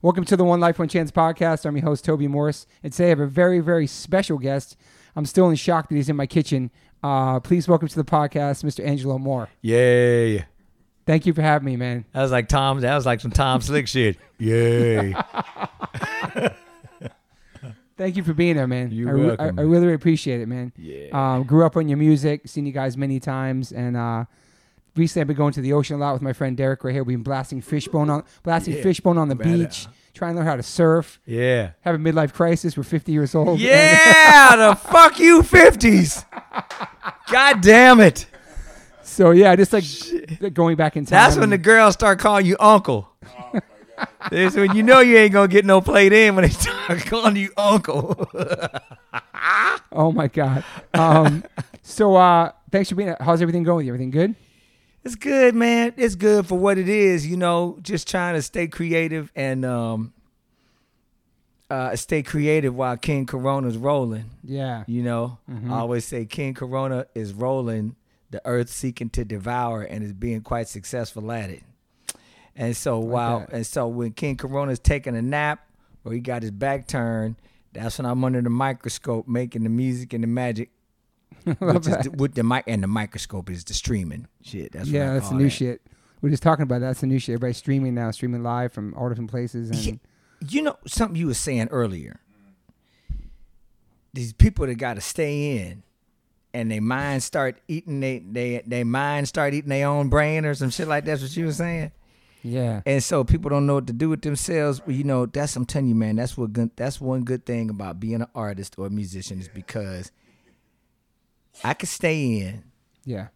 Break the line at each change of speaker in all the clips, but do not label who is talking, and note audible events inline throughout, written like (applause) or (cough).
Welcome to the One Life, One Chance podcast. I'm your host, Toby Morris. And today I have a very, very special guest. I'm still in shock that he's in my kitchen. Uh, please welcome to the podcast, Mr. Angelo Moore.
Yay.
Thank you for having me, man.
That was like Tom. That was like some Tom Slick shit. Yay.
Thank you for being there, man.
You're
I, re-
welcome,
I- I
man.
really appreciate it, man.
Yeah.
Um, grew up on your music, seen you guys many times, and uh, recently I've been going to the ocean a lot with my friend Derek right here. We've been blasting fishbone on blasting fishbone on the beach, trying to learn how to surf.
Yeah.
Have a midlife crisis. We're 50 years old.
Yeah. the fuck you fifties. God damn it.
(laughs) so yeah, just like going back in time.
That's when the girls start calling you uncle. That's when you know you ain't gonna get no plate in when they start (laughs) calling you uncle.
Oh my god.
(laughs)
Um, so uh, thanks for being. How's everything going? with you? Everything good?
It's good, man. It's good for what it is, you know, just trying to stay creative and um uh stay creative while King Corona's rolling.
(laughs) Yeah.
You know,
Mm-hmm.
I always say King Corona is rolling, the earth seeking to devour, and is being quite successful at it. And so while
that.
and so when King Corona's taking a nap or he got his back turned, that's when I'm under the microscope making the music and
(laughs)
the magic. which is the, with the mic and the microscope is the streaming shit. That's what
yeah,
I
that's the
call
new
that.
shit. We're just talking about that. that's the new shit. Everybody's streaming now, streaming live from all different places. And
(laughs) Yeah, you know something you were saying earlier. These people that got to stay in, and they mind start eating they they they mind start eating their own brain or some shit like that's what you were saying.
yeah,
And so people don't know what to do with themselves. Well, you know that's I'm telling you, man. That's what good, that's one good thing about being an artist or a musician is because I can stay in,
yeah,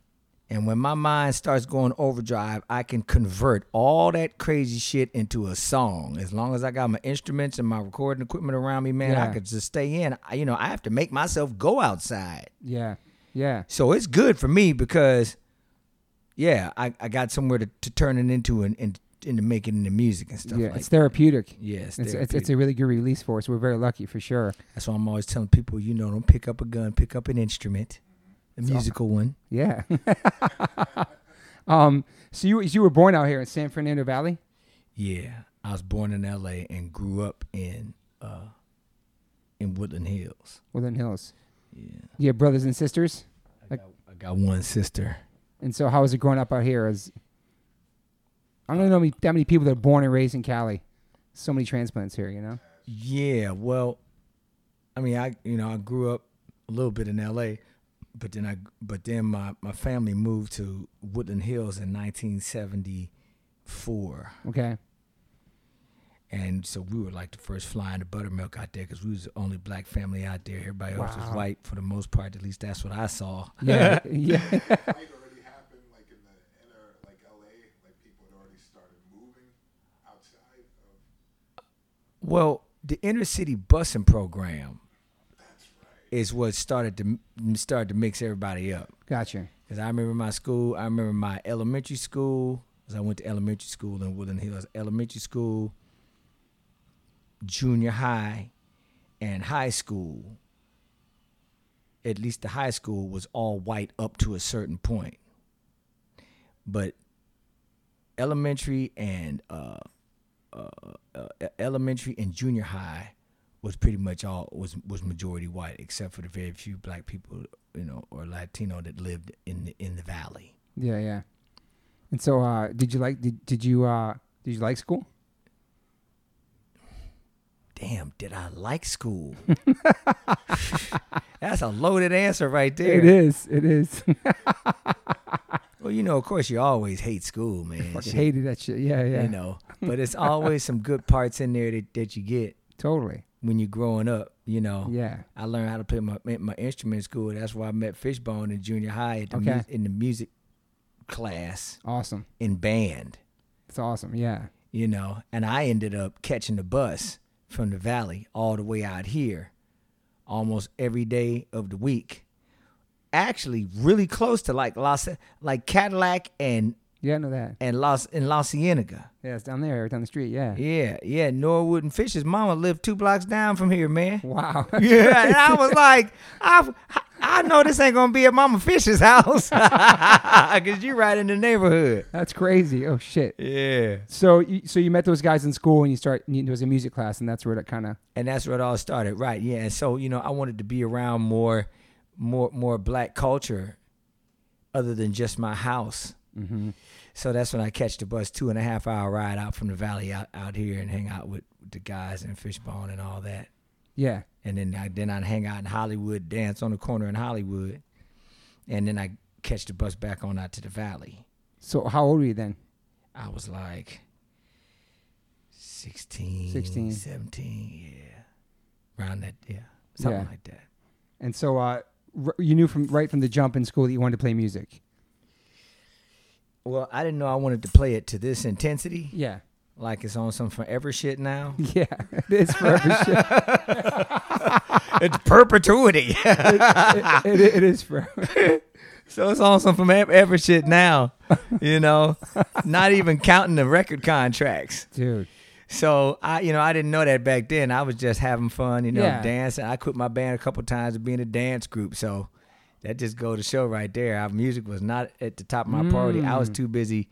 and when my mind starts going overdrive, I can convert all that crazy shit into a song. As long as I got my instruments and my recording equipment around me, man,
Yeah.
I could just stay in. I, you know, I have to make myself go outside.
yeah, yeah,
So it's good for me because, yeah, I, I got somewhere to, to turn it into and, and into making the music and stuff
yeah.
like
it's therapeutic.
Yeah,
it's,
it's
it's, it's
therapeutic.
a really good release for us. We're very lucky for sure.
That's why I'm always telling people, you know, don't pick up a gun, pick up an instrument, a musical one.
Yeah. (laughs) um. So you you were born out here in San Fernando Valley.
Yeah, I was born in L.A. and grew up in uh, in Woodland Hills.
Woodland Hills.
Yeah,
You have brothers and sisters,
I got, I got one sister.
and so how was it growing up out here? As I don't know many- that many people that are born and raised in Cali. So many transplants here, you know.
Yeah, well, I mean, I you know I grew up a little bit in L.A., but then I but then my my family moved to Woodland Hills in 1974.
(laughs) Okay.
And so we were like the first fly in the buttermilk out there because we was the only black family out there. Everybody else was
Wow.
white for the most part. At least that's what I saw.
Yeah. yeah.
It already happened, like in the inner, like LA, like people had already started moving outside of.
Well, the inner city busing program is what started to m- started to mix everybody up.
Gotcha.
Cause I remember my school, I remember my elementary school. Cause I went to elementary school in Woodland Hills, elementary school, junior high, and high school. At least the high school was all white up to a certain point, but elementary and uh, uh, uh, elementary and junior high was pretty much all was was majority white, except for the very few black people, you know, or Latino that lived in the in the valley.
Yeah, yeah. And so, uh, did you like? Did, did you uh, did you like school?
Damn, did I
(laughs)
like school? That's a loaded answer right there.
It is. It is.
Well, you know, of course, you always hate school, man.
(laughs) Fucking
Shit,
hated that shit. Yeah, yeah. (laughs)
You know, but it's always some good parts in there that, that you get
Totally.
when you're growing up. You know.
Yeah.
I learned how to play my my instrument in school. That's where I met Fishbone in junior high at the mu-
Okay.
in the music class
Awesome.
in band.
It's awesome. Yeah.
you know, and I ended up catching the bus from the valley all the way out here almost every day of the week. Actually, really close to like Los, like Cadillac and
Yeah, I know that.
and Los in La Cienega.
Yeah, it's down there, down the street. Yeah.
Yeah, yeah. Norwood and Fisher's mama lived two blocks down from here, man.
Wow.
Yeah, and I was like, I, I know this ain't gonna be at Mama Fisher's house (laughs) because you right in the neighborhood.
(laughs) That's crazy. Oh shit.
Yeah,
So you, so you met those guys in school and you start and it was a music class and that's where that kind of
and that's where it all started, right? Yeah, and so you know, I wanted to be around more, more, more black culture, other than just my house. So that's when I catch the bus, two and a half hour ride out from the valley out, out here, and hang out with the guys in Fishbone and all that.
yeah.
and then I, then I'd hang out in Hollywood, dance on the corner in Hollywood, and then I catch the bus back on out to the Valley.
So how old were you then?
I was like 16,
16.
17, yeah, around that, yeah, something
Yeah.
like that.
And so uh, r- you knew from right from the jump in school that you wanted to play music.
Well, I didn't know I wanted to play it to this intensity,
Yeah.
like it's on some forever shit now.
(laughs) Yeah. It's forever shit.
it's perpetuity,
(laughs)
(laughs)
It, it- it is forever.
so it's on some forever shit now. You know, not even counting the record contracts.
Dude.
So I, you know, I didn't know that back then. I was just having fun, you know,
Yeah.
dancing. I quit my band a couple times of being a dance group. So that just go to show right there. Our music was not at the top of my priority. I was
Mm.
too busy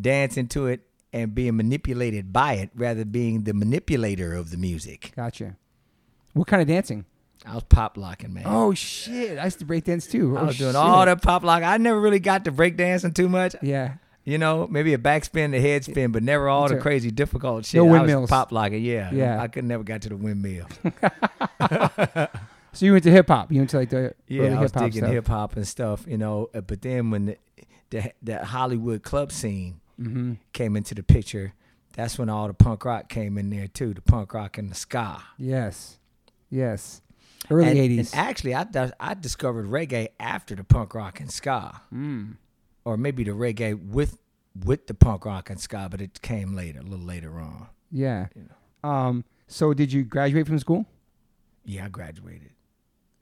dancing to it and being manipulated by it, rather than being the manipulator of the music.
Gotcha. What kind of dancing?
I was pop locking, man.
Oh shit. I used to break dance too.
I
Oh,
was doing
shit.
all that pop lock. I never really got to break dancing too much.
Yeah.
You know, maybe a backspin, a head spin, but never all the
Sure.
crazy difficult shit.
No
I was
windmills.
pop locking, yeah.
Yeah.
I could never got to the windmill.
So you went to hip hop. You went to like the early
yeah, I was
hip hop
digging
stuff.
hip hop and stuff, you know. uh, But then when the, the that Hollywood club scene
Mm-hmm.
came into the picture, that's when all the punk rock came in there too. The punk rock and the ska.
Yes. Yes. Early
And-
eighties.
And actually, I dis- I discovered reggae after the punk rock and ska,
Hmm.
or maybe the reggae with with the punk rock and ska, but it came later, a little later on.
Yeah. Um, so did you graduate from school?
Yeah, I graduated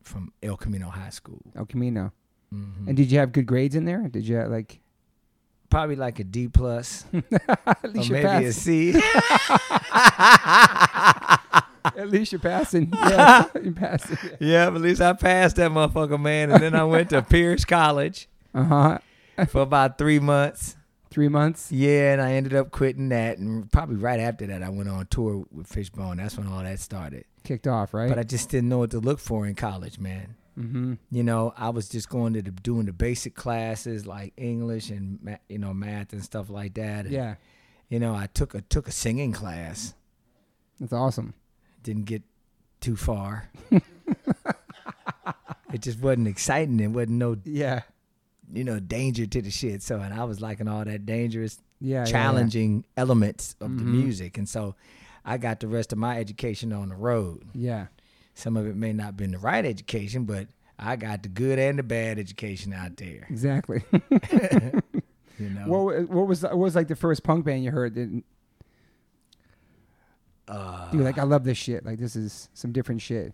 from El Camino High School, Mm-hmm.
El Camino.
Hmm.
And did you have good grades in there? Did you like
probably like a D plus,
(laughs)
or
at least you're
(laughs) maybe
passing?
a C.
(laughs) At least you're (laughs) passing. Yeah, you're passing.
Yeah, but at least I passed that motherfucker, man. And then I went to Pierce College
Uh huh.
for about three months.
Three months.
Yeah, and I ended up quitting that. And probably right after that, I went on tour with Fishbone. That's when all that started.
Kicked off, right?
But I just didn't know what to look for in college, man.
mm-hmm.
You know, I was just going to the, doing the basic classes like English and ma- you know math and stuff like that. And,
Yeah,
You know, I took a took a singing class.
that's awesome.
didn't get
(laughs)
too far. it just wasn't exciting. It wasn't no
Yeah,
you know, danger to the shit. So, and I was liking all that dangerous,
yeah. Mm-hmm. yeah,
challenging elements of the music. And so I got the rest of my education on the road.
Yeah.
Some of it may not been the right education, but I got the good and the bad education out there.
exactly.
You know,
(laughs) what wa- what was what was like the first punk band you heard? That,
uh,
you were like, I love this shit. Like this is some different shit.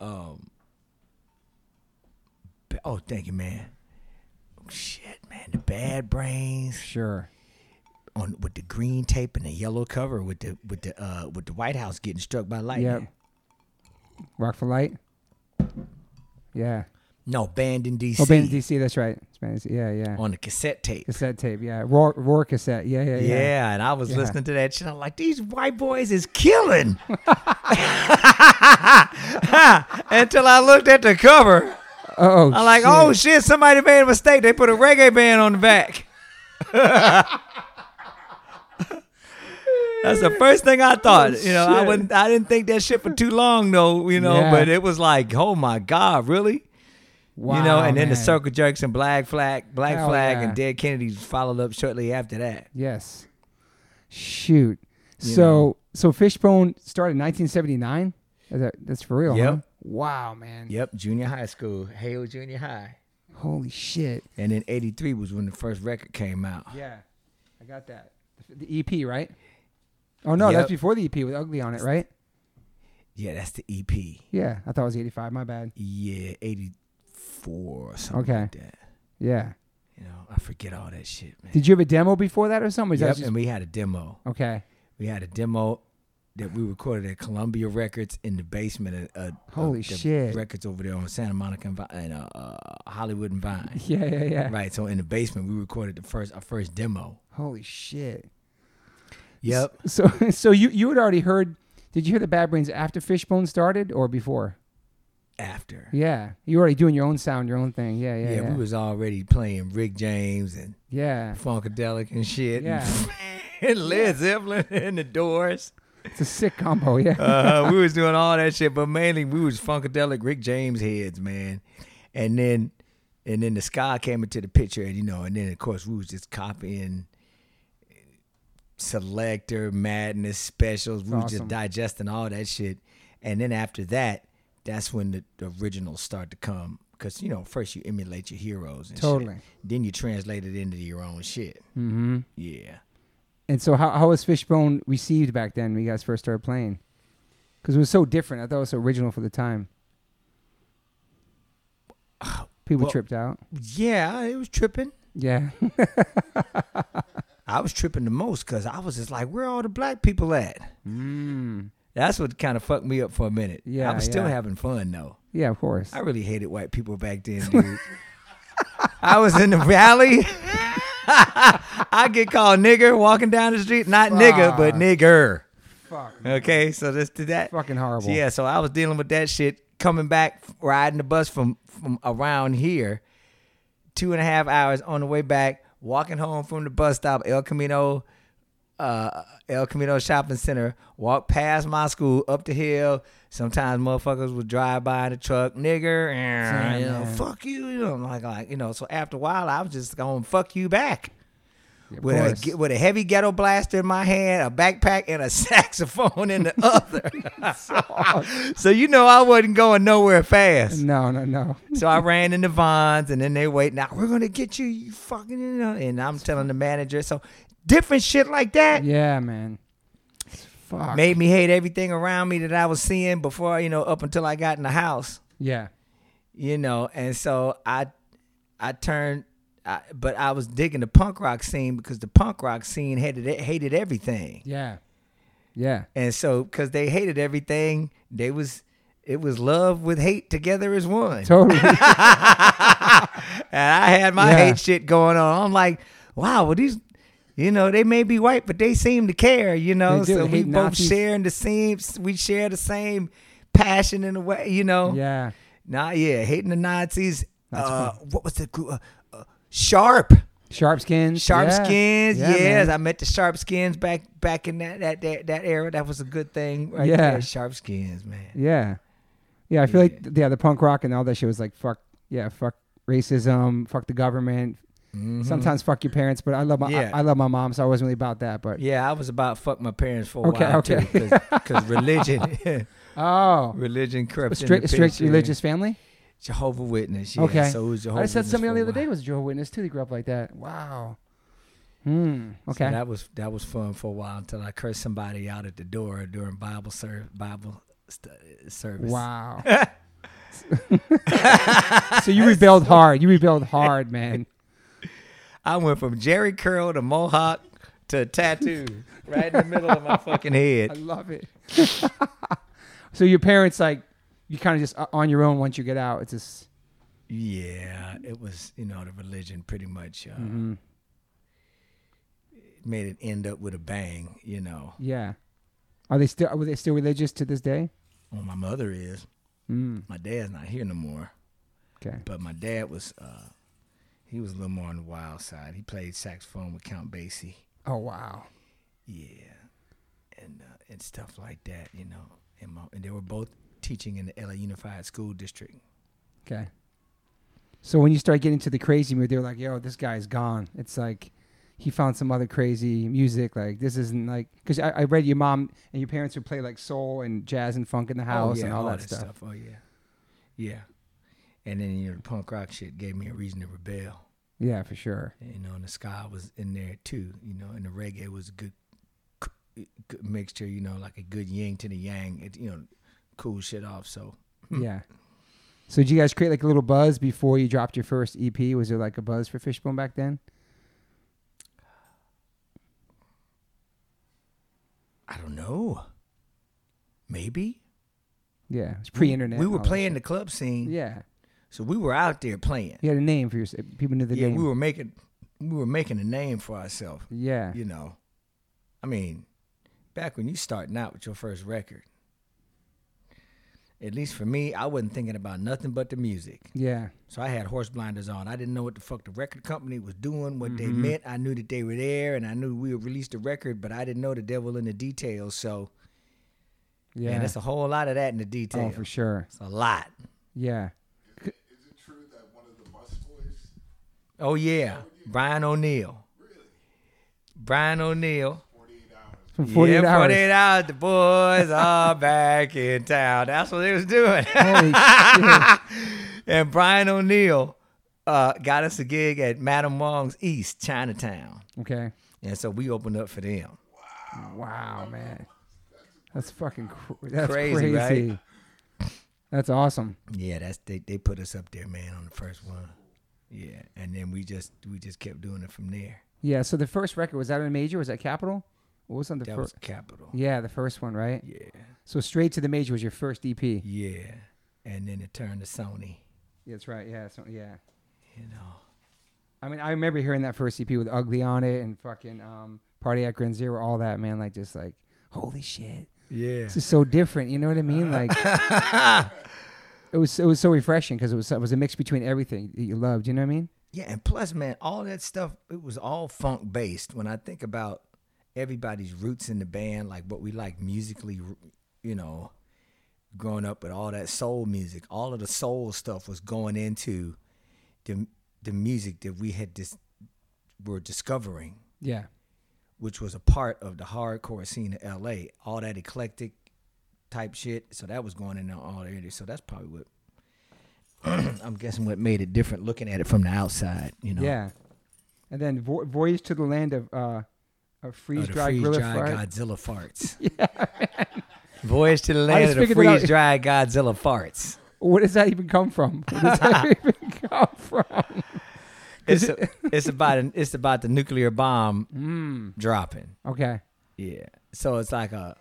um, ba- oh, thank you, man. Shit, man, the Bad Brains
Sure.
on with the green tape and the yellow cover with the with the uh with the White House getting struck by lightning.
Yep. Rock for Light. Yeah.
No, Band in D.C.
Oh, Band in DC. That's right. It's Band in DC. Yeah, yeah.
on the cassette tape.
Cassette tape. Yeah. Raw, raw cassette. Yeah, yeah,
Yeah,
yeah.
and I was
Yeah.
listening to that shit. I'm like, these white boys is killing.
(laughs)
(laughs) Until I looked at the cover,
Oh,
I'm like,
shit.
oh shit, somebody made a mistake. They put a reggae band on the back. (laughs) That's the first thing I thought. you know, I
Oh, shit.
wouldn't, I didn't think that shit for too long though. You know,
Yeah.
but it was like, oh my god, really?
wow,
you know, and then the
man.
Circle Jerks and Black Flag, Black
Hell
Flag,
yeah.
and Dead Kennedys followed up shortly after that.
Yes. Shoot.
You
so
know.
so Fishbone started in 1979. Is that- that's for real.
Yep.
Huh? Wow, man.
Yep, junior high school, Hale Junior High.
Holy shit.
And then 83 was when the first record came out.
Yeah, I got that. The EP, right? Oh no,
Yep.
that's before the EP with Ugly on it, right?
Yeah, that's the EP.
Yeah, I thought it was 85. My bad.
Yeah, 84 or something
Okay.
like that.
Yeah.
You know, I forget all that shit, man.
Did you have a demo before that or something? Or is that
Yep,
just-
and we had a demo.
okay.
We had a demo that we recorded at Columbia Records in the basement of, of
Holy
of the
shit.
records over there on Santa Monica and, Vi- and uh, uh, Hollywood and Vine.
(laughs) Yeah, yeah, (laughs) yeah.
Right, so in the basement we recorded the first our first demo.
Holy shit.
Yep.
So (laughs) so you you had already heard did you hear the Bad Brains after Fishbone started or before?
After.
Yeah. You were already doing your own sound, your own thing. Yeah, yeah.
Yeah,
Yeah.
we was already playing Rick James and
yeah.
Funkadelic and shit.
Yeah.
and (laughs) Led Zeppelin and the Doors.
It's a sick combo, yeah.
Uh, we was doing all that shit, but mainly we was Funkadelic Rick James heads, man. And then and then the sky came into the picture, and you know, and then of course we was just copying selector madness specials. We was
Awesome.
just digesting all that shit. And then after that, that's when the, the originals start to come. Cause you know, first you emulate your heroes and shit.
Totally.
Then you translate it into your own shit.
mm-hmm.
Yeah.
And so how how was Fishbone received back then when you guys first started playing? Because it was so different. I thought it was so original for the
(sighs)
time. People
Well-
tripped out.
Yeah, it was tripping.
Yeah. (laughs)
I was tripping the most because I was just like, where all the black people at?
mm.
That's what kind of fucked me up for a minute.
Yeah,
I was still
yeah.
having fun though.
Yeah, of course.
I really hated white people
(laughs)
back then, dude. I was in the valley. (laughs) I get called nigger walking down the street. Not nigger, but
Fuck.
nigger.
Fuck.
Okay, so that's to that.
Fucking horrible.
Yeah, so I was dealing with that shit coming back, riding the bus from from around here, two and a half hours on the way back, walking home from the bus stop, El Camino, uh, El Camino Shopping Center. Walked past my school up the hill. Sometimes motherfuckers would drive by in the truck, nigger, and you know,
man.
fuck you. You know, I'm like, like you know. So after a while, I was just going fuck you back.
Of
With a,
course.
ge- with a heavy ghetto blaster in my hand, a backpack, and a (laughs) saxophone in the other. so, you know I wasn't going nowhere fast.
(laughs) no, no, no.
So I ran into Vons, and then they wait. Now we're gonna get you, you fucking. You know, and I'm telling the manager. So different shit like that
Yeah, man. Fuck.
made me hate everything around me that I was seeing before. You know, up until I got in the house.
Yeah.
you know and so i i turned I, but i was digging the punk rock scene because the punk rock scene hated it- hated everything
Yeah. Yeah.
and so because they hated everything they was it was love with hate together as one (laughs)
Totally.
and i had my
Yeah.
hate shit going on i'm like wow well these you know they may be white but they seem to care you know
They do.
so
They
we
hate
both
Nazis.
sharing the same we share the same passion in a way you know
yeah.
Nah, yeah, hating the Nazis. Uh, what was the group? Uh, uh, Sharp,
Sharp skins.
Sharp
yeah.
Skins.
Yeah,
yes,
man.
I met the Sharp Skins back back in that that that, that era. That was a good thing, right
Yeah.
there. Sharp Skins, man.
Yeah. Yeah. I feel like th- yeah, the punk rock and all that shit was like fuck. Yeah, fuck racism. Fuck the government. Sometimes fuck your parents, but I love my
Mm-hmm. Yeah.
I, I love my mom, so I wasn't really about that. But
Yeah, I was about fuck my parents for a
Okay,
while
okay.
too, because
(laughs)
religion, (laughs)
oh,
religion crept in the
strict strict
picture.
religious family.
Jehovah Witness. Yeah,
okay.
so it was Jehovah
I just said
Witness
somebody
for
the
a
other day
while.
was a Jehovah Witness too. They grew up like that. Wow. Hmm.
So
Okay.
that was that was fun for a while until I cursed somebody out at the door during Bible ser- Bible stu- service. (laughs)
Wow. (laughs) so you rebelled hard. You rebelled hard, man.
I went from Jerry curl to mohawk to
(laughs)
tattoo right in the middle of my fucking
I (laughs)
head.
love it. so your parents like you kind of just o- on your own once you get out. It's just
Yeah, it was you know the religion pretty much uh,
Mhm.
it made it end up with a bang. You know,
yeah. Are they still were they still religious to this day?
well, my mother is.
Mm,
My dad's not here no more,
okay.
but my dad was. uh He was a little more on the wild side. He played saxophone with Count Basie.
Oh wow.
Yeah, and uh, and stuff like that. You know, and my, and they were both teaching in the LA Unified School District.
Okay. So when you start getting to the crazy mood, they're like, "Yo, this guy's gone." It's like he found some other crazy music. Like this isn't like because I, I read your mom and your parents would play like soul and jazz and funk in the house and Oh, all, that, stuff.
Oh yeah, yeah. And then you know the punk rock shit gave me a reason to rebel.
Yeah, for sure.
You know, and the sky was in there too. You know, and the reggae was a good, good mixture. You know, like a good yin to the yang. It you know, cool shit off. So
yeah. So did you guys create like a little buzz before you dropped your first EP? Was there like a buzz for Fishbone back then?
I don't know. Maybe
Yeah, it's pre-internet.
we
and
were
all that
playing
shit.
the club scene,
Yeah,
so we were out there playing.
you had a name for yourself. People knew the
yeah,
name.
we were making we were making a name for ourselves.
yeah,
You know, I mean, back when you starting out with your first record, at least for me, I wasn't thinking about nothing but the music.
yeah,
So I had horse blinders on. I didn't know what the fuck the record company was doing, what they
Mm-hmm.
meant. I knew that they were there, and I knew we would release the record, but I didn't know the devil in the details. So,
yeah.
and it's a whole lot of that in the
oh,
details.
for sure.
It's a lot.
Yeah,
Is it, is it true that one of the bus boys
Oh yeah, Brian O'Neill. Brian O'Neill.
48 hours?
from 48
yeah,
hours.
48 hours. The
(laughs)
boys are back in town. That's what they was doing. (laughs)
Holy shit.
and Brian O'Neill uh, got us a gig at Madam Wong's East Chinatown,
Okay.
and so we opened up for them.
Wow, man. That's fucking cr- that's
Crazy,
crazy.
right?
That's awesome.
Yeah, that's they, they put us up there, man, on the first one. Yeah, and then we just we just kept doing it from there.
Yeah. So the first record was that a major? Was that Capitol? What was on the
That was
first?
capital.
Yeah, the first one, right?
Yeah,
So straight to the major was your first E EP. Yeah,
yeah, and then it turned to Sony.
that's right. Yeah, so, yeah.
You know,
I mean, I remember hearing that first EP with Ugly on it and fucking um, Party at Grand Zero, all that, man. Like, just like, holy shit,
yeah,
this is so different. You know what I mean? Like,
(laughs)
it was it was so refreshing because it was it was a mix between everything that you loved. You know what I mean?
yeah, and plus, man, all that stuff it was all funk based. When I think about everybody's roots in the band, like what we like musically, you know, growing up with all that soul music, all of the soul stuff was going into the the music that we had dis- were discovering.
Yeah.
which was a part of the hardcore scene in LA, all that eclectic type shit. So that was going in there already. So that's probably what (clears throat) I'm guessing what made it different looking at it from the outside, you know.
Yeah. And then vo- Voyage to the Land of uh, of
Or
Freeze
Oh, the
Dry
freeze
Gorilla
dry
Fart.
Godzilla
(laughs)
farts. Voyage to the
I
land
just
of the
figured it out.
freeze dry Godzilla farts.
(laughs) Where does that even come from? Where does
(laughs)
that even come from?
It's, a, it's about an, it's about the nuclear bomb
(laughs) Mm.
dropping.
Okay.
Yeah. So it's like a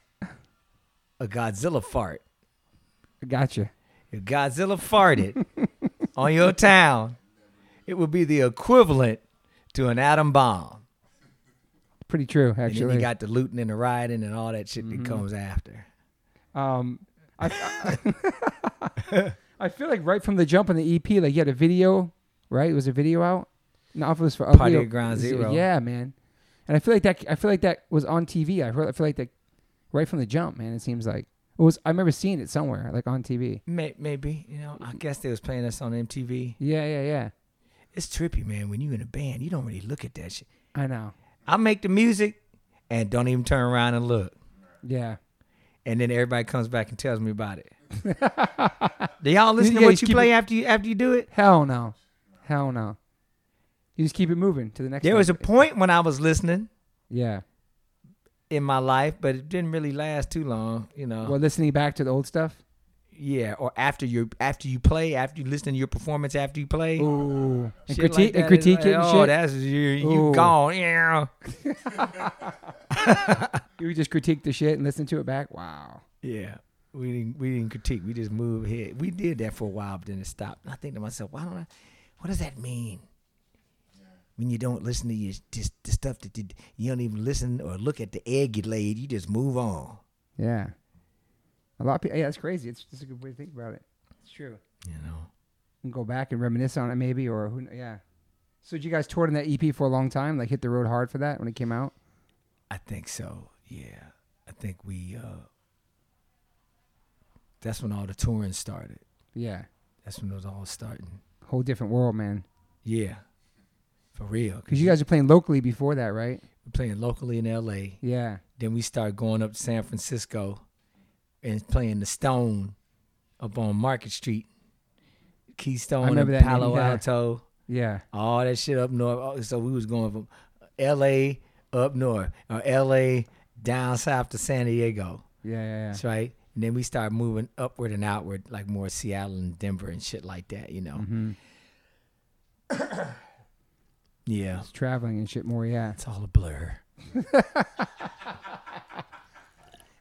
a Godzilla fart.
Gotcha.
If
(laughs)
Godzilla farted on your town, it would be the equivalent to an atom bomb.
Pretty true,
And then you
actually. Mm-hmm.
got the looting and the rioting and all that shit that comes after.
um, I, I- (laughs) I feel like right from the jump on the EP, like you had a video, right? Was a video out? No, it was for
Party
Ugly-
at Ground Zero.
Yeah, man. And I feel like that. I feel like that was on TV. I, feel- I feel like that right from the jump, man. It seems like it was. I remember seeing it somewhere, like on TV.
May- Maybe you know. I guess they was playing us on MTV.
Yeah, yeah, yeah.
It's trippy, man. When you in a band, you don't really look at that shit.
I know.
I make the music and don't even turn around and look.
Yeah.
And then everybody comes back and tells me
(laughs)
about it. Do y'all listen
Yeah,
to
you
what you
keep
play after you after you do it?
Hell no. Hell no. You just keep it moving to the next.
There was a
thing.
point when I was listening
yeah.
in my life, but it didn't really last too long. You know.
Well, listening back to the old stuff.
Yeah, or after you after you play, after you listen to your performance, after you play,
Ooh. And
shit like
critique
that,
and
it's
critique
like,
it and
oh,
shit.
that's you, you
Ooh.
gone. Yeah,
You just critique the shit and listen to it back. Wow.
yeah. We didn't we didn't critique. We just moved here. We did that for a while, but then it stopped. And I think to myself, why don't I? What does that mean? When you don't listen to your just the stuff that you you don't even listen or look at the egg you laid, you just move on.
Yeah. A lot of people. Yeah, that's crazy. It's just a good way to think about it. It's true.
You know.
And go back and reminisce on it maybe, or who? kn- Yeah. So did you guys toured on that EP for a long time? Like hit the road hard for that when it came out?
I think so. Yeah, I think we. uh That's when all the touring started.
Yeah.
That's when it was all starting.
Whole different world, man.
Yeah, for real.
Because you guys are playing locally before that, right?
were playing locally in L.A.
Yeah.
Then we started going up to San Francisco and playing the Stone up on Market Street,
I
Keystone
remember
and
that
Palo
name, yeah.
Alto,
Yeah.
all that shit up north. Oh, So we was going from L.A. up north or L.A. down south to San Diego.
Yeah. Yeah.
That's right. And then we started moving upward and outward, like more Seattle and Denver and shit like that, you know.
Mm-hmm.
(coughs) yeah.
It's traveling and shit more. Yeah.
It's all a blur.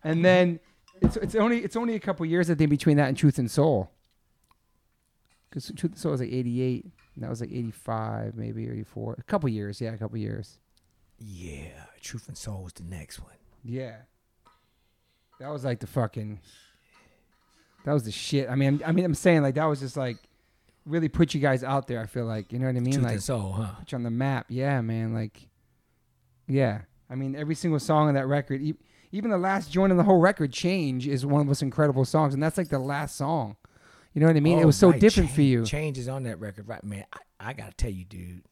And then It's it's only it's only a couple years I think between that and Truth and Soul. Because Truth and Soul was like '88, and that was like '85, maybe '84. A couple years, yeah, a couple years.
Yeah, Truth and Soul was the next one.
Yeah, that was like the fucking. That was the shit. I mean, I mean, I'm saying like that was just like really put you guys out there. I feel like you know what I mean.
Truth
like
and Soul, huh?
put you on the map. Yeah, man. Like, yeah. I mean, every single song on that record, e- even the last joint on the whole record, "Change" is one of the most incredible songs, and that's like the last song. You know what I mean? it
Oh,
was so
right.
different for
Change-
you.
Changes on that record, right, man? I, I gotta tell you, dude.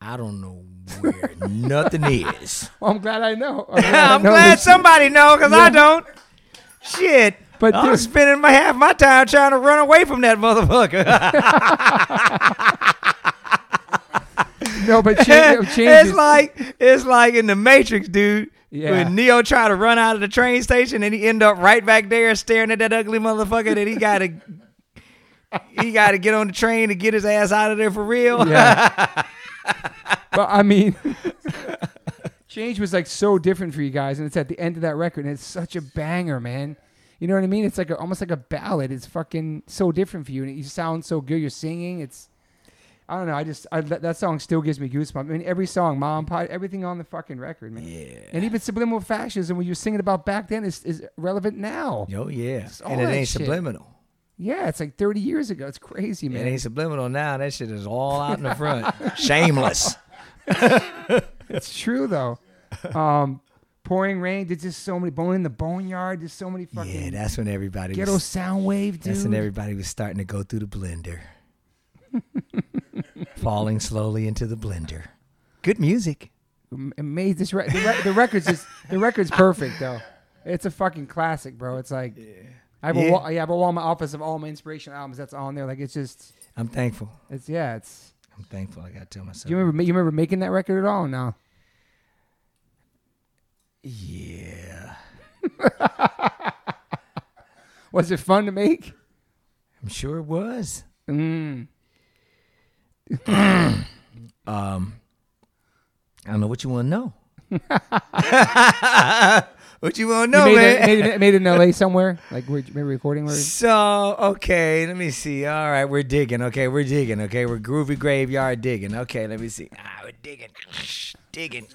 I
(laughs)
don't know where nothing is.
Well, (laughs) I'm glad I
(laughs)
know. I'm glad, I
I'm
know
glad
this.
somebody know, cause I don't. Shit,
But
but I'm
dude-
spending my half my time trying to run away from that
(laughs)
motherfucker.
No, but
(laughs)
change, change
it's
is-
like it's like in the Matrix, dude.
Yeah.
When Neo tried to run out of the train station and he end up right back there staring at that ugly motherfucker that he gotta he gotta get on the train to get his ass out of there for real.
Yeah. (laughs) but I mean, (laughs) change was like so different for you guys, and it's at the end of that record, and it's such a banger, man. You know what I mean? It's like a, almost like a ballad. It's fucking so different for you, and you sound so good. You're singing. It's I don't know. I just I, that that song still gives me goosebumps. I mean, every song, Mom, Pot, everything on the fucking record, man.
Yeah.
And even subliminal fascism, what you were singing about back then, is, is relevant now.
Oh yeah.
all
And it
that
ain't
shit.
subliminal.
Yeah, it's like 30 years ago. It's crazy, man.
It ain't subliminal now. That shit is all out in the (laughs) front. Shameless.
It's true
(laughs)
though. Um, pouring rain. There's just so many bone in the boneyard. There's so many
Yeah,
fucking
that's when everybody
ghetto
was,
sound wave, dude.
that's when everybody was starting to go through the blender. Falling slowly into the blender. Good music.
Am- Amazed this re- the, re- the record's
(laughs)
just the record's perfect though. It's a fucking classic, bro. It's like I have
Yeah.
a wall, yeah, I have a wall in my office of all my inspirational albums that's on there. Like it's just
I'm thankful.
it's yeah. It's
I'm thankful. I gotta tell myself.
do you remember ma- you remember making that record at all? No.
yeah,
Was it fun to make?
I'm sure it was.
Mm.
(clears throat) Um, I don't know what you want
(laughs)
to know. (laughs) what you want to
you
know,
made
man?
It, made, it, made it in L.A. somewhere. Like where maybe recording
(laughs)
where.
So okay, let me see. All right, we're digging. Okay, we're digging. Okay, we're groovy graveyard digging. Okay, let me see. Ah, we're digging,
(laughs)
digging.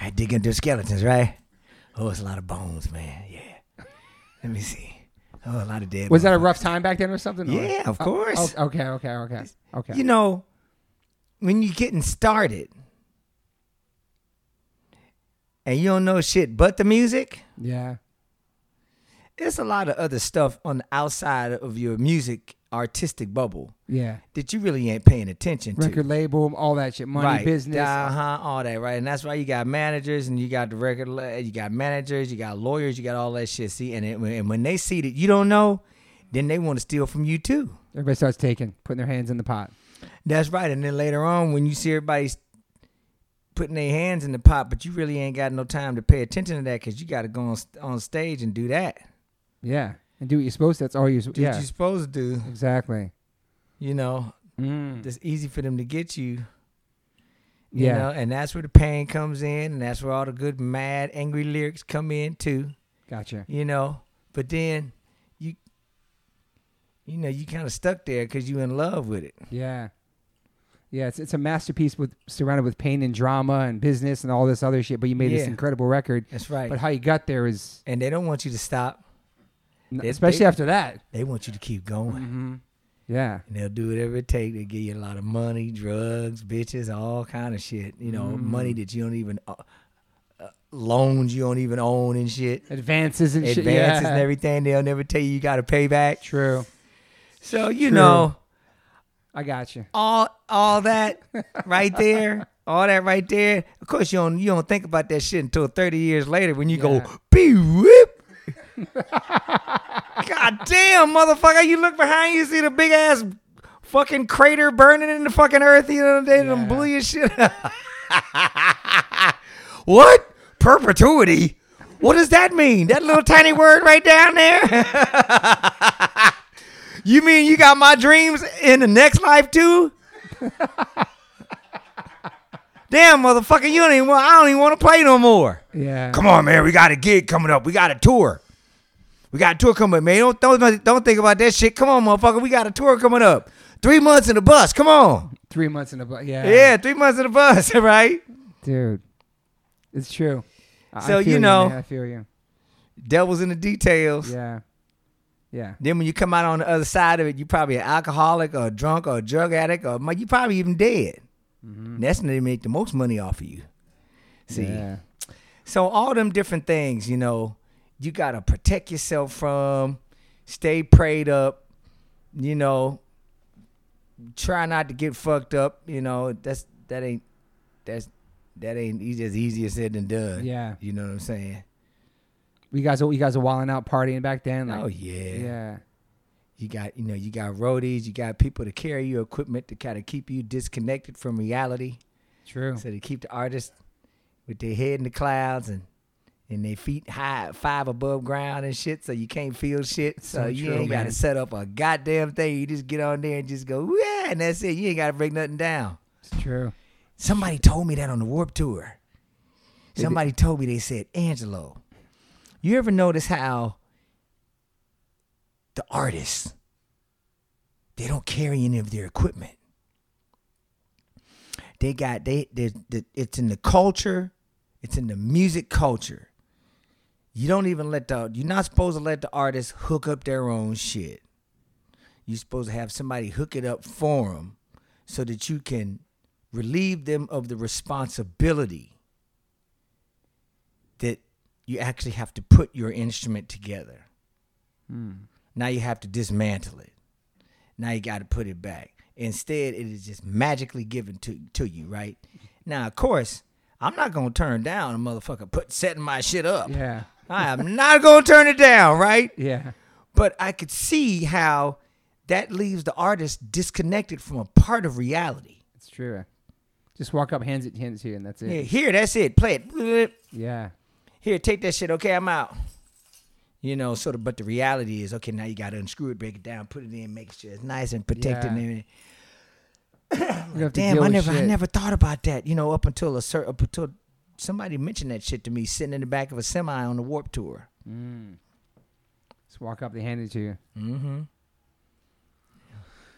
I dig into skeletons, right? Oh, it's a lot of bones, man. Yeah. Let me see. Oh, a lot of dead.
Was that a rough time back then or something? or-
Yeah, of course.
Oh, okay, okay, okay, okay.
you know, when you're getting started and you don't know shit but the music,
yeah,
there's a lot of other stuff on the outside of your music artistic bubble
yeah.
that you really ain't paying attention
Record
to.
label, all that shit, money,
right.
business.
uh-huh, all that, right? And that's why you got managers and you got the record, la- you got managers, you got lawyers, you got all that shit. See, and, it, and when they see that you don't know, then they want to steal from you too.
Everybody starts taking, putting their hands in the pot.
That's right. And then later on, when you see everybody's putting their hands in the pot, but you really ain't got no time to pay attention to that because you got to go on, st- on stage and do that.
Yeah, and do what you're supposed to. That's all you're.
Do
yeah,
what you're supposed to do.
exactly.
You know,
Mm.
it's easy for them to get you. You
Yeah.
know, and that's where the pain comes in, and that's where all the good, mad, angry lyrics come in too.
Gotcha.
You know, but then you, you know, you kind of stuck there because you in love with it.
Yeah, yeah. It's it's a masterpiece with surrounded with pain and drama and business and all this other shit. But you made this
Yeah.
incredible record.
That's right.
But how you got there is,
and they don't want you to stop. They-
especially
they-
after that.
They want you to keep going.
Yeah,
And they'll do whatever it takes. They give you a lot of money, drugs, bitches, all kind of shit. You know, money that you don't even uh, uh, loans you don't even own and (laughs) shit.
advances and shit.
Advances
yeah.
and everything. They'll never tell you you got to pay back.
(laughs) True.
So you
True.
know
I got you.
all all that right there. All that right there. Of course, you don't you don't think about that shit until thirty years later when you
Yeah.
go be whip. (laughs) God damn, motherfucker! You look behind you, see the big ass fucking crater burning in the fucking earth. You know, they done
Yeah.
blew your shit. up. (laughs) what perpetuity? What does that mean? That little tiny word right down there. you mean you got my dreams in the next life too? Damn, motherfucker, you don't even want, I don't even want to play no more.
Yeah.
Come on, man. We got a gig coming up. We got a tour. We got a tour coming up, man. Don't, don't, don't think about that shit. Come on, motherfucker. We got a tour coming up. Three months in the bus. Come on.
Three months in a bu- yeah.
Yeah, three months in the bus, (laughs) right?
Dude. It's true. I- I
So, you
feel
know-
man. I feel you.
Devil's in the details.
Yeah. Yeah.
Then when you come out on the other side of it, you probably an alcoholic or a drunk or a drug addict or you probably even dead. That's when they make the most money off of you. (laughs) See,
Mm-hmm. Yeah.
so all them different things, you know, you gotta protect yourself from, stay prayed up, you know. Try not to get fucked up, you know. That's that ain't that's that ain't easy as easier said than done.
Yeah.
you know what I'm saying.
You guys, you guys are wilding out partying back then. Like,
oh yeah,
yeah.
You got you know you got roadies, you got people to carry your equipment to kind of keep you disconnected from reality,
True.
so to keep the artist with their head in the clouds and and their feet high five above ground and shit, so you can't feel shit. So,
so
you
true,
ain't got to
man.
set up a goddamn thing. You just get on there and just go yeah, and that's it. You ain't got to break nothing down.
It's true.
Somebody told me that on the Warp Tour. Somebody told me they said, Angelo, you ever notice how the artists they don't carry any of their equipment. They got they, they, they it's in the culture, it's in the music culture. You don't even let the you're not supposed to let the artists hook up their own shit. You're supposed to have somebody hook it up for them so that you can relieve them of the responsibility that you actually have to put your instrument together. Now you have to dismantle it. Now you got to put it back. Instead, it is just magically given to to you, right? Now, of course, I'm not gonna turn down a motherfucker put setting my shit up.
Yeah.
I am not gonna turn it down, right?
Yeah.
But I could see how that leaves the artist disconnected from a part of reality.
It's true. Just walk up, hands it, hands here, and that's
Yeah,
it.
here, that's it. Play it.
Yeah.
Here, take that shit. Okay, I'm out. You know, sort of. But the reality is, okay, now you got to unscrew it, break it down, put it in, make sure it's nice and protected.
Yeah.
And
You have to
damn,
deal
I
with
never, I
shit.
never thought about that. You know, up until a certain, up until somebody mentioned that shit to me, sitting in the back of a semi on the Warp Tour.
Just walk up, they hand it to you.
Mm-hmm.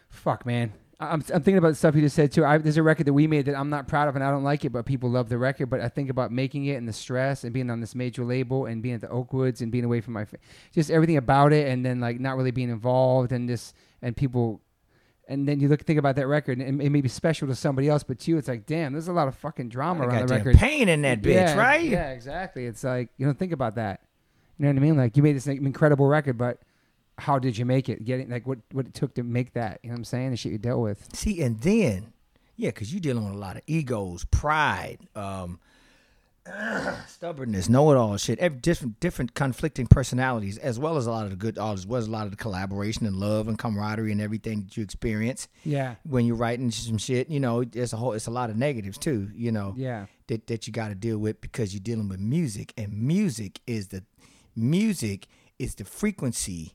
Fuck, man. I- I'm, I'm thinking about stuff you just said too. I, there's a record that we made that I'm not proud of and I don't like it, but people love the record. But I think about making it and the stress and being on this major label and being at the Oakwoods and being away from my, fa- just everything about it, and then like not really being involved and just and people, and then you look think about that record and it, may be special to somebody else, but to you it's like damn, there's a lot of fucking drama around the
Goddamn
record.
pain in that bitch,
Yeah,
right?
Yeah, exactly. It's like you don't think about that. You know what I mean? Like you made this like, incredible record, but how did you make it? Getting like what what it took to make that? You know what I'm saying? The shit you dealt with.
See, and then, yeah, because you're dealing with a lot of egos, pride, um, (clears throat) stubbornness, know-it-all shit, every different different conflicting personalities, as well as a lot of the good, as well as a lot of the collaboration and love and camaraderie and everything that you experience
Yeah.
when you're writing some shit. You know, it's a whole, it's a lot of negatives too. You know,
Yeah.
that that you got to deal with because you're dealing with music, and music is the music is the frequency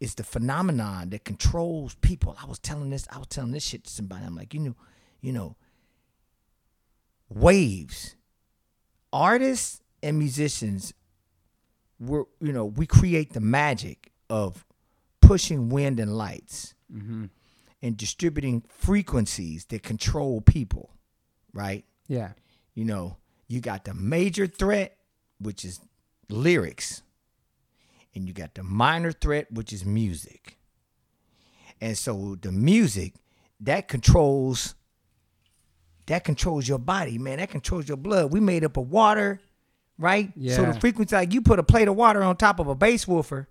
it's the phenomenon that controls people. I was telling this, I was telling this shit to somebody. I'm like, you know, you know, waves, artists and musicians, we're you know, we create the magic of pushing wind and lights and distributing frequencies that control people, right?
Yeah.
you know, you got the major threat, which is lyrics, and you got the minor threat, which is music. And so the music that controls that controls your body, man. That controls your blood. We made up of water, right? So the
Yeah.
frequency, like you put a plate of water on top of a bass woofer,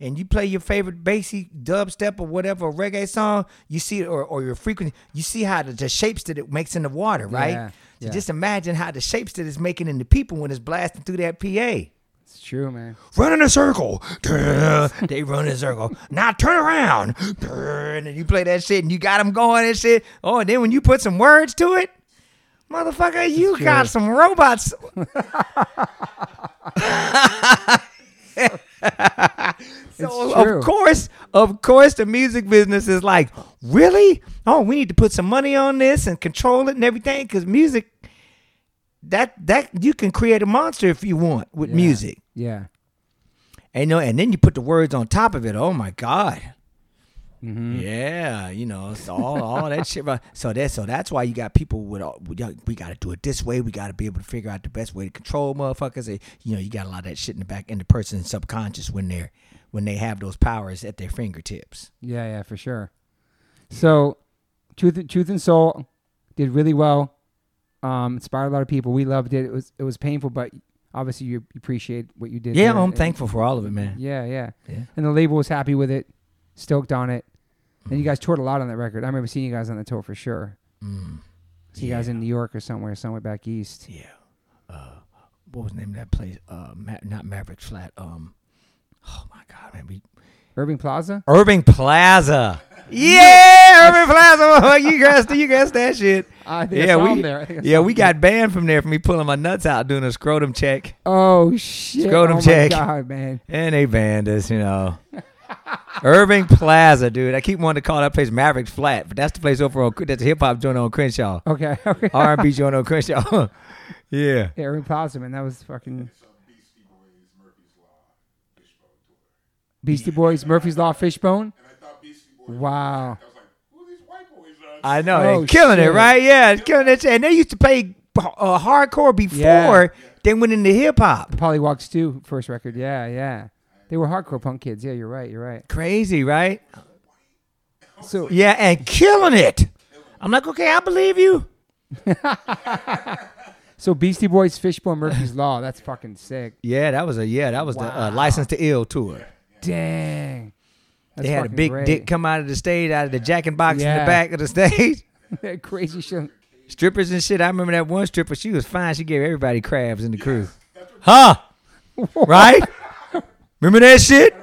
and you play your favorite bassy dubstep or whatever reggae song. You see, or or your frequency, you see how the, the shapes that it makes in the water, right?
Yeah,
So
yeah.
just imagine how the shapes that it's making in the people when it's blasting through that PA.
It's true, man.
Run in a circle. (laughs) they run in a circle. Now turn around. And then you play that shit and you got them going and shit. Oh, and then when you put some words to it, motherfucker, you got some robots. so
It's true.
of course, of course the music business is like, really? Oh, we need to put some money on this and control it and everything because music. That that you can create a monster if you want with
Yeah.
music.
Yeah.
And no, and then you put the words on top of it. Oh my God.
Mm-hmm.
Yeah, you know, it's all all that shit. Right? So that so that's why you got people with all, we, got, we got to do it this way. We got to be able to figure out the best way to control motherfuckers. And, you know, you got a lot of that shit in the back in the person's subconscious when they're when they have those powers at their fingertips.
Yeah, yeah, for sure. So, Truth, Truth and Soul did really well. Um, inspired a lot of people. We loved it. It was it was painful, but obviously you appreciate what you did.
Yeah,
there.
I'm
And-
thankful for all of it, man.
Yeah, yeah,
Yeah.
And the label was happy with it, stoked on it. And you guys toured a lot on that record. I remember seeing you guys on the tour for sure.
Mm,
See you guys in New York or somewhere, somewhere back east.
yeah. Uh, what was the name of that place? Uh, Ma- not Maverick's Flat. Um, oh my God, man, we
Irving Plaza.
Irving Plaza. Yeah,
(laughs)
Irving Plaza. (laughs) You guys, you guys, that shit.
Ah, I think I
Yeah,
saw
we
him there. I think I
yeah
saw
we
him there.
got banned from there for me pulling my nuts out doing a scrotum check,
Oh shit!
Scrotum
oh
check.
My God, man.
and they banned us.
(laughs)
You know, Irving Plaza, dude. I keep wanting to call that place Maverick's Flat, but that's the place over on that's a hip hop joint on Crenshaw,
Okay. (laughs)
R and B joint on Crenshaw. (laughs) yeah,
Yeah, Irving Plaza, man. That was fucking.
It's on Beastie Boys, Murphy's Law, Fishbone Tour.
Beastie Boys, Murphy's Law, Fishbone.
And I thought Beastie Boys.
Wow.
I was like, who these white boys are?
I know
Oh,
they killing it,
shit.
right? Yeah, killing it. And they used to play uh, hardcore before
Yeah.
they went into hip hop.
Polywalks 2, first record. Yeah, yeah. They were hardcore punk kids. Yeah, you're right. You're right.
Crazy, right?
Oh,
So
Yeah, and killing it. I'm like, okay, I believe you.
so Beastie Boys, Fishbone, Murphy's Law. That's fucking sick.
Yeah, that was a yeah, that was the
Wow.
uh, License to Ill tour.
Dang. That's
they had a
fucking
big
great.
dick come out of the stage, out of the jack and box in
Yeah.
the back of the (laughs) stage.
(laughs) That Crazy shit.
Strippers and shit. I remember that one stripper. She was fine. She gave everybody crabs in the crew. Huh? (laughs) right? Remember that shit?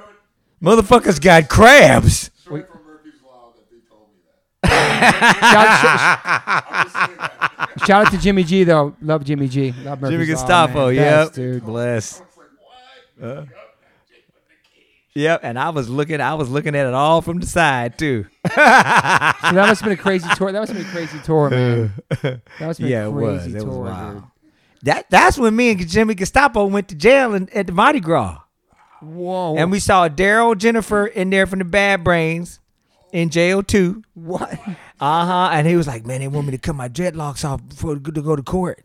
Motherfuckers got crabs.
Straight from Murphy's Law that they told me that.
Shout,
I'm just saying that.
(laughs)
shout out to Jimmy G though. Love Jimmy G. Love Murphy's
Jimmy
Law,
Gestapo.
man.
yep.
Best, dude.
Bless. Uh,
I was like, what?
Yep. And I was looking. I was looking at it all from the side too.
So that must have been a crazy tour. That must have been a crazy tour,
(laughs)
man. That must have been
yeah,
a
it was.
crazy
It was
tour,
wild. That that's when me and Jimmy Gestapo went to jail in, at the Mardi Gras,
dude. Whoa.
and we saw Daryl Jennifer in there from the Bad Brains in jail too.
what?
Uh huh. And he was like, "Man, they want me to cut my dreadlocks off before to go to court."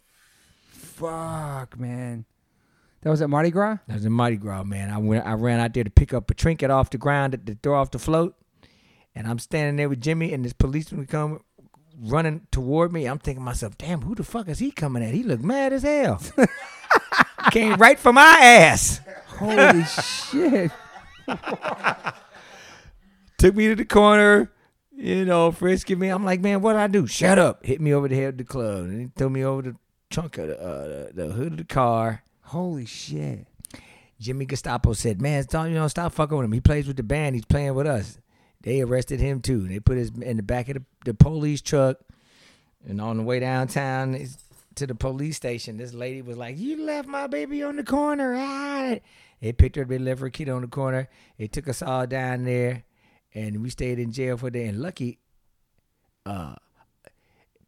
Fuck, man. That was at Mardi Gras?
That was in Mardi Gras, man. I went. I ran out there to pick up a trinket off the ground to, to throw off the float, and I'm standing there with Jimmy, and this policeman come running toward me. I'm thinking to myself, "Damn, who the fuck is he coming at? He look mad as hell." (laughs) Came right for my ass. (laughs)
Holy shit.
took me to the corner, you know, frisking me. I'm like, man, what I do? Shut up! Hit me over the head of the club, and he threw me over the trunk of the, uh, the, the hood of the car.
Holy shit.
Jimmy Gestapo said, man, stop, you know, stop fucking with him. He plays with the band. He's playing with us. They arrested him too. They put his in the back of the, the police truck, and on the way downtown it's- to the police station, this lady was like, "You left my baby on the corner." Ah. They picked her up. They left her kid on the corner. They took us all down there, and we stayed in jail for the day. And lucky, uh,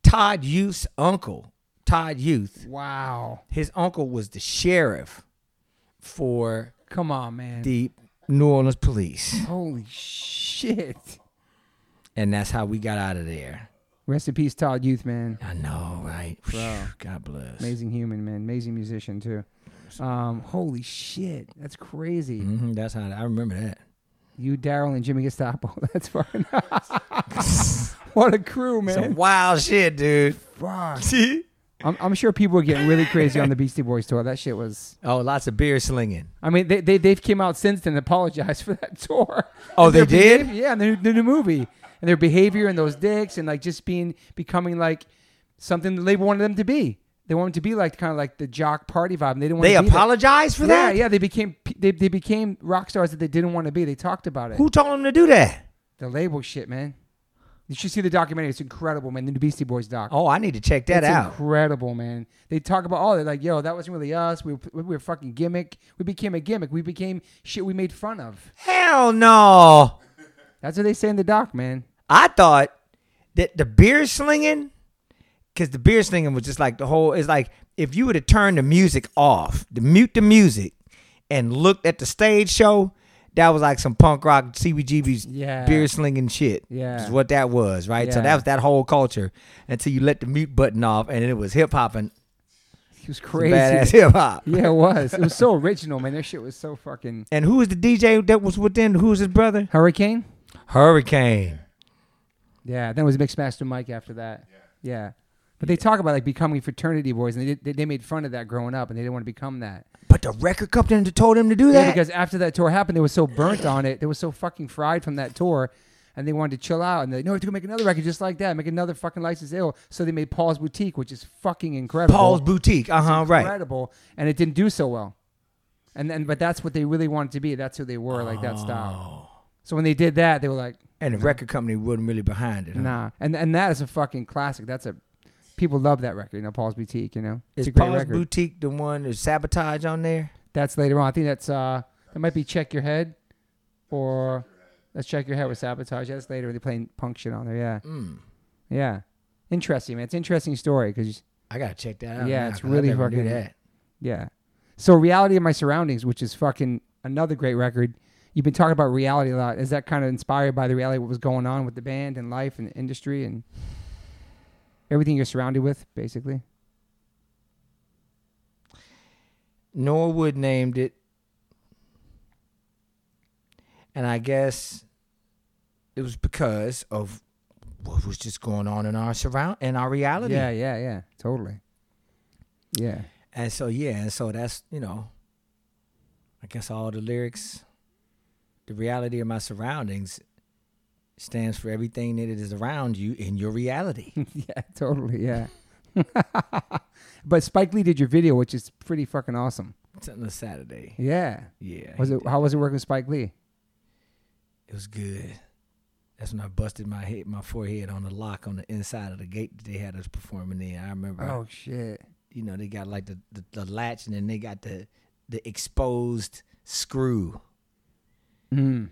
Todd Youth's uncle, Todd Youth,
Wow.
his uncle was the sheriff for
Come on, man.
the New Orleans police.
Holy shit.
And that's how we got out of there.
Rest in peace, Todd Youth, man.
I know, right? Phew, God bless.
Amazing human, man. Amazing musician, too. Um, holy shit. That's crazy.
hmm that's how I remember that.
You, Daryl, and Jimmy Gestapo. (laughs) That's fucking. what a crew,
Some
man.
wild
(laughs)
shit, dude.
Fuck. I'm, I'm sure people were getting really crazy on the Beastie Boys tour. That shit was.
oh, lots of beer slinging.
I mean, they, they they've came out since then and apologized (laughs) for that tour.
Oh,
And
they
their
did?
behavior- yeah, and their, their new movie and their behavior and those dicks and like just being becoming like something the label wanted them to be. They wanted to be like kind of like the jock party vibe. And they didn't want
They
to be that.
apologized for that?
Yeah, yeah. They became p- they, they became rock stars that they didn't want to be. They talked about it.
Who told them to do that?
The label shit, man. You should see the documentary. It's incredible, man. The new Beastie Boys doc.
Oh, I need to check that
It's (laughs)
out.
incredible, man. They talk about all. They're like, "Yo, that wasn't really us. We were, we were a fucking gimmick. We became a gimmick. We became shit. We made fun of."
Hell no.
That's what they say in the doc, man.
I thought that the beer slinging, because the beer slinging was just like the whole. It's like if you were to turn the music off, to mute the music, and looked at the stage show, that was like some punk rock CBGB's
Yeah.
beer slinging shit.
Yeah.
is what that was, right? So
Yeah.
that was that whole culture until you let the mute button off, and it was hip hop and
He was crazy. (laughs)
badass (laughs) hip hop.
Yeah, it was. It was so original, man. Their shit was so fucking
And who was the DJ that was within? Who was his brother?
Hurricane.
Hurricane.
Yeah, then it was Mixmaster Mike after that. Yeah. But they talk about like becoming fraternity boys, and they, did, they they made fun of that growing up, and they didn't want to become that.
But the record company told him to do
Yeah,
that.
because after that tour happened, they were so burnt on it, they were so fucking fried from that tour, and they wanted to chill out, and they no, we have to go make another record just like that, make another fucking license ill. So they made Paul's Boutique, which is fucking incredible.
Paul's Boutique. Uh huh. Right.
incredible, and it didn't do so well. And then, but that's what they really wanted to be. That's who they were, like that style.
Oh.
So when they did that, they were like,
And the record company wasn't really behind it. Huh?
Nah, and and that is a fucking classic. That's a people love that record. You know, Paul's Boutique. You know, it's
Is
a great
Paul's
record.
Boutique the one that's sabotage on there?
that's later on. I think that's uh, that might be Check Your Head, or let's Check Your Head with Sabotage. That's later. They playing punk shit on there. Yeah,
Mm.
yeah. Interesting, man. It's an interesting story because
I gotta check that out.
Yeah,
now,
it's
'cause I
really
never knew
fucking-
that.
yeah. So reality of my surroundings, which is fucking another great record. You've been talking about reality a lot. Is that kind of inspired by the reality of what was going on with the band and life and the industry and everything you're surrounded with, basically?
Norwood named it, and I guess it was because of what was just going on in our surround in our reality.
Yeah, yeah, yeah. Totally.
(laughs)
Yeah.
And so yeah, and so that's you know, I guess all the lyrics, the reality of my surroundings, stands for everything that it is around you in your reality.
yeah, totally. Yeah. (laughs) but Spike Lee did your video, which is pretty fucking awesome.
it's on a Saturday.
Yeah.
Yeah,
Was
he
it
did.
how was it working with Spike Lee?
It was good. That's when I busted my head, my forehead on the lock on the inside of the gate that they had us performing in. I remember,
Oh. shit.
you know, they got like the, the, the latch and then they got the the exposed screw.
Mm. And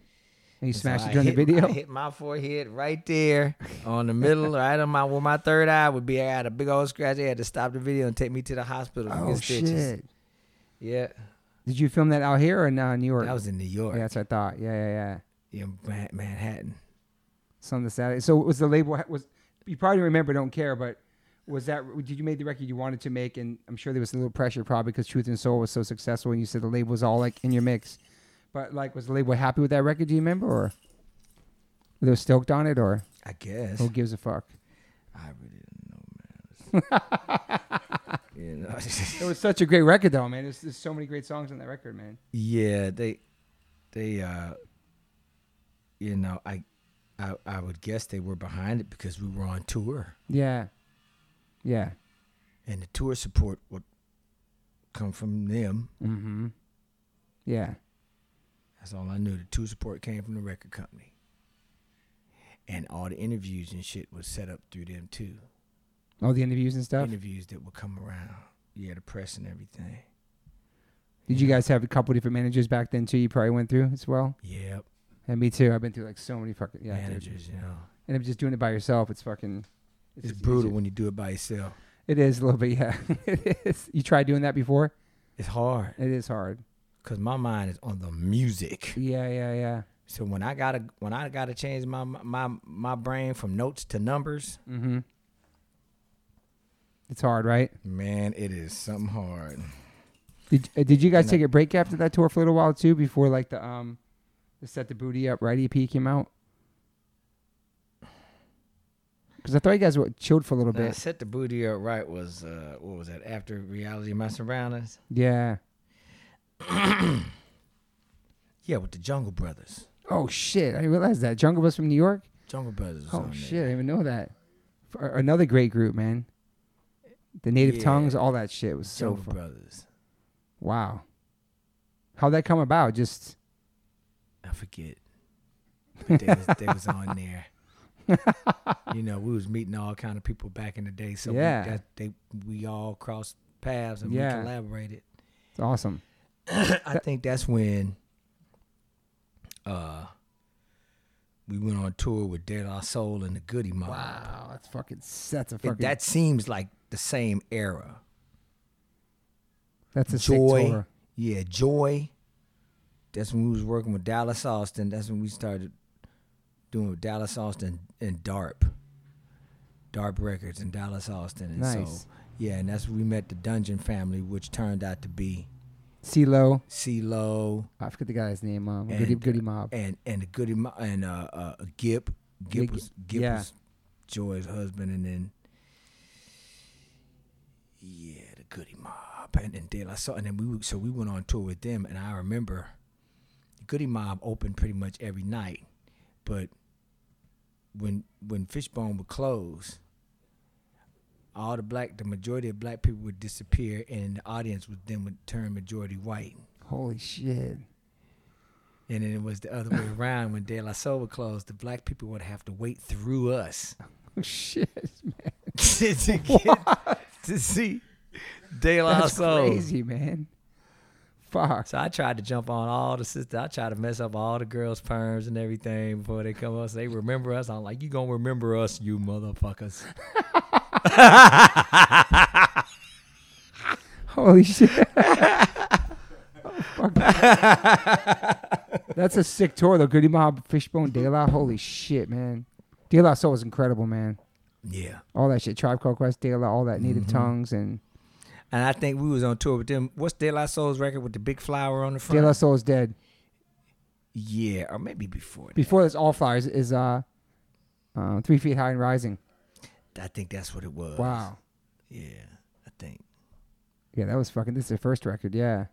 you
And so
smashed
I
it during the
hit- I
video?
hit my forehead right there on the middle, right on my where my third eye would be. I had a big old scratch. They had to stop the video and take me to the hospital to
Oh
get stitches.
shit.
Yeah,
Did you film that out here or no in New York?
that was in New York,
yeah, that's what I thought. Yeah, yeah, yeah.
in Ma- Manhattan.
Some the Saturday. So was the label was you probably remember don't care, but was that did you make the record you wanted to make and I'm sure there was a little pressure probably because Truth and Soul was so successful and you said the label was all like in your mix. But like was the label happy with that record, do you remember or they were stoked on it or
I guess.
who gives a fuck?
I really don't know, man. you
It
know. (laughs)
was such a great record though, man. There's, there's so many great songs on that record, man.
yeah, they, they, uh, you know, I, I, I would guess they were behind it because we were on tour,
Yeah. Yeah.
and the tour support would come from them.
Mm-hmm. Yeah.
That's all I knew. The tour support came from the record company, and all the interviews and shit was set up through them too.
All the interviews and stuff.
Interviews that would come around, yeah, the press and everything.
Did you guys have a couple different managers back then too? You probably went through as well.
Yep,
And me too. I've been through like so many fucking yeah. dude.
managers, you know.
And if you're just doing it by yourself, it's fucking.
It's
just
brutal
easier.
when you do it by yourself.
It is a little bit, yeah. (laughs) it is. You tried doing that before?
It's hard
It is hard.
because my mind is on the music.
Yeah, yeah, yeah.
So when I gotta when I gotta change my my my brain from notes to numbers,
Mm-hmm. It's hard, right?
man, it is something hard.
Did uh, Did you guys
No.
take a break after that tour for a little while too? Before like the um, the set the booty up right EP came out. Because I thought you guys were chilled for a little
Now,
bit.
set the booty up right was uh, what was that? After reality, my surroundings.
Yeah.
Yeah, with the Jungle Brothers.
Oh shit! I didn't realize that Jungle was from New York.
Jungle Brothers. was
Oh
on there.
shit! I didn't even know that. F- a- another great group, man. The Native
Yeah.
Tongues, all that shit was so
Jungle
fun.
Brothers.
Wow. How'd that come about? Just
I forget. But they was, they was on (laughs) there. you know, we was meeting all kind of people back in the day, so
Yeah.
we, that, they we all crossed paths and
Yeah.
we collaborated.
it's awesome.
I think that's when uh We went on tour with Dead Our Soul and the Goody Mob.
Wow, that's fucking that's a
It-
fucking
that seems like the same era.
that's a sick
Joy.
tour.
Yeah, Joy. That's when we was working with Dallas Austin. That's when we started doing with Dallas Austin and DARP. DARP Records and Dallas Austin. And
Nice.
so yeah, and that's when we met the Dungeon family, which turned out to be
CeeLo,
CeeLo
I forget the guy's name. Um,
And,
Goody
uh,
Goody Mob.
and and the Goody Mo- and uh, uh Gip. Gip
Gig-
was Gip
yeah.
was Joy's husband and then Yeah, the Goody Mob and then De La Soul and then we were- so we went on tour with them and I remember the Goody Mob opened pretty much every night. But when when Fishbone would close all the black, the majority of black people would disappear, and the audience would then would turn majority white.
Holy shit! (laughs)
And then it was the other way around. When De La Soul would close, the black people would have to wait through us (laughs)
Oh, shit, man.
to,
(laughs)
to get, to see De La
That's
Soul.
crazy, man. Fuck.
So I tried to jump on all the sisters. I tried to mess up all the girls' perms and everything before they come up. So they remember us. I'm like, you gonna remember us, you motherfuckers.
Holy shit. Oh, fuck. That's a sick tour though. Goody Mob, Fishbone, De La. Holy shit, man. De La Soul was incredible, man.
Yeah.
All that shit. Tribe Called Quest, De La, all that Native Tongues, and
And I think we was on tour with them. What's De La Soul's record with the big flower on the front?
De La Soul is dead.
yeah, or maybe before. that.
Before this, All Flowers is uh, uh, Three Feet High and Rising.
I think that's what it was.
Wow.
Yeah, I think.
Yeah, that was fucking. This is their first record. Yeah.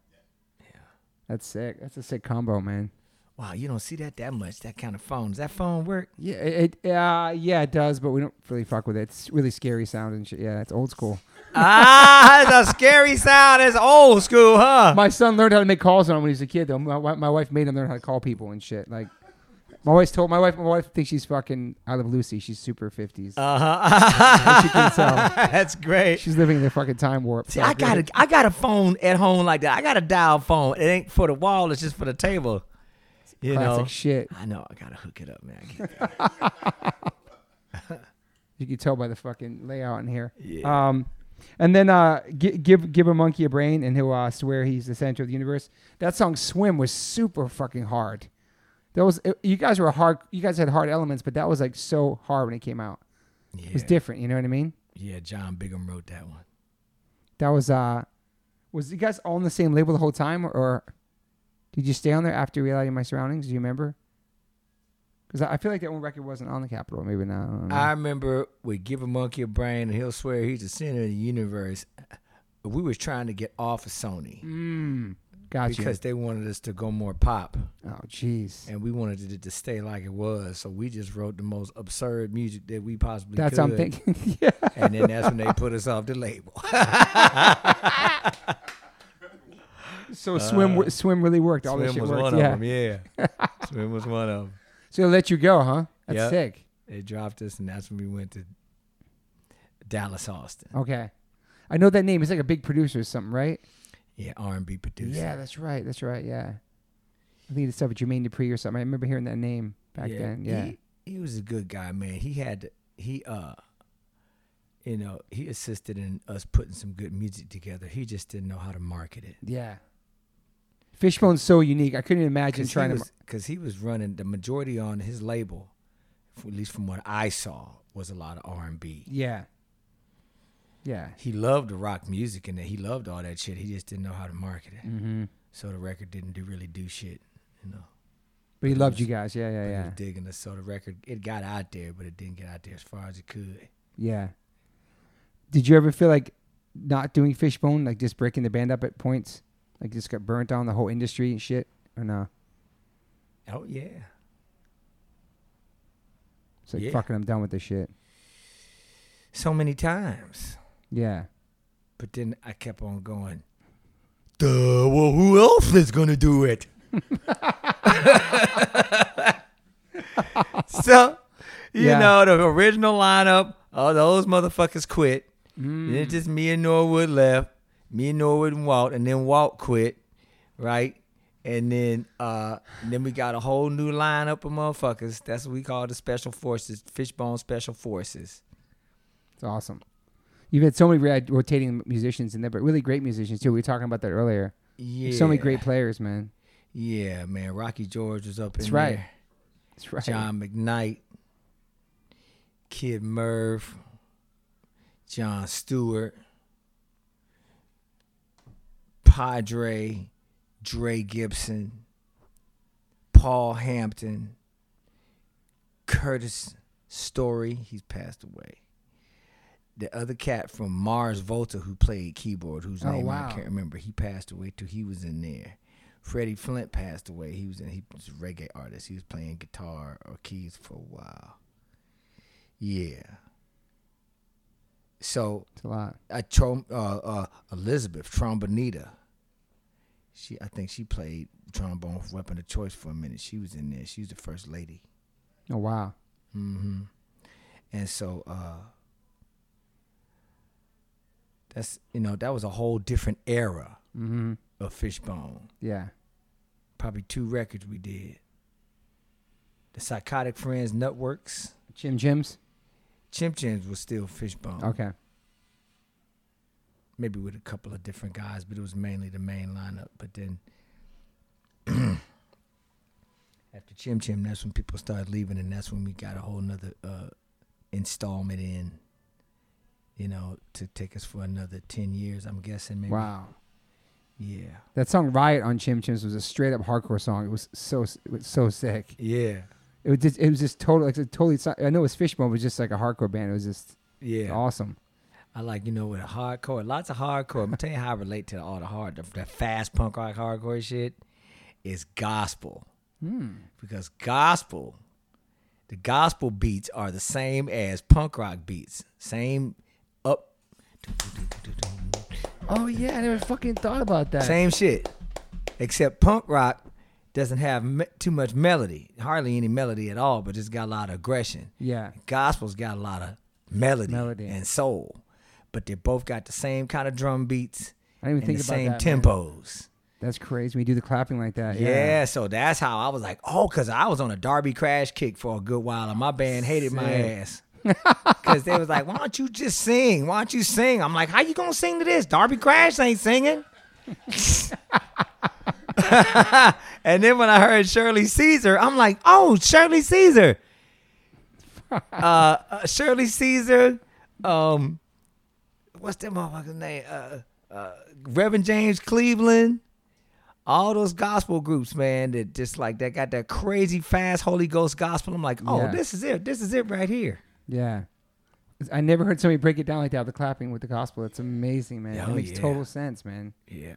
That's sick. That's a sick combo, man.
Wow, you don't see that that much. That kind of phone. Does that phone work?
Yeah, it, it uh, yeah, it does, but we don't really fuck with it. It's really scary sound and shit. Yeah, that's old school.
(laughs) ah, that's a scary sound. It's old school, huh?
My son learned how to make calls on him when he was a kid, though. My, wi- my wife made him learn how to call people and shit. Like, my wife's told my wife. My wife thinks she's fucking. I love Lucy. She's super fifties.
Uh huh.
As you can tell.
(laughs) that's great.
she's living in the fucking time warp.
See, I got a I got a phone at home like that. I got a dial phone. It ain't for the wall. It's just for the table. You
classic
know.
shit.
I know. I gotta hook it up, man. I (laughs) get-
You can tell by the fucking layout in here.
Yeah.
Um, and then uh, gi- give give a monkey a brain, and he'll uh, swear he's the center of the universe. That song "Swim" was super fucking hard. That was it- you guys were hard. You guys had hard elements, but that was like so hard when it came out. It was
yeah.
different. You know what I mean?
yeah. John Bigham wrote that one.
That was uh, was you guys all on the same label the whole time, or did you stay on there after realizing my surroundings? Do you remember? Because I I feel like that one record wasn't on the Capitol. Maybe not. I don't know.
I remember we give a monkey a brain and he'll swear he's the center of the universe. We was trying to get off of Sony
mm, gotcha.
because they wanted us to go more pop.
oh, jeez.
and we wanted it to stay like it was. So we just wrote the most absurd music that we possibly
That's
could.
what I'm thinking. (laughs) yeah.
And then that's when they put us off
(laughs)
the label.
So swim, w- swim really worked. All this
Uh, Swim
shit
was
worked.
one
yeah.
of them. Yeah, Swim was one of them.
So they let you go, huh? That's
Yep.
sick.
They dropped us, and that's when we went to Dallas Austin.
Okay. I know that name. He's like a big producer or something, right?
Yeah, R and B producer.
Yeah, that's right. That's right. Yeah. I think it's stuff with Jermaine Dupree or something. I remember hearing that name back then. Yeah.
He, he was a good guy, man. He had he uh you know, he assisted in us putting some good music together. He just didn't know how to market it.
yeah. Fishbone's so unique. I couldn't imagine
Cause
trying
he
to.
was, because he was running the majority on his label, f- at least from what I saw, was a lot of R and B.
yeah. Yeah.
He loved the rock music and he loved all that shit. He just didn't know how to market it,
Mm-hmm.
so the record didn't do really do shit. You know,
But he
He
loved
was-
you guys. Yeah,
But
yeah,
he
yeah.
was digging us. So the record it got out there, but it didn't get out there as far as it could.
Yeah. Did you ever feel like not doing Fishbone, like just breaking the band up at points, like just got burnt down the whole industry and shit, or no?
Oh yeah,
It's like
Yeah.
fucking, I'm done with this shit.
so many times.
Yeah.
But then I kept on going. Duh. Well, who else is gonna do it? (laughs) so, you
Yeah.
know, the original lineup. All those motherfuckers quit. Then
Mm.
it's just me and Norwood left. Me and Norwood and Walt, and then Walt quit, right? And then uh then we got a whole new lineup of motherfuckers. That's what we call the special forces, fishbone special forces.
It's awesome. You've had so many rad- rotating musicians in there, but really great musicians too. We were talking about that earlier.
Yeah.
So many great players, man.
Yeah, man. Rocky George was up in
That's right.
there.
That's right.
John McKnight, Kid Merv, John Stewart, Padre, Dre Gibson, Paul Hampton, Curtis Story, he's passed away. The other cat from Mars Volta who played keyboard, whose
Oh,
name
wow.
I can't remember, he passed away too. He was in there. Freddie Flint passed away. He was in, he was a reggae artist. He was playing guitar or keys for a while. Yeah. So
It's a lot.
I trom- uh, uh, Elizabeth Trombonita. She, I think she played trombone for weapon of choice for a minute. She was in there. She was the first lady.
Oh wow.
hmm And so uh, that's you know that was a whole different era
Mm-hmm.
of Fishbone.
Yeah.
Probably two records we did. The Psychotic Friends Networks.
Jim Jims.
Chimp Chims was still Fishbone.
Okay.
maybe with a couple of different guys, but it was mainly the main lineup. But then (clears throat) after Chim Chim, that's when people started leaving, and that's when we got a whole nother uh, installment in, you know, to take us for another 10 years, I'm guessing. Maybe.
Wow.
Yeah.
That song "Riot" on Chim Chims was a straight up hardcore song. It was so it was so sick.
Yeah.
It was just, it was just total like it totally. so- I know it was Fishbone was just like a hardcore band. It was just
Yeah.
awesome.
I like, you know, with a hardcore, lots of hardcore. I'm telling you how I relate to all the hard, the, the fast punk rock hardcore shit is gospel. Because gospel, the gospel beats are the same as punk rock beats. Same up,
Oh yeah, I never fucking thought about that.
same shit. Except punk rock doesn't have me- too much melody, hardly any melody at all, but it's got a lot of aggression.
Yeah.
Gospel's got a lot of melody,
Melody.
and soul, but they both got the same kind of drum beats
I didn't even
and
think
the
about
same
that, man.
tempos.
That's crazy. We do the clapping like that.
Yeah.
Yeah.
so that's how I was like, oh, because I was on a Derby crash kick for a good while, and my band hated my
Sick.
ass. Because they was like, why don't you just sing? Why don't you sing? I'm like, how you going to sing to this? Derby Crash ain't singing. (laughs) and then when I heard Shirley Caesar, I'm like, oh, Shirley Caesar. (laughs) uh, uh, Shirley Caesar, um, what's that motherfucker's name? Uh, uh, Reverend James Cleveland. All those gospel groups, man, that just like that got that crazy fast Holy Ghost gospel. I'm like, oh,
Yeah.
this is it. This is it right here.
Yeah. I never heard somebody break it down like that. The clapping with the gospel. That's amazing, man.
Oh,
it makes
yeah.
total sense, man.
Yeah.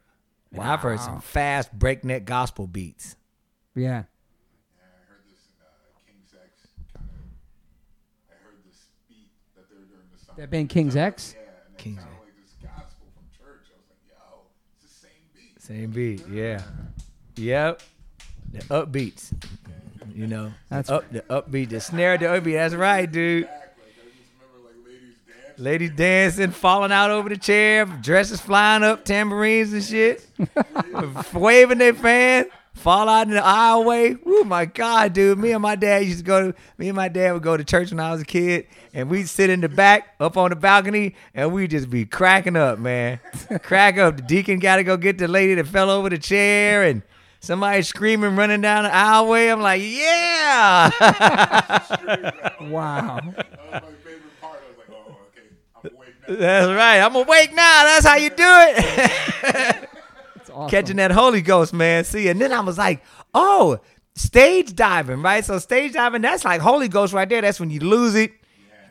And I've heard some
Wow.
fast breakneck gospel beats.
Yeah.
And I heard this in uh, King's X kind of. I heard this beat that they were doing this summer.
That band King's X?
Yeah, and it
King's
sounded like this gospel from church. I was like, yo, it's the same beat.
Same beat. Yeah. Yep. The upbeats. You know.
That's-
up the upbeat, the snare, the upbeat. That's right, dude.
Back, like I just remember like ladies dancing.
Ladies dancing, falling out over the chair, dresses flying up, tambourines and shit, waving their fan, fall out in the aisleway. Oh my God, dude! Me and my dad used to go. To, me and my dad would go to church when I was a kid, and we'd sit in the back, up on the balcony, and we'd just be cracking up, man, crack up. The deacon got to go get the lady that fell over the chair, and somebody screaming, running down the aisleway. I'm like, yeah. (laughs)
Wow. (laughs)
That was my favorite part. I was like, oh, okay, I'm awake now.
That's right. I'm awake now. That's how you do it. (laughs)
It's awesome.
Catching that Holy Ghost, man. See, and then I was like, oh, stage diving, right? So stage diving, that's like Holy Ghost right there. That's when you lose it,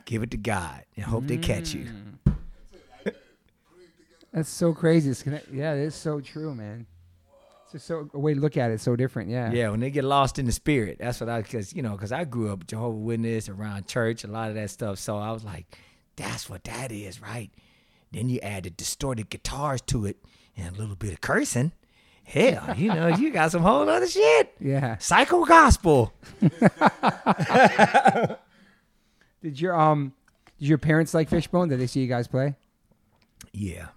give it to God, and hope they catch you.
That's so crazy. It's connect- yeah, it is so true, man. It's just so a way to look at it. So different. Yeah.
Yeah, when they get lost in the spirit. That's what I, because, you know, because I grew up Jehovah Witness around church, a lot of that stuff. So I was like, that's what that is, right? Then you add the distorted guitars to it and a little bit of cursing. Hell, you know, you got some whole other shit.
Yeah.
Psycho gospel.
Did your um, did your parents like Fishbone? Did they see you guys play?
Yeah.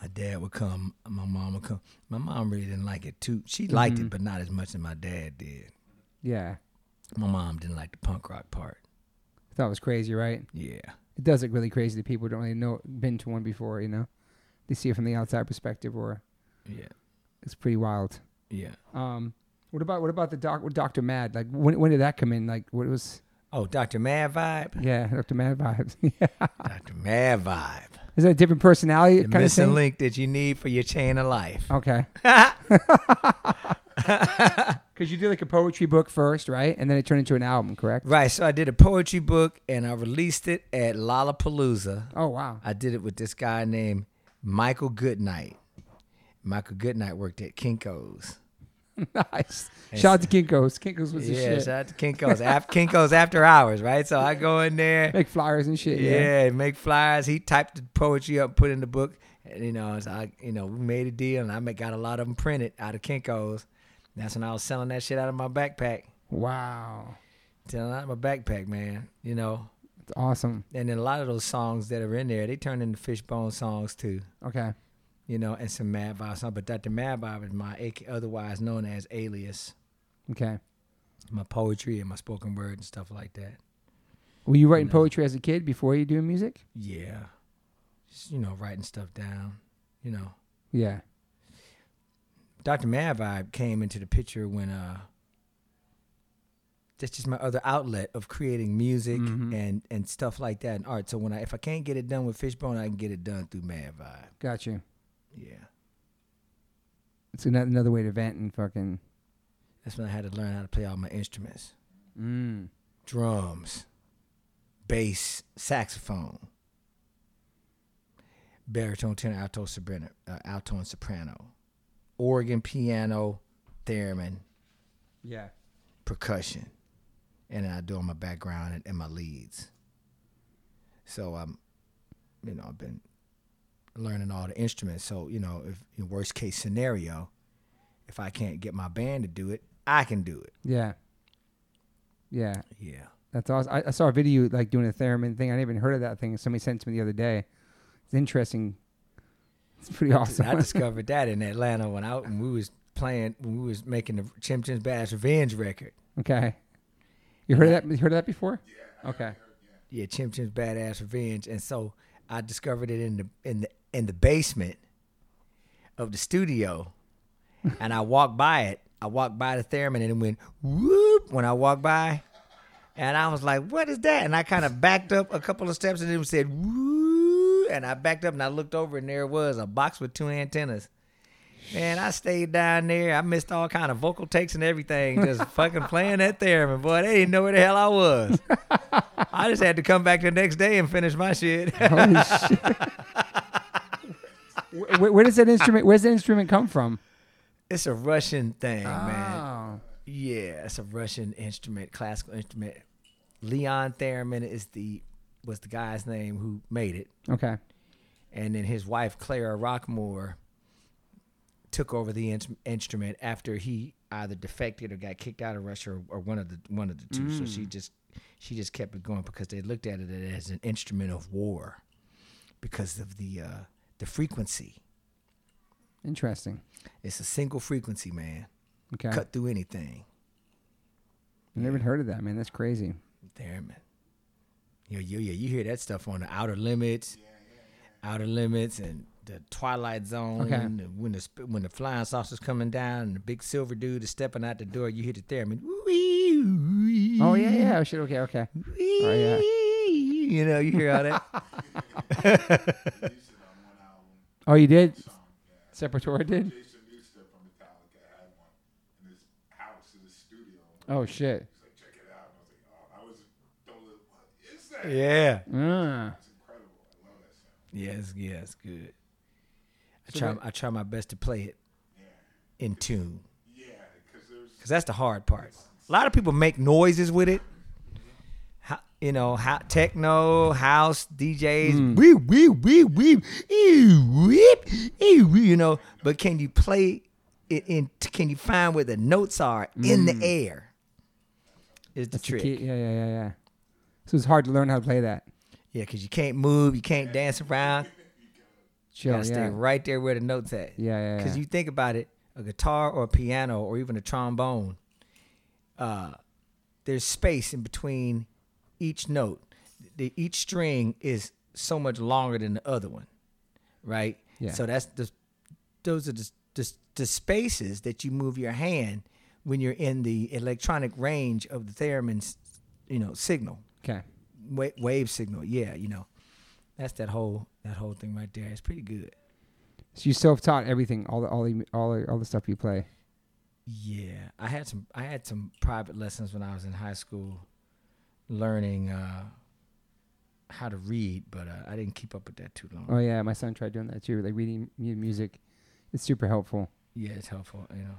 My dad would come, my mom would come. My mom really didn't like it too. She liked it, but not as much as my dad did.
Yeah.
My mom didn't like the punk rock part.
That was crazy, right?
Yeah.
It does look really crazy that people who don't really know been to one before, you know. They see it from the outside perspective or
Yeah.
it's pretty wild.
Yeah.
Um what about what about the doc with Dr. Mad? Like when when did that come in? Like what was
Oh, Dr. Mad Vibe?
yeah, Dr. Mad vibes. (laughs) yeah.
Dr. Mad Vibe.
Is that a different personality
The
kind of
missing
thing?
link that you need for your chain of life. (laughs)
Okay. (laughs) Cuz you did like a poetry book first, right? And then it turned into an album, correct?
Right. So I did a poetry book and I released it at Lollapalooza.
Oh wow. (laughs)
I did it with this guy named Michael Goodnight. Michael Goodnight worked at Kinko's.
nice. Shout out to Kinkos. Kinkos was the
yeah,
shit.
shout out to Kinko's. After Kinko's after hours, right? So I go in there.
Make flyers and shit. Yeah.
Yeah, make flyers. He typed the poetry up, put it in the book, and you know, so I, you know, we made a deal, and I ma- got a lot of them printed out of Kinkos. That's when I was selling that shit out of my backpack,
Wow.
selling out of my backpack, man. You know,
It's awesome.
and then a lot of those songs that are in there, they turned into Fishbone songs too.
Okay.
You know, and some Mad Vibe songs. But Dr. Mad Vibe is my AK, otherwise known as alias,
Okay.
my poetry and my spoken word and stuff like that.
Were you writing
No.
poetry as a kid before you doing music?
Yeah, just you know, writing stuff down. You know.
Yeah.
Dr. Mad Vibe came into the picture when uh that's just my other outlet of creating music
Mhm.
and and stuff like that and art. So when I if I can't get it done with Fishbone, I can get it done through Mad Vibe.
Got you.
Yeah.
It's another, another way to vent and fucking.
That's when I had to learn how to play all my instruments.
Mm.
Drums, bass, saxophone, baritone, tenor, alto, soprano, uh, alto and soprano, organ, piano, theremin,
Yeah.
percussion, and then I do all my background and, and my leads. So I'm, you know, I've been learning all the instruments. So you know, if in worst case scenario, if I can't get my band to do it, I can do it.
Yeah. Yeah.
Yeah.
That's awesome. I, I saw a video like doing a theremin thing. I didn't even heard of that thing. Somebody sent it to me the other day. It's interesting. It's pretty awesome.
I discovered that in Atlanta when I when we was playing when we was making the Chim Chim's Bass Revenge record.
(laughs) okay. You heard of that? You heard of that before?
Yeah.
Okay.
Yeah, Chim Chim's Badass Revenge. And so I discovered it in the in the in the basement of the studio. and I walked by it. I walked by the theremin and it went whoop when I walked by. And I was like, what is that? And I kind of backed up a couple of steps and it said whoop. And I backed up and I looked over and there was a box with two antennas. Man, I stayed down there. I missed all kind of vocal takes and everything, just fucking playing that theremin. Boy, they didn't know where the hell I was. I just had to come back the next day and finish my shit. (laughs)
Holy shit. Wh- where, where does that instrument? Where's that instrument come from?
it's a Russian thing,
Oh.
man. Yeah, it's a Russian instrument, classical instrument. Leon Theremin is the was the guy's name who made it,
Okay.
and then his wife Clara Rockmore took over the in- instrument after he either defected or got kicked out of Russia or, or one of the one of the two. So she just she just kept it going because they looked at it as an instrument of war because of the uh, the frequency.
Interesting.
It's a single frequency, man.
Okay.
Cut through anything.
I never heard of that, man. That's crazy.
There, man. Yo, yo, yeah, you hear that stuff on the Outer Limits, Outer Limits, and the Twilight Zone.
Okay.
and When the sp- when the flying saucer's coming down, and the big silver dude is stepping out the door, you hear the theremin.
Oh yeah, yeah. Oh, shit. Okay, okay. yeah.
You know, you hear
(laughs)
all that.
Used it on one album.
Oh, you did.
Song. Yeah.
Sepultura did.
Jason Newsted from Metallica had one in his house in his studio.
Oh shit.
He's like, check it out. And I was like, oh, I was don't live. What is that?
yeah.
Ah.
It's incredible. I love that sound.
Yes, yeah, it's good. I
So
try,
that-
I try my best to play it in tune.
Yeah, because there's
Cause that's the hard part. A lot of people make noises with it. How, you know, how, techno house DJs,
Hmm.
wee wee wee wee, ew, whip, ew, wee, you know. But can you play it in? Can you find where the notes are in the air? Is
Hmm.
the
That's the
trick?
key. Yeah, yeah, yeah, yeah. So it's hard to learn how to play that.
Yeah, cause you can't move, you can't dance around.
Chill,
gotta stay
yeah.
right there where the notes at.
Yeah, yeah,
Because
yeah.
you think about it, a guitar or a piano or even a trombone, uh, there's space in between each note. The, each string is so much longer than the other one, right?
Yeah.
So that's the those are the, the the spaces that you move your hand when you're in the electronic range of the theremin's, you know, signal
Okay.
wa- wave signal. Yeah, you know, that's that whole that whole thing right there. It's pretty good.
So you self-taught everything, all the all the all the, all the stuff you play.
Yeah, I had some I had some private lessons when I was in high school, learning uh, how to read, but uh, I didn't keep up with that too long.
Oh yeah, my son tried doing that too, like reading mu- music. It's super helpful.
Yeah, it's helpful. You know,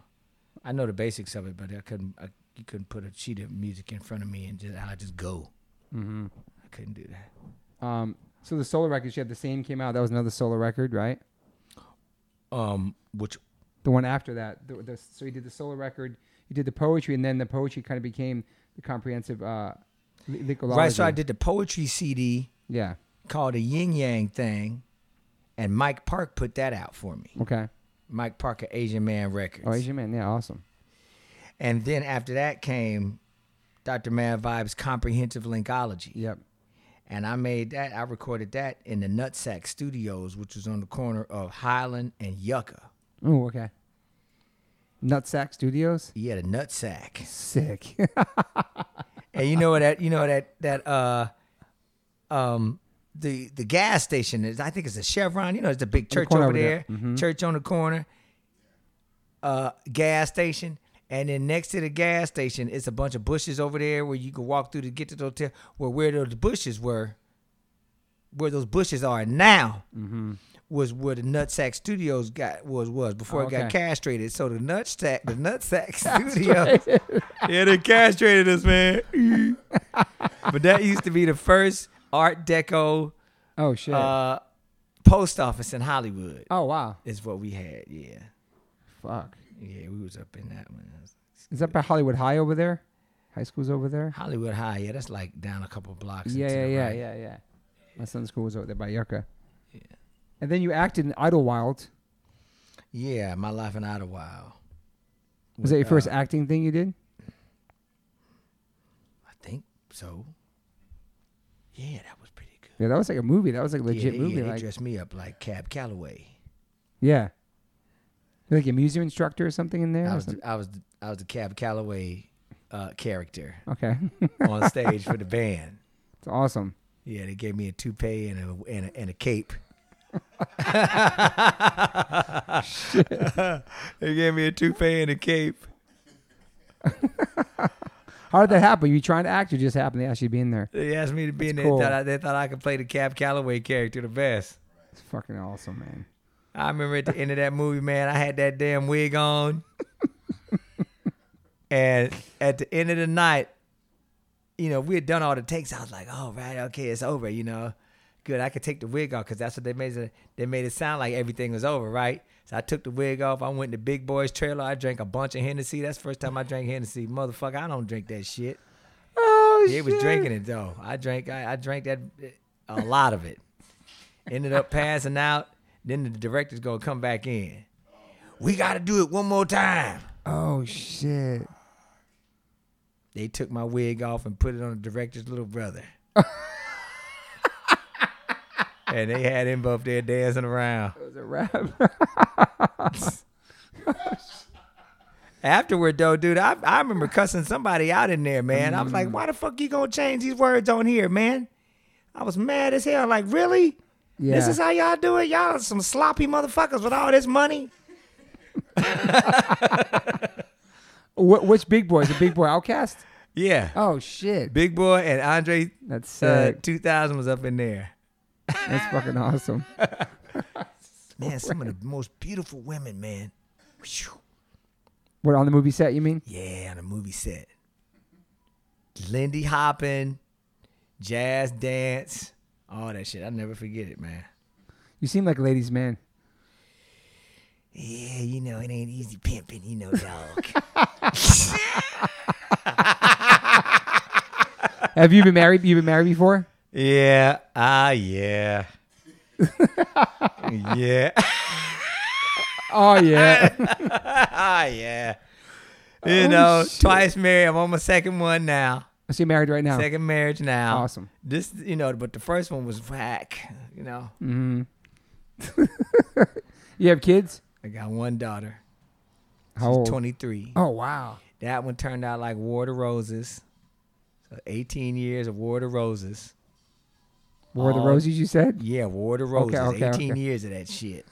I know the basics of it, but I couldn't. I, you couldn't put a sheet of music in front of me and just I just go.
Mm-hmm.
I couldn't do that.
Um, so the solo records you had the same came out. That was another solo record, right?
Um, which
The one after that. The, the, so you did the solo record. You did the poetry, and then the poetry kind of became the comprehensive. Uh, li- lyricology.
right? So I did the poetry CD
Yeah.
called the Yin Yang thing, and Mike Park put that out for me.
Okay.
Mike Parker, Asian Man Records.
Oh, Asian man. Yeah, awesome.
And then after that came Dr. Mad Vibes Comprehensive Linkology.
Yep.
And I made that, I recorded that in the Nutsack Studios, which was on the corner of Highland and Yucca.
Oh, okay. Nutsack Studios.
Yeah, the Nutsack.
Sick. (laughs)
and you know that, you know that, that, uh, um, the, the gas station is, I think it's a Chevron, you know, it's a big church over,
corner over
there,
there.
Mm-hmm. church on the corner, uh, gas station. And then next to the gas station, it's a bunch of bushes over there where you can walk through to get to the hotel. Where where those bushes were, where those bushes are now, was where the Nutsack Studios got was was before
Oh,
it got
okay.
castrated. So the Nutsack the Nutsack Studios, yeah, they castrated us, man. (laughs) but that used to be the first Art Deco
oh shit.
uh, post office in Hollywood.
oh wow.
Is what we had. Yeah,
Fuck.
yeah, we was up in that one. That was-
Is that by Hollywood High over there? High school's over there.
Hollywood High, yeah, that's like down a couple blocks.
Yeah,
into
yeah,
the
yeah,
right.
yeah, yeah. My son's school was over there by Yucca.
Yeah.
And then you acted in Idlewild.
Yeah, my life in Idlewild.
Was that your
uh,
first acting thing you did?
I think so. Yeah, that was pretty good.
Yeah, that was like a movie. That was like a
yeah,
legit
they,
movie.
Yeah, they
like,
dressed me up like Cab Calloway.
yeah. You're like a museum instructor or something in there.
I
or
was, the,
something?
I was, the, I was the Cab Calloway uh, character
okay, (laughs)
on stage for the band.
it's awesome.
Yeah, they gave me a toupee and a and a, and a cape. (laughs) they gave me a toupee and a cape.
How did that happen? Were you trying to act, or just happened to actually be in there?
They asked me to be in
That's
there.
cool.
Thought I, they thought I could play the Cab Calloway character the best.
It's fucking awesome, man.
I remember at the end of that movie, man, I had that damn wig on. and at the end of the night, you know, we had done all the takes. I was like, all right, okay, it's over, you know. Good, I could take the wig off because that's what they made it. They made it sound like everything was over, right? So I took the wig off. I went to Big Boy's trailer. I drank a bunch of Hennessy. That's the first time I drank Hennessy. Motherfucker, I don't drink that shit.
Oh
They was drinking it though. I drank. I, I drank that a lot of it. Ended up passing out. Then the director's gonna come back in. We got to do it one more time.
Oh shit!
They took my wig off and put it on the director's little brother. and they had him up there dancing around.
That was a wrap.
Afterward, though, dude, I, I remember cussing somebody out in there, man. I was like, why the fuck you gonna change these words on here, man? I was mad as hell. Like, really?
(laughs) yeah.
This is how y'all do it? Y'all are some sloppy motherfuckers with all this money?
Wh- which big boy? Is it Big Boy Outcast?
Yeah.
Oh shit!
Big Boy and Andre
That's
uh,
sick.
2000 was up in there.
That's
Uh.
fucking awesome.
Man, some of the most beautiful women, man. Phew.
What on the movie set? You mean?
Yeah, on a movie set. Lindy hopping, jazz dance, all that shit. I'll never forget it, man.
You seem like a ladies' man.
Yeah, you know, it ain't easy pimping, you know, (laughs) dog.
Have you been
Ah,
married? You been married before?
yeah, ah, yeah. (laughs) yeah.
Oh
(laughs)
yeah.
ah, yeah. You
Oh,
know,
shit.
twice married. I'm on my second one now.
so you're married right now.
Second marriage now.
Awesome.
This, you know, but the first one was whack. You know,
Mm-hmm. you have kids?
I got one daughter.
How old?
She's 23.
Oh wow.
That one turned out like War of Roses. So 18 years of War of Roses.
War of the
Oh.
Roses, you said?
Yeah, War of
Okay,
Roses.
okay,
18
okay.
years of that shit.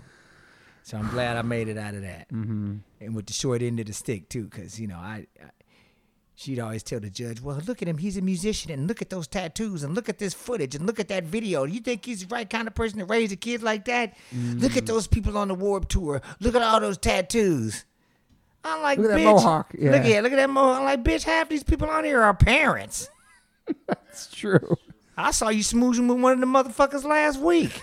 So I'm glad I made it out of that.
Mm-hmm.
and with the short end of the stick too, because you know I, I, she'd always tell the judge, "Well, look at him, he's a musician, and look at those tattoos, and look at this footage, and look at that video. You think he's the right kind of person to raise a kid like that? Look at
Mm.
those people on the Warp Tour. Look at all those tattoos." I'm like,
Look at that
bitch,
mohawk, yeah.
Look at look at that mohawk. I'm like, bitch, half these people on here are parents.
It's true.
I saw you smoozing with one of the motherfuckers last (laughs) week.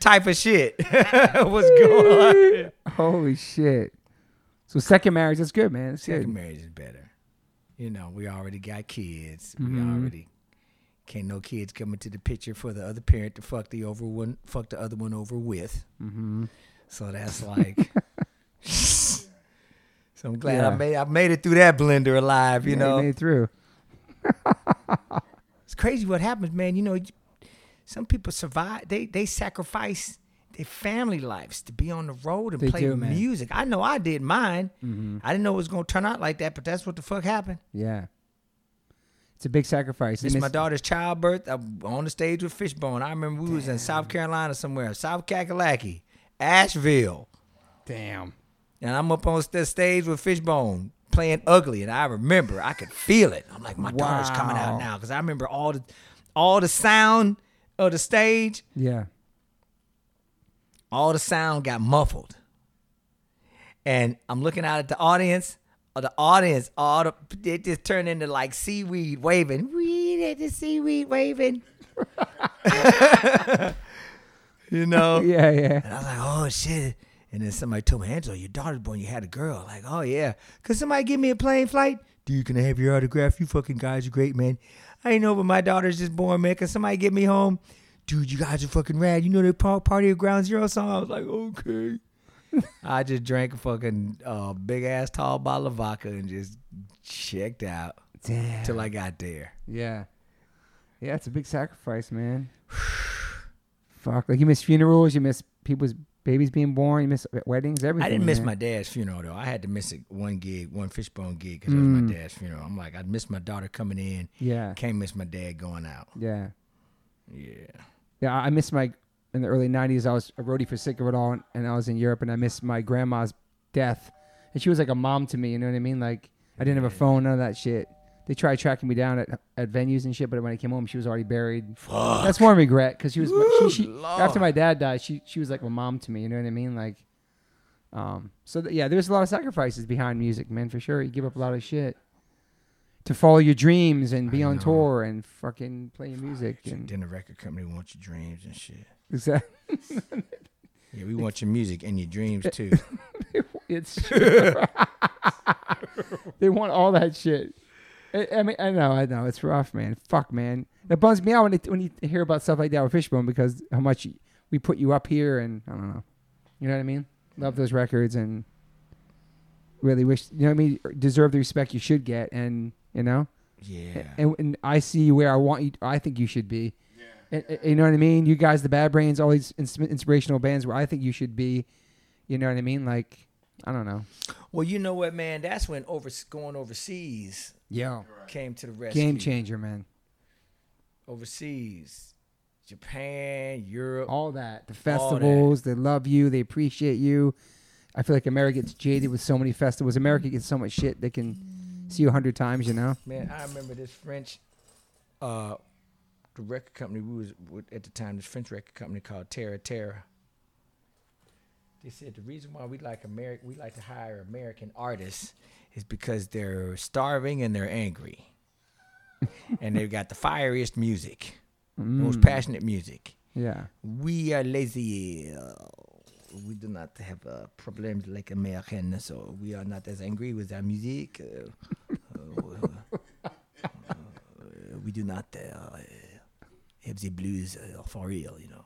type of shit. (laughs) What's going on?
Holy shit. So second marriage, that's good, man. That's
Second
good.
marriage is better. You know, we already got kids. We already can't no kids come into the picture for the other parent to fuck the over one, fuck the other one over with. Mm-hmm. So that's (laughs) like. so I'm glad I
Yeah.
made I made it through that blender alive. You
Yeah,
know,
made it through.
it's crazy what happens, man. You know, you- some people survive. They they sacrifice their family lives to be on the road and
They
play
do, man. Mm-hmm.
music. I know I did mine. I didn't know it was gonna turn out like that, but that's what the fuck happened.
Yeah. It's a big sacrifice.
This
and
is my
it's-
daughter's childbirth. I'm on the stage with Fishbone. I remember we was in South Carolina somewhere, South Kakalaki, Asheville,
Damn.
and I'm up on the stage with Fishbone playing ugly, and I remember I could feel it. I'm like, my daughter's coming
Wow.
out now because I remember all the all the sound of the stage,
Yeah.
all the sound got muffled, and I'm looking out at the audience. uh, The audience, all the it just turned into like seaweed waving. We at the seaweed waving. (laughs) you know.
Yeah, yeah.
And I was like, oh shit. And then somebody told me, Angelo, your daughter's born, you had a girl. Like, oh yeah. Could somebody give me a plane flight? Dude, can I have your autograph? You fucking guys are great, man. I ain't know, but my daughter's just born, man. Can somebody get me home? Dude, you guys are fucking rad. You know they par- party at Ground Zero song? I was like, okay. (laughs) I just drank a fucking uh, big ass tall bottle of vodka and just checked out
Damn.
till I got there.
Yeah. Yeah, it's a big sacrifice, man. (sighs) Fuck. Like you miss funerals, you miss people's babies being born, you miss weddings, everything.
I didn't miss
man.
my dad's funeral though. I had to miss it one gig, one fishbone gig because it was
Mm.
my dad's funeral. I'm like, I missed my daughter coming in.
Yeah.
Can't miss my dad going out.
Yeah.
Yeah.
Yeah, I I miss my in the early '90s. I was a roadie for Sick of It All, and, and I was in Europe, and I missed my grandma's death, and she was like a mom to me. You know what I mean? Like I didn't have a phone, none of that shit. They tried tracking me down at, at venues and shit, but when I came home, she was already buried. Fuck. That's one regret because she was she, she, after my dad died. She she was like a mom to me. You know what I mean? Like, um. So th- yeah, there's a lot of sacrifices behind music, man. For sure, you give up a lot of shit to follow your dreams and be on tour and fucking play your music and (laughs)
Then the record company wants your dreams and shit.
exactly.
Yeah, we want your music and your dreams
(laughs)
too.
It's true. they want all that shit. I, I mean, I know, I know, it's rough, man. Fuck, man. That bums me out when, it, when you hear about stuff like that with Fishbone because how much we put you up here, and I don't know. You know what I mean? Love those records and really wish you know what I mean. Deserve the respect you should get, and you know,
Yeah.
(laughs) and, and I see you where I want you. I think you should be.
Yeah.
And, and- you know what I mean? You guys, the Bad Brains, all these ins- inspirational bands where I think you should be. You know what I mean? Like, I don't know.
Well, you know what, man? That's when over going overseas
Yo,
came to the rescue.
game changer, man.
Overseas, Japan, Europe.
All that. The
All that.
festivals, they love you, they appreciate you. I feel like America gets jaded with so many festivals. America gets so much shit. They can see you a hundred times, you know?
Man, I remember this French, uh, the record company we was with at the time. This French record company called Terra Terra. They said the reason why we like America, we like to hire American artists, is because they're starving and they're angry, and they've got the fieriest music, the most passionate music.
Yeah.
We are lazy. uh, We do not have uh, problems like American, so we are not as angry with our music. Uh, (laughs) uh, uh, we do not. Uh, Hipsy blues uh, for real, you know.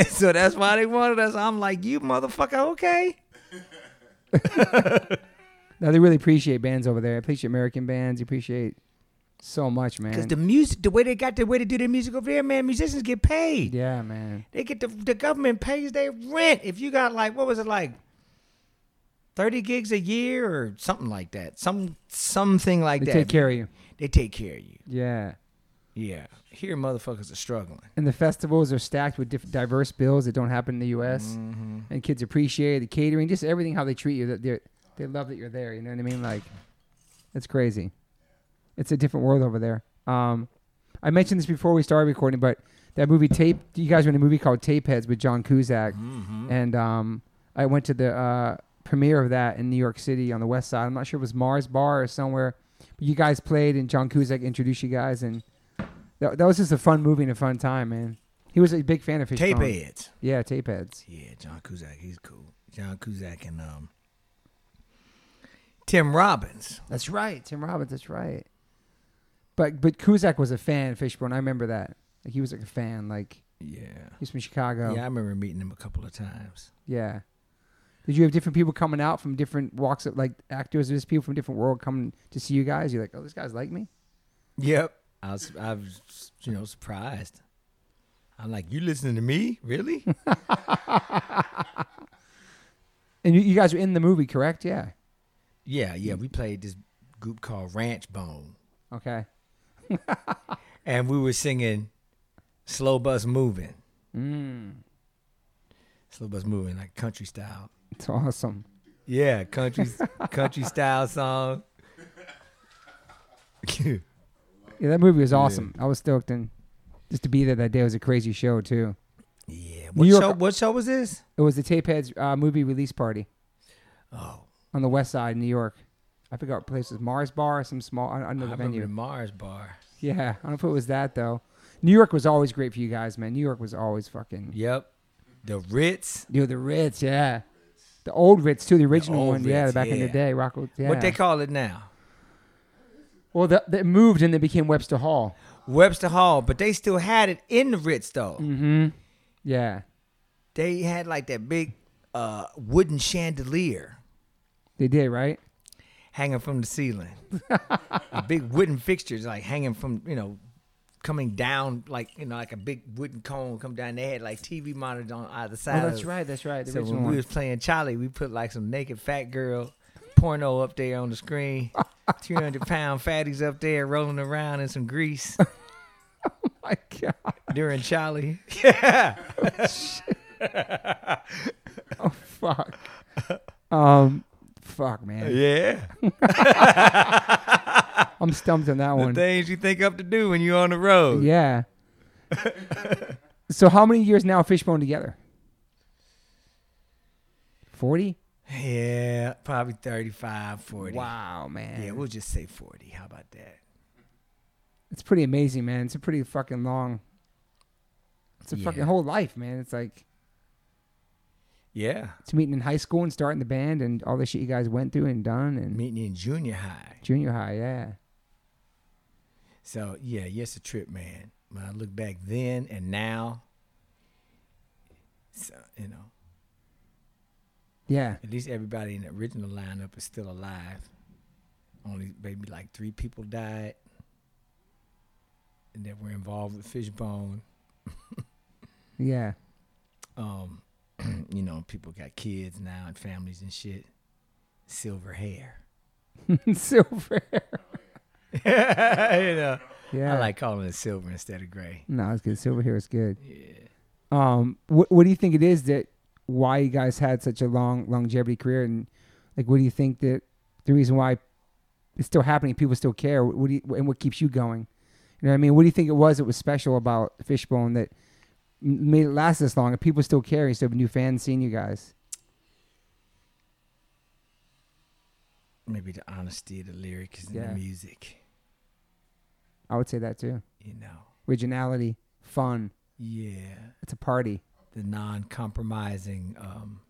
(laughs) so that's why they wanted us. I'm like, you motherfucker, okay?
No, they really appreciate bands over there. I appreciate American bands. You appreciate so much,
Because
man.
the music, the way they got the way to do their music over there, man, musicians get paid.
yeah, man.
They get the the government pays their rent. If you got like what was it like, thirty gigs a year or something like that, some something like
They
that.
take care of you.
They take care of you.
Yeah.
Yeah, here motherfuckers are struggling.
And the festivals are stacked with diff- diverse bills that don't happen in the U.S. And kids appreciate the catering, just everything how they treat you. That they they love that you're there. You know what I mean? Like, it's crazy. It's a different world over there. Um, I mentioned this before we started recording, but that movie Tape. You guys were in a movie called Tape Heads with John Cusack, and um, I went to the uh, premiere of that in New York City on the West Side. I'm not sure if it was Mars Bar or somewhere. But you guys played, and John Cusack introduced you guys, and that, that was just a fun movie and a fun time, man. He was a big fan of Fish
Tape
Bone.
heads.
Yeah, tape heads.
Yeah, John Kuzak, he's cool. John Kuzak and um, Tim Robbins.
That's right, Tim Robbins. That's right. But but Kuzak was a fan of Fishbone. I remember that. Like he was like a fan. Like
Yeah.
he's from Chicago.
Yeah, I
Yeah.
remember meeting him a couple of times.
Did you have different people coming out from different walks of like actors? or Just people from different world coming to see you guys. You're like, oh, this guy's like me.
Yep. I was, I was, you know, surprised. I'm like, you listening to me? Really?
And you, you guys were in the movie, correct? Yeah.
yeah, yeah. We played this group called Ranch Bone,
Okay.
and we were singing "Slow Bus Moving."
Mm,
Slow Bus Moving, like country style.
it's awesome.
Yeah, country, country (laughs) style song.
Yeah, that movie was awesome. I was stoked and just to be there that day was a crazy show too.
yeah.
New
What
York-
show? What show was this?
It was the Tapeheads uh, movie release party
Oh,
on the West Side, in New York. I forgot what place it was Mars Bar, or some small I, I don't know
I
the
remember
venue.
the Mars Bar.
Yeah, I don't know if it was that though. New York was always great for you guys, man. New York was always fucking.
Yep. The Ritz.
Dude, the Ritz, yeah. The old Ritz too, the original
old
one, yeah,
Ritz,
back in the
yeah.
day, Rocco. Yeah.
What they call it now?
well, the, they moved and they became Webster Hall.
Webster Hall, but they still had it in the Ritz though.
Mm-hmm. Yeah,
They had like that big uh, wooden chandelier
they did, right?
hanging from the ceiling. A big wooden fixtures like hanging from you know coming down like you know like a big wooden cone come down. They had like TV monitors on either
Oh,
side.
that's
of-
right, that's right. The
So
original
when we
one.
was playing Charlie, we put like some naked fat girl porno up there on
(laughs)
the screen. 300 pound fatties up there rolling around in
(laughs)
some grease
my (laughs) God,
during Charlie.
fuck. um, fuck, man.
(laughs) Yeah.
I'm stumped on that
The
one.
things you think up to do when you're on the road. (laughs)
Yeah. so how many years now Fishbone together? Forty.
Yeah, probably 35, 40.
Wow, man.
Yeah, we'll just say 40. How about that?
it's pretty amazing, man. It's a pretty fucking long. It's a
Yeah.
fucking whole life, man. It's like
Yeah.
it's meeting in high school and starting the band and all the shit you guys went through and done and
Meeting in junior high.
junior high, yeah.
So, yeah, yes, a trip, man. When I look back then and now, so, you know,
Yeah.
at least everybody in the original lineup is still alive. Only maybe like three people died and that were involved with Fishbone.
Yeah. (laughs)
Um, (clears throat) you know, people got kids now and families and shit. Silver hair. (laughs)
Silver.
you know,
Yeah.
I like calling it silver instead of gray.
No, it's good. Silver here is good.
Yeah.
Um, what what do you think it is that why you guys had such a long longevity career and like what do you think that the reason why it's still happening, people still care. What do you, and what keeps you going? You know what I mean? What do you think it was that was special about Fishbone that m- made it last this long and people still care? You still have new fans seeing you guys.
Maybe the honesty of the lyrics and
Yeah.
the music,
I would say that too.
you know.
Originality, fun.
Yeah.
It's a party.
The non compromising, um,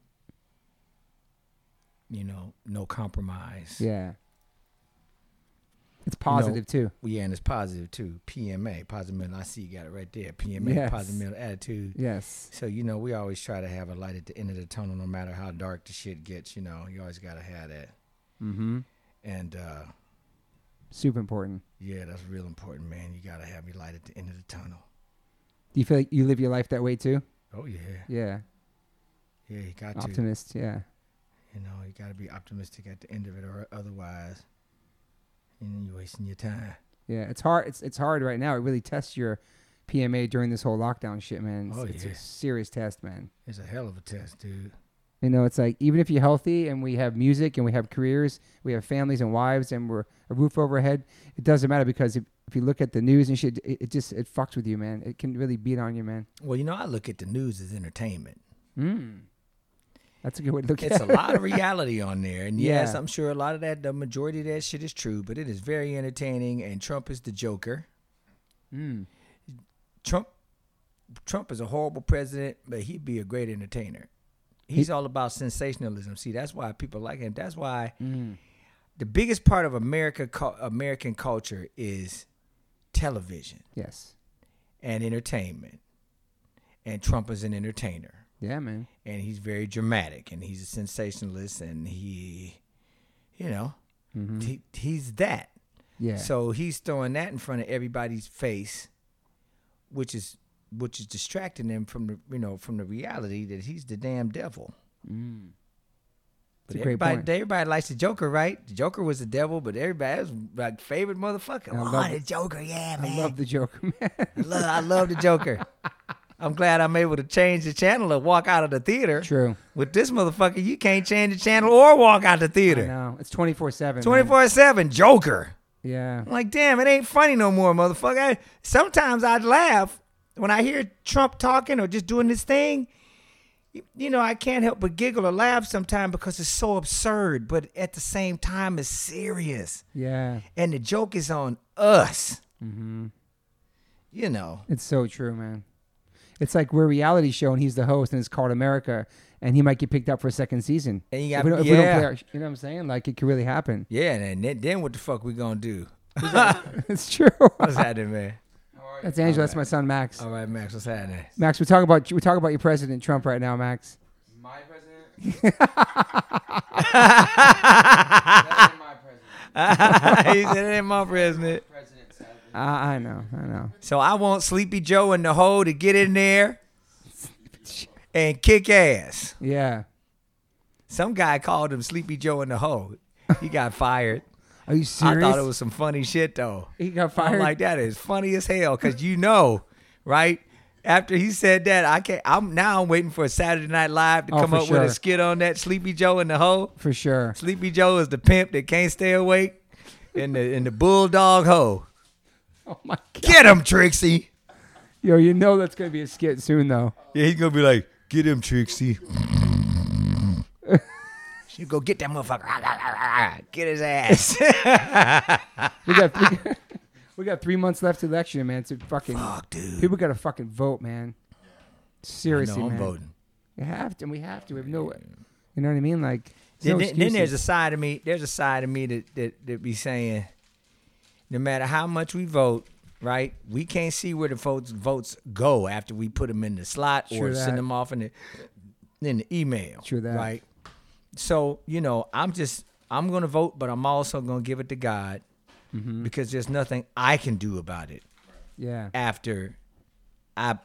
you know, no compromise.
Yeah. It's positive too.
Well, yeah, and it's positive too. PMA, positive mental. I see you got it right there. PMA,
Yes.
positive mental attitude.
Yes.
So you know, we always try to have a light at the end of the tunnel, no matter how dark the shit gets. You know, you always gotta have that.
Mm-hmm.
And uh,
Super important.
yeah, that's real important, man. You gotta have your light at the end of the tunnel.
Do you feel like you live your life that way too?
Oh yeah,
Yeah.
yeah, you got to.
Optimist. Yeah.
You know, you gotta be optimistic at the end of it, or otherwise, you know, you're wasting your time.
Yeah. It's hard. It's it's hard right now. It really tests your PMA during this whole lockdown shit, man. It's,
Oh,
it's
yeah.
a serious test, man.
It's a hell of a test, dude.
You know, it's like even if you're healthy and we have music and we have careers, we have families and wives and we're a roof overhead, it doesn't matter because if, if you look at the news and shit, it, it just it fucks with you, man. It can really beat on you, man.
Well, you know, I look at the news as (laughs) entertainment.
Mm. That's a good way to look
Hmm. It's
at
a
it.
lot of reality on there. And yes,
Yeah.
I'm sure a lot of that, the majority of that shit is true, but it is very entertaining. And Trump is the Joker. Hmm.
Mm.
Trump Trump is a horrible president, but he'd be a great entertainer. He's all about sensationalism. See, that's why people like him. That's why
Mm.
the biggest part of America cul- American culture is television
Yes.
and entertainment. And Trump is an entertainer.
Yeah, man.
and he's very dramatic and he's a sensationalist and he you know he, he's that
Yeah.
so he's throwing that in front of everybody's face which is which is distracting them from the you know from the reality that he's the damn devil
Mm. It's
but
a great
everybody,
point.
everybody likes the Joker, right? The Joker was the devil, but everybody that was my favorite motherfucker.
I
Oh,
love
the Joker, yeah, man.
I love the Joker, (laughs) man.
I love, I love
(laughs)
the Joker. I'm glad I'm able to change the channel and walk out of the theater.
True.
With this motherfucker, you can't change the channel or walk out the
I
theater.
know. It's 24 7.
24 7, Joker.
Yeah.
I'm like, damn, it ain't funny no more, motherfucker. I- sometimes I'd laugh when I hear Trump talking or just doing this thing. You, you know, I can't help but giggle or laugh sometimes because it's so absurd, but at the same time, it's serious.
Yeah.
And the joke is on us. You know,
It's so true, man. It's like we're a reality show and he's the host and it's called America and he might get picked up for a second season.
And you
If
got-
we don't- if we don't
yeah.
play our sh- you know what I'm saying? Like it could really happen. (laughs)
yeah, and then, then what the fuck we gonna do?
it's
(laughs)
true.
What's happening, man?
that's Angela. That's my son, Max.
All right, Max, what's happening?
Max, we're talking about we're talking about your president Trump right now, Max.
My president? that ain't my president.
(laughs) he said, it ain't my president.
President, sadly.
I, I know, I know.
So I want Sleepy Joe in the hole to get in there and kick ass.
Yeah.
Some guy called him Sleepy Joe in the hole. He got fired.
Are you serious?
I thought it was some funny shit though.
He got
I'm
fired.
like that is funny as hell because you know, right? After he said that, I can't. I'm now. I'm waiting for Saturday Night Live to
Oh,
come
for
up with
sure.
a skit on that Sleepy Joe in the hole.
for sure.
Sleepy Joe is the pimp that can't stay awake, in the in the bulldog hole.
Oh my god.
Get him, Trixie.
Yo, you know that's gonna be a skit soon though.
Yeah, he's gonna be like, get him, Trixie. (laughs) you go get that motherfucker. (laughs) Get his ass.
We got we got, (laughs) we got three months left to election, man. To fucking
Fuck, dude.
people gotta fucking vote, man. Seriously,
no, I'm
man.
voting.
We have to. and We have to. We have no. You know what I mean? Like there's
Then,
no
then- then there's a
excuses.
side of me. There's a side of me that, that that be saying, no matter how much we vote, right? We can't see where the votes votes go after we put them in the slot
True
or
that.
send them off in the in the email.
True that.
Right. So you know, I'm just I'm gonna vote, but I'm also gonna give it to God
Mm-hmm.
because there's nothing I can do about it
yeah.
after I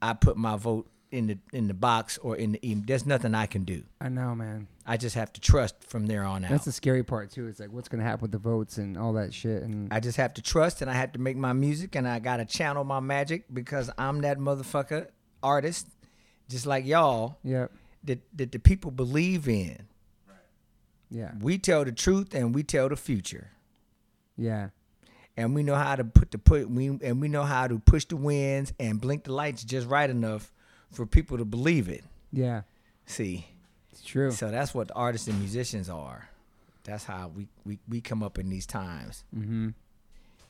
I put my vote in the in the box or in the email. There's nothing I can do.
I know, man.
I just have to trust from there on out.
That's the scary part too. It's like what's gonna happen with the votes and all that shit. And
I just have to trust and I have to make my music and I got to channel my magic because I'm that motherfucker artist, just like y'all,
yeah,
that, that the people believe in.
yeah,
We tell the truth and we tell the future.
yeah.
And we know how to put the put we and we know how to push the winds and blink the lights just right enough for people to believe it.
Yeah,
See?
it's true.
So that's what the artists and musicians are. That's how we, we, we come up in these times.
hmm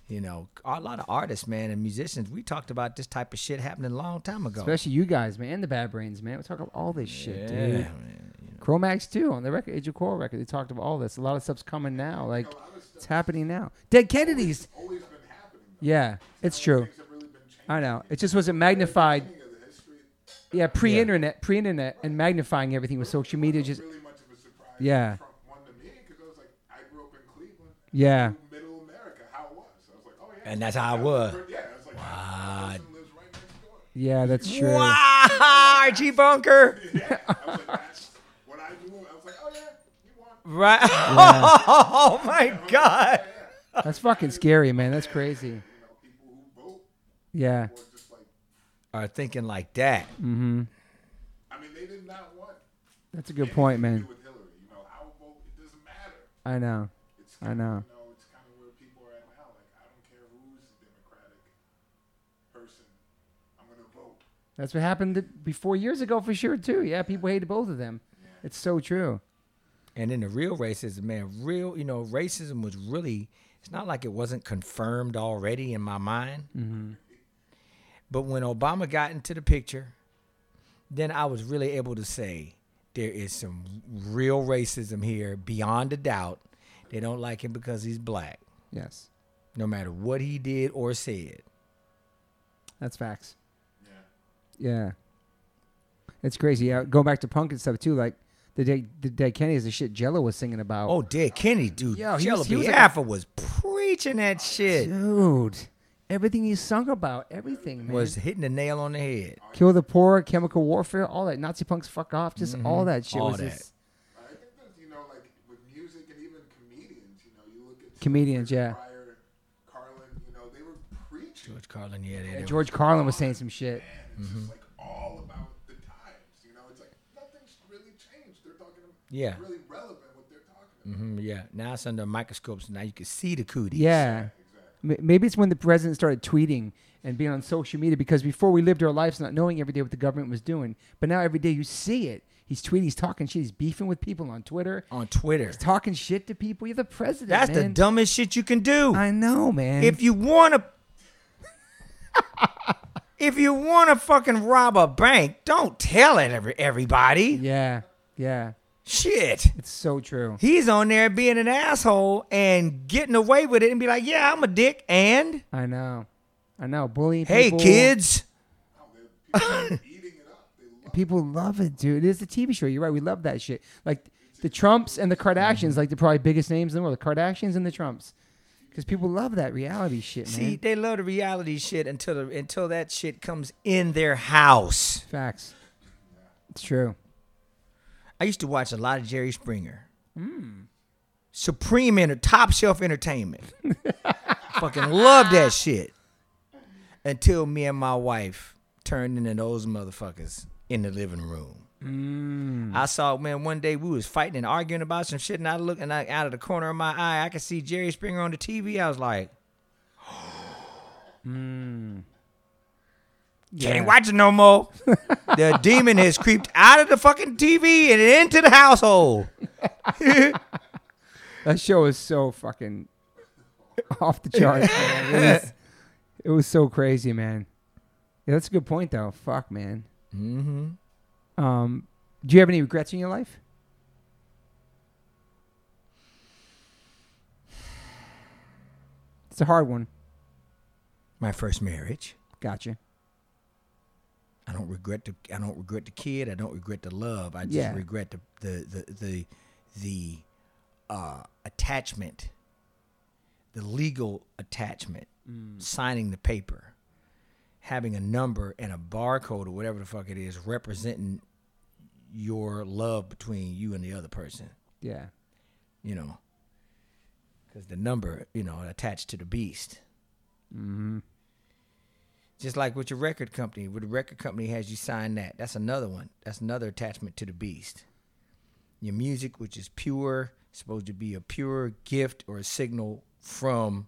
You know, a lot of artists, man, and musicians, we talked about this type of shit happening a long time ago.
Especially you guys, man, and the Bad Brains, man. We talk about all this shit,
Yeah,
dude.
man, you know.
Chromax too on the record, Age of Coral record. They talked about all this. A lot of stuff's coming now. Like it's happening now. Dead Kennedys.
Always been happening. Though.
Yeah, it's true.
Things have really been changing.
I know. It just wasn't magnified.
Beginning of the history,
Yeah, pre-internet, pre-internet, and magnifying everything with social media. Just
really much of a surprise.
Yeah.
Trump won to me because I was like, I grew up in Cleveland,
yeah,
middle America, how it was. I was like, oh yeah.
And that's how I was.
Yeah, I was like, wow. Person lives right next door.
yeah, that's true.
Wow, Archie Bunker. (laughs)
Yeah. I was like, that's when I knew. I was like, oh yeah, you won.
Right. Oh my God.
That's fucking scary, man. That's crazy.
You know, people who vote
Yeah,
were just like,
Are thinking like that.
I mean, they did not want
that's a good point,
to
man.
do with Hillary. You know, our vote it doesn't matter.
I know.
It's
I know.
You know, it's kind of where people are at now. Like, I don't care who's the Democratic person. I'm gonna vote.
That's what happened th- before years ago for sure too. Yeah, people hated both of them. It's so true.
And then the real racism, man, real, you know, racism was really, it's not like it wasn't confirmed already in my mind.
Mm-hmm.
But when Obama got into the picture, then I was really able to say there is some real racism here beyond a doubt. They don't like him because he's black,
Yes,
no matter what he did or said.
that's facts.
Yeah.
Yeah, it's crazy. Yeah, going back to punk and stuff too. Like the day the Dead Kennedys, the shit Jello was singing about.
Oh, Dead Kennedy, dude.
Yeah,
Yeah,
he
Jello
was- he was like a-
Biafra was preaching that shit.
dude, everything he sung about, everything man.
Was hitting the nail on the head.
kill the poor, chemical warfare, all that. Nazi punks, fuck off. Just all that shit
Mm-hmm. All
was
that.
just
I think that you know, like with music and even comedians, you know, you look at
Comedians, yeah.
Pryor, Carlin, you know, they were preaching.
George Carlin, yeah, they
Yeah,
did.
George Carlin was saying some shit.
Man, it's just like all about the times. You know, it's like nothing's really changed. They're talking about
Yeah.
really relevant what they're talking about.
Mhm, yeah. Now it's under microscopes. Now you can see the cooties.
Yeah. M- Maybe it's when the president started tweeting and being on social media because before we lived our lives not knowing every day what the government was doing. But now every day you see it. He's tweeting, he's talking shit, he's beefing with people on Twitter,
On Twitter.
he's talking shit to people. You're the president.
That's the
man.
dumbest shit you can do.
I know, man.
if you wanna (laughs) If you wanna fucking rob a bank, don't tell it every everybody.
yeah, yeah,
Shit.
it's so true.
He's on there being an asshole and getting away with it and be like, yeah, I'm a dick and
I know, I know. Bullying.
hey
people.
kids.
No, they're people are eating it up. They love
People love it, dude. It is a TV show. You're right. We love that shit. Like the Trumps and the Kardashians, like the probably biggest names in the world, the Kardashians and the Trumps, because people love that reality shit, man.
See, they love the reality shit until the, until that shit comes in their house.
Facts. It's true.
I used to watch a lot of Jerry Springer. Supreme enter top shelf entertainment. (laughs) Fucking love that shit. Until me and my wife turned into those motherfuckers in the living room. I saw man one day we was fighting and arguing about some shit, and I look and I, out of the corner of my eye I could see Jerry Springer on the TV. I was like,
Yeah.
can't watch it no more. the demon has creeped out of the fucking TV and into the household.
That show is so fucking off the charts. man. It was, it was so crazy, man. Yeah, that's a good point, though. Fuck, man. Mm-hmm. Um, do you have any regrets in your life? It's a hard one.
My first marriage.
Gotcha.
I don't regret the I don't regret the kid. I don't regret the love. I just
Yeah.
regret the the the the, the uh, attachment, the legal attachment, signing the paper, having a number and a barcode or whatever the fuck it is representing your love between you and the other person.
Yeah.
You know, because the number you know attached to the beast.
Mm-hmm.
Just like with your record company, with the record company has you sign that. That's another one. That's another attachment to the beast. Your music, which is pure, is supposed to be a pure gift or a signal from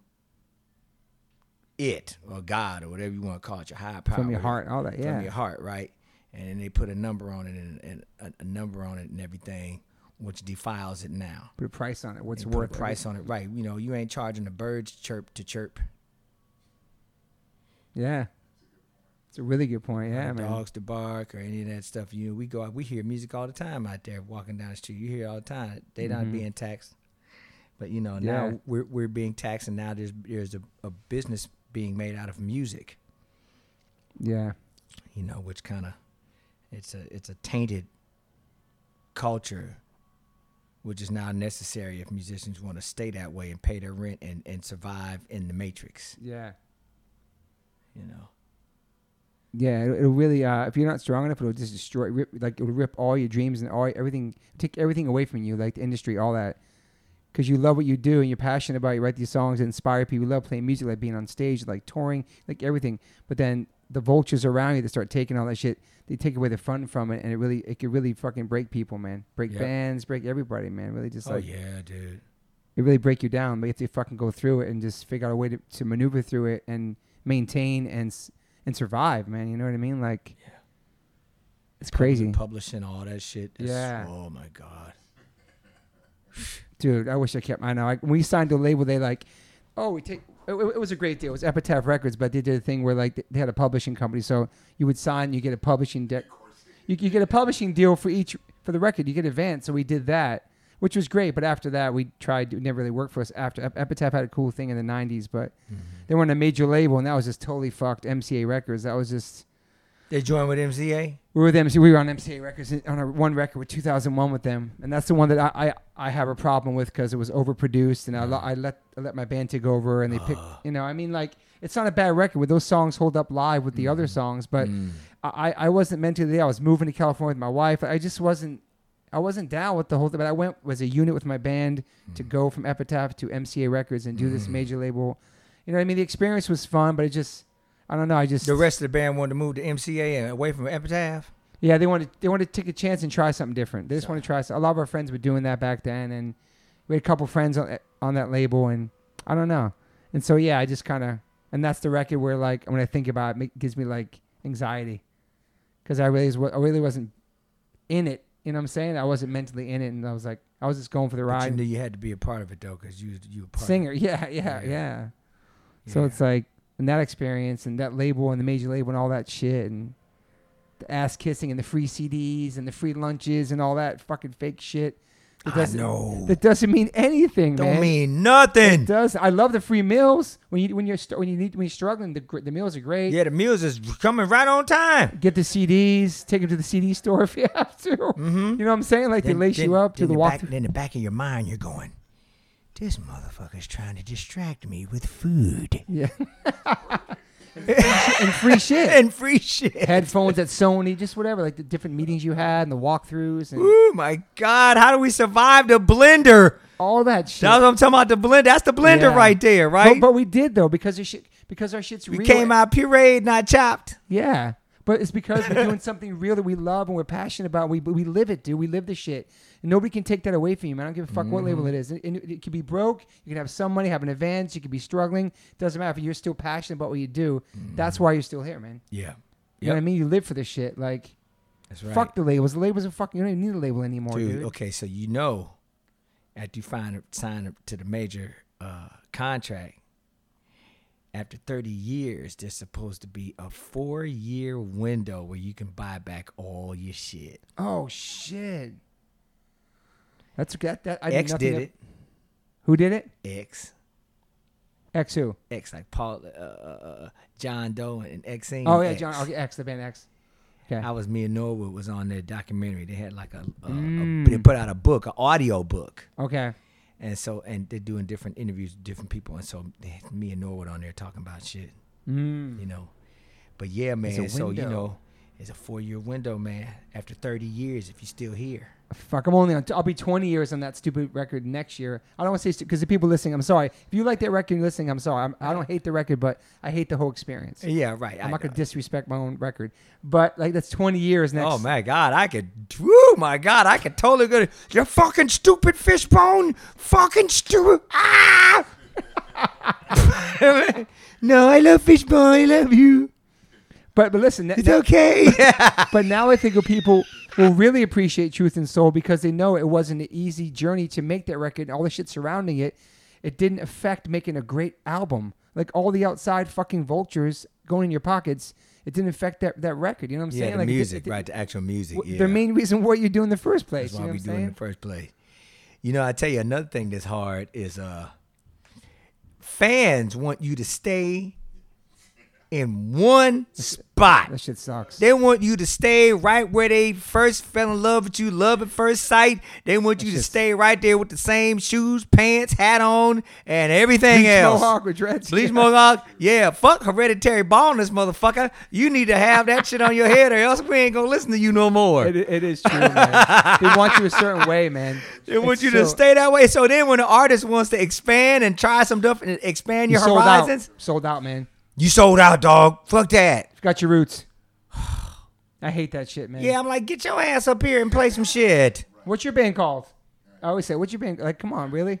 it or God or whatever you want to call it, your higher power.
From your heart, all that.
From
Yeah.
your heart, right? And then they put a number on it and, and a, a number on it and everything, which defiles it now.
Put a price on it. What's
They
it
put
worth?
a price on it, right? You know, you ain't charging the birds chirp to chirp.
Yeah. It's It's a really good point. Yeah,
uh,
man.
dogs to bark or any of that stuff. You know, we go out, we hear music all the time out there walking down the street. You hear it all the time. They not
Mhm.
being taxed, but you know
Yeah.
now we're we're being taxed, and now there's there's a, a business being made out of music.
Yeah.
You know, which kind of it's a it's a tainted culture, which is now necessary if musicians want to stay that way and pay their rent and and survive in the matrix.
Yeah.
You know.
Yeah, it'll, it'll really. Uh, if you're not strong enough, it'll just destroy. Rip, like it'll rip all your dreams and all everything. Take everything away from you, like the industry, all that. Because you love what you do and you're passionate about. it. You write these songs that inspire people. You love playing music, like being on stage, like touring, like everything. But then the vultures around you that start taking all that shit, they take away the fun from it, and it really, it could really fucking break people, man. Break
Yeah.
bands, break everybody, man. Really, just
Oh
like
yeah, dude.
it really break you down. But you have to fucking go through it and just figure out a way to, to maneuver through it and maintain and s- and survive, man. You know what I mean? Like, it's crazy,
Publishing all that shit. That's-
Yeah.
Oh my god.
dude. I wish I kept. I know. I, when we signed to a label, they like, oh, we take. It, it- it was a great deal. It was Epitaph Records, but they did a thing where like th- they had a publishing company, so you would sign, you get a publishing deck. You, you get a publishing deal for each for the record. You get advance, so we did that, which was great. But after that, we tried. It never really worked for us. After Ep- Epitaph had a cool thing in the '90s, but they were on a major label, and that was just totally fucked. MCA Records. That was just
They joined with MZA.
we were with MC. We were on MCA Records uh, on our one record with 2001 with them, and that's the one that I I, I have a problem with because it was overproduced, and I, lo- I let I let my band take over, and they picked. You know, I mean, like it's not a bad record. With those songs hold up live with the other songs, but I I wasn't mentally there. I was moving to California with my wife. I just wasn't. I wasn't down with the whole thing, but I went as a unit with my band to go from Epitaph to MCA Records and do this major label. You know, what I mean, the experience was fun, but it just, I don't know, I just
The rest of the band wanted to move to MCA and away from Epitaph.
yeah, they wanted they wanted to take a chance and try something different. They just want to try. some- A lot of our friends were doing that back then, and we had a couple friends on on that label, and I don't know. And so yeah, I just kind of and that's the record where like when I think about it, it gives me like anxiety because I really I really wasn't in it. You know what I'm saying? I wasn't mentally in it, and I was like I was just going for the
But you
ride.
knew you had to be a part of it though, because you was- you were part
Singer, (laughs) yeah, yeah,
Yeah.
yeah. So
Yeah.
it's like and that experience and that label and the major label and all that shit and the ass kissing and the free CDs and the free lunches and all that fucking fake shit. It
Of it. I
doesn't,
know.
that doesn't mean anything,
Don't
man.
mean
it
nothing.
does. I love the free meals when you when you're st- when you need when you're struggling. The gr- the meals are great.
Yeah, the music's coming right on time.
Get the CDs. Take them to the CD store (laughs) if you have to. You know what I'm saying? Like they lace you up to
Mm-hmm. then
the
your
walk.
Back, in the back of your mind, you're going, "This motherfucker's trying to distract me with food
(laughs) Yeah.
(laughs)
and free shit.
and free shit."
headphones at Sony, just whatever, like the different meetings you had and the walkthroughs and
Oh my God! How do we survive the blender?
all that shit.
That's what I'm talking about. The blender. That's the blender
Yeah.
right there,
But-
right?
But, we did though because our shit, because our shit's
we
real.
came out pureed, not chopped.
yeah. But it's because we're doing something real that we love and we're passionate about. We we live it, dude. We live the shit. And nobody can take that away from you, man. I don't give a fuck
Mm-hmm.
what label it is. And, and it could be broke. You can have some money, have an advance. You could be struggling. Doesn't matter. If you're still passionate about what you do, that's why you're still here, man. You
Yeah,
know
Mm-hmm. Yep.
what I mean? You live for this shit. Like,
that's right.
fuck the labels. The labels are fucking. You don't even need a label anymore,
dude,
dude.
Okay, so you know, after you find sign up to the major uh, contract, after thirty years, there's supposed to be a four year window where you can buy back all your shit.
Oh shit. That's that. that I
X
nothing
did
of-
it.
Who did it?
X.
X who?
X like Paul, uh, uh, uh, John Doe, and Xing.
Oh yeah,
X.
John. Okay, X the band X. Okay.
I was me and Norwood was on their documentary. They had like a, a,
Mm.
a they put out a book, an audio book,
Okay.
and so and they're doing different interviews, with different people, and so they had me and Norwood on there talking about shit,
Mm.
you know. But yeah,
It's a
man. So you
window.
know, it's a four year window, man. After thirty years, if you're still here,
Fuck. I'm only on. I'll be 20 years on that stupid record next year. I don't want to say because the people listening. I'm sorry. If you like that record, and you're listening. I'm sorry. I'm, I don't hate the record, but I hate the whole experience.
yeah, right.
I'm not gonna disrespect my own record, but like that's 20 years next.
Oh my God, I could. Oh my God, I could totally go. To, you fucking stupid fishbone. Fucking stupid. Ah. (laughs) no, I love fishbone. I love you.
But but listen, that,
It's
that, (laughs)
okay.
but now I think of people will really appreciate Truth and Soul because they know it wasn't an easy journey to make that record and all the shit surrounding it. It didn't affect making a great album. Like all the outside fucking vultures going in your pockets, it didn't affect that, that record. You know what I'm
yeah,
saying?
the
like it did-
music,
it did-
right? The actual music.
w-
yeah.
The main reason what you do in the first place.
That's why
you know what
we
I'm
do it in
saying?
the first place. You know, I tell you another thing that's hard is uh fans want you to stay in one
That
spot.
shit sucks.
They want you to stay right where they first fell in love with you, love at first sight. They want you
That's
to
just-
stay right there with the same shoes, pants, hat on, and everything
Bleach
else.
Mohawk with dreads. (laughs)
Bleach
Yeah.
Mohawk, yeah, fuck hereditary baldness, motherfucker. You need to have that shit on your head, or else we ain't gonna listen to you no more.
It, it is true, man. they want you a certain way, man.
(laughs) They want
It's
you to
so-
stay that way. So then, when the artist wants to expand and try some different, expand
you
your
sold
horizons,
out. Sold out, man.
you sold out, dog. Fuck that.
You've got your roots. (sighs) I hate that shit, man.
Yeah, I'm like, get your ass up here and play some shit.
What's your band called? I always say, what's your band? Like, come on, really?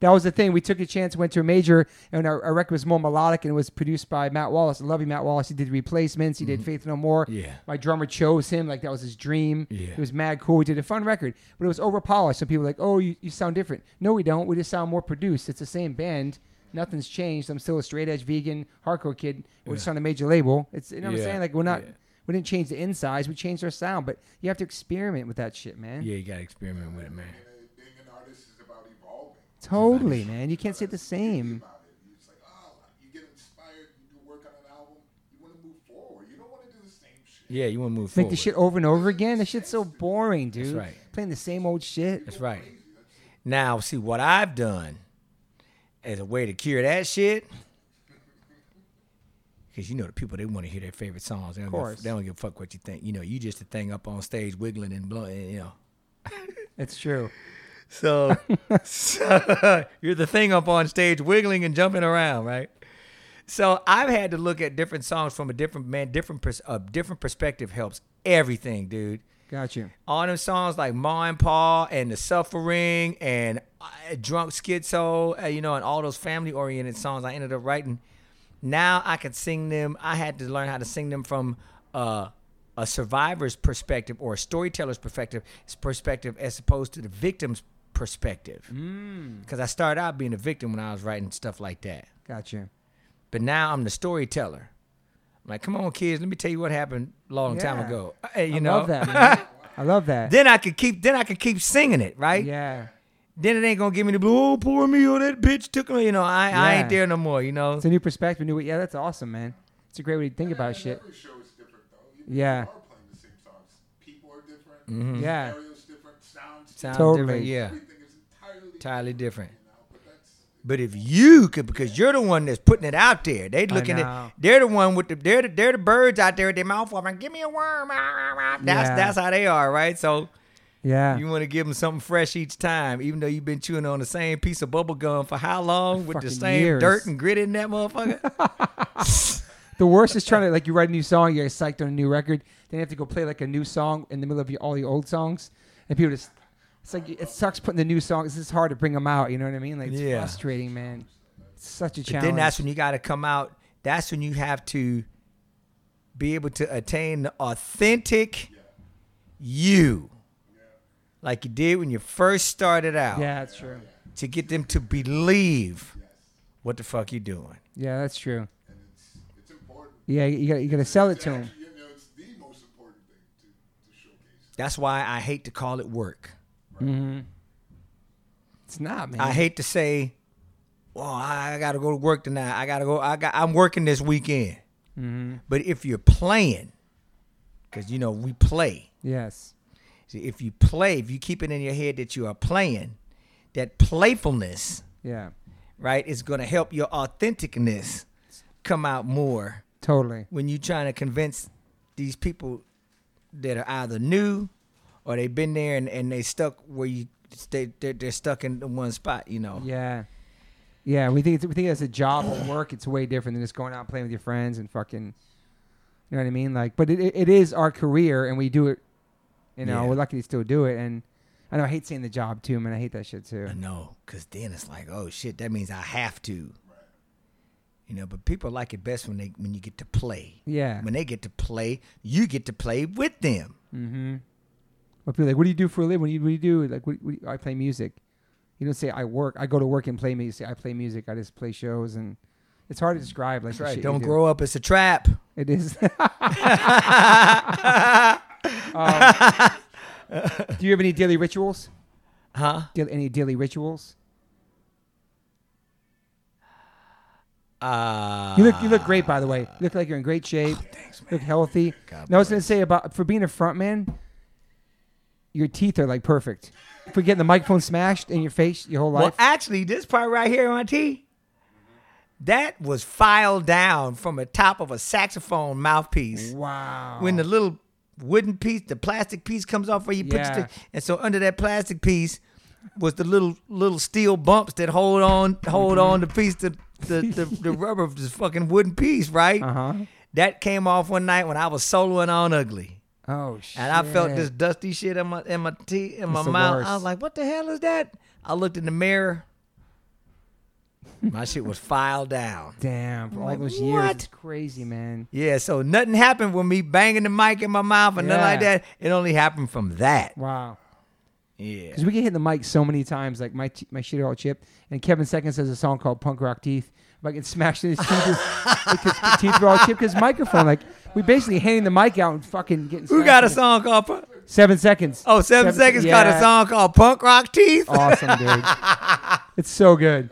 That was the thing. We took a chance, went to a major, and our, our record was more melodic, and it was produced by Matt Wallace. I love you, Matt Wallace. He did Replacements. He did Faith No More.
Mm-hmm. Yeah.
My drummer chose him. Like, that was his dream.
Yeah.
It was mad cool. We did a fun record, but it was overpolished. Some people were like, oh, you, you sound different. No, we don't. We just sound more produced. It's the same band. Nothing's changed. I'm still a straight edge vegan hardcore kid. We're just on a major label. It's you know what
Yeah.
I'm saying? Like we're not
Yeah.
we didn't change the insides. We changed our sound, but you have to experiment with that shit, man.
you gotta experiment with it, man.
And uh, being an artist is about evolving.
Totally, man. You can't say the same.
About it. It's like, oh, you get inspired, you do work on an album, you want to move forward. You don't want to do the same shit.
Yeah, you want to move
Make the shit over and over again. That shit's so boring, dude.
That's right.
Playing the same old shit.
That's right. Now, see what I've done as a way to cure that shit. Because you know the people they want to hear their favorite songs. They don't,
Course.
Give, they don't give a fuck what you think. You know, you just a thing up on stage wiggling and blowing. You know.
It's true.
So, so you're the thing up on stage wiggling and jumping around, right? So I've had to look at different songs from a different man, different pers- a different perspective helps everything, dude.
Got you.
All them songs like Ma and Pa and The Suffering and uh, Drunk Schizo, uh, you know, and all those family oriented songs I ended up writing. Now I can sing them. I had to learn how to sing them from uh, a survivor's perspective or a storyteller's perspective, perspective as opposed to the victim's perspective.
Mm.
Because I started out being a victim when I was writing stuff like that.
Got you.
But now I'm the storyteller. I'm like, come on, kids, let me tell you what happened a long time
Yeah.
ago. Uh, you
I
know?
love that, man.
(laughs)
I love that.
then I could keep then I could keep singing it, right?
Yeah.
Then it ain't gonna give me the blue, oh poor me, oh that bitch took me. You know, I, I
Yeah.
ain't there no more, you know.
It's a new perspective. New. Yeah, that's awesome, man. It's a great way to think about shit.
Every show is different, though. Even
Yeah. Mm-hmm.
If you are playing the same songs. People are different.
Mm-hmm.
Yeah.
Scenarios different. Sounds.
Sound
Totally.
different, yeah.
different. Everything is entirely.
Entirely different.
You know, but that's
But if you could because you're the one that's putting it out there. They looking
know.
at they're the one with the they're the, they're the birds out there with their mouth open. Give me a worm. ah, ah, ah." That's
Yeah.
that's how they are, right? So
Yeah.
you want to give them something fresh each time, even though you've been chewing on the same piece of bubble gum for how long with the
Fucking
same
years.
dirt and grit in that motherfucker?
The worst is trying to like you write a new song, you're psyched on a new record, then you have to go play like a new song in the middle of your, all your old songs, and people just it's like it sucks putting the new songs. It's hard to bring them out. You know what I mean? Like it's
Yeah.
frustrating, man. It's such a
But
challenge.
then that's when you got to come out. That's when you have to be able to attain the authentic you, like you did when you first started out,
yeah, that's true.
to get them to believe what the fuck you doing.
Yeah, that's true.
and it's it's important.
Yeah, you got you got to sell it to them.
Actually, you know, it's the most important thing to, to showcase.
That's why I hate to call it work.
Mm-hmm. It's not, man.
I hate to say, "Well, I got to go to work tonight. I got to go. I got. I'm working this weekend."
Mm-hmm.
But if you're playing, because you know we play.
yes,
See, if you play, if you keep it in your head that you are playing, that playfulness,
yeah,
right, is going to help your authenticness come out more
totally.
when you're trying to convince these people that are either new or they've been there and, and they stuck where you they they're, they're stuck in the one spot, you know.
Yeah, yeah. We think it's, we think that's a job or work. It's way different than just going out and playing with your friends and fucking. You know what I mean? Like, but it, it it is our career, and we do it. You know,
Yeah.
we're lucky to still do it, and I know I hate saying the job too, man. I hate that shit too.
I know, cause then it's like, oh shit, that means I have to. You know, but people like it best when they when you get to play.
Yeah.
When they get to play, you get to play with them. Mm-hmm.
But people are like, what do you do for a living? What do you, what do, you do? Like, what, what, I play music. You don't say I work. I go to work and play music. You say, I play music. I just play shows and It's hard to describe. Like
That's
the
right.
shit
Don't
you do.
grow up. It's a trap.
It
(laughs)
is. (laughs) Um, do you have any daily rituals?
Huh?
Daily, any daily rituals?
Uh,
You look you look great by the way. You look like you're in great shape. Look healthy.
Oh, God
no, I was gonna say about for being a front man, your teeth are like perfect. For getting the microphone smashed in your face your whole
Well,
life.
actually, this part right here on T, that was filed down from the top of a saxophone mouthpiece.
wow.
When the little wooden piece, the plastic piece comes off where you put your
Yeah.
stick, and so under that plastic piece was the little little steel bumps that hold on hold
Mm-hmm.
on the piece to the, the,
(laughs)
the rubber of this fucking wooden piece, right?
uh-huh.
That came off one night when I was soloing on Ugly.
Oh shit.
And I felt this dusty shit in my in my teeth in my
It's the
mouth.
worst.
I was like, "What the hell is that?" I looked in the mirror. My shit was filed down.
damn for all
like,
those years.
"What?"
It's crazy, man.
Yeah, so nothing happened with me banging the mic in my mouth or nothing like
Yeah.
that. It only happened from that.
Wow.
Yeah.
Because we get hit the mic so many times, like my t- my shit all chipped. And Kevin Seconds has a song called Punk Rock Teeth. If I get smashed in his
(laughs)
teeth, because his teeth are all chipped. Because microphone, like we basically handing the mic out and fucking getting.
Who
smashed
got
in
a
the-
song called Punk?
Seven seconds.
Oh, seven
Seven-
seconds got a
yeah. Oh,
song called Punk Rock Teeth.
Awesome, dude.
(laughs)
it's so good.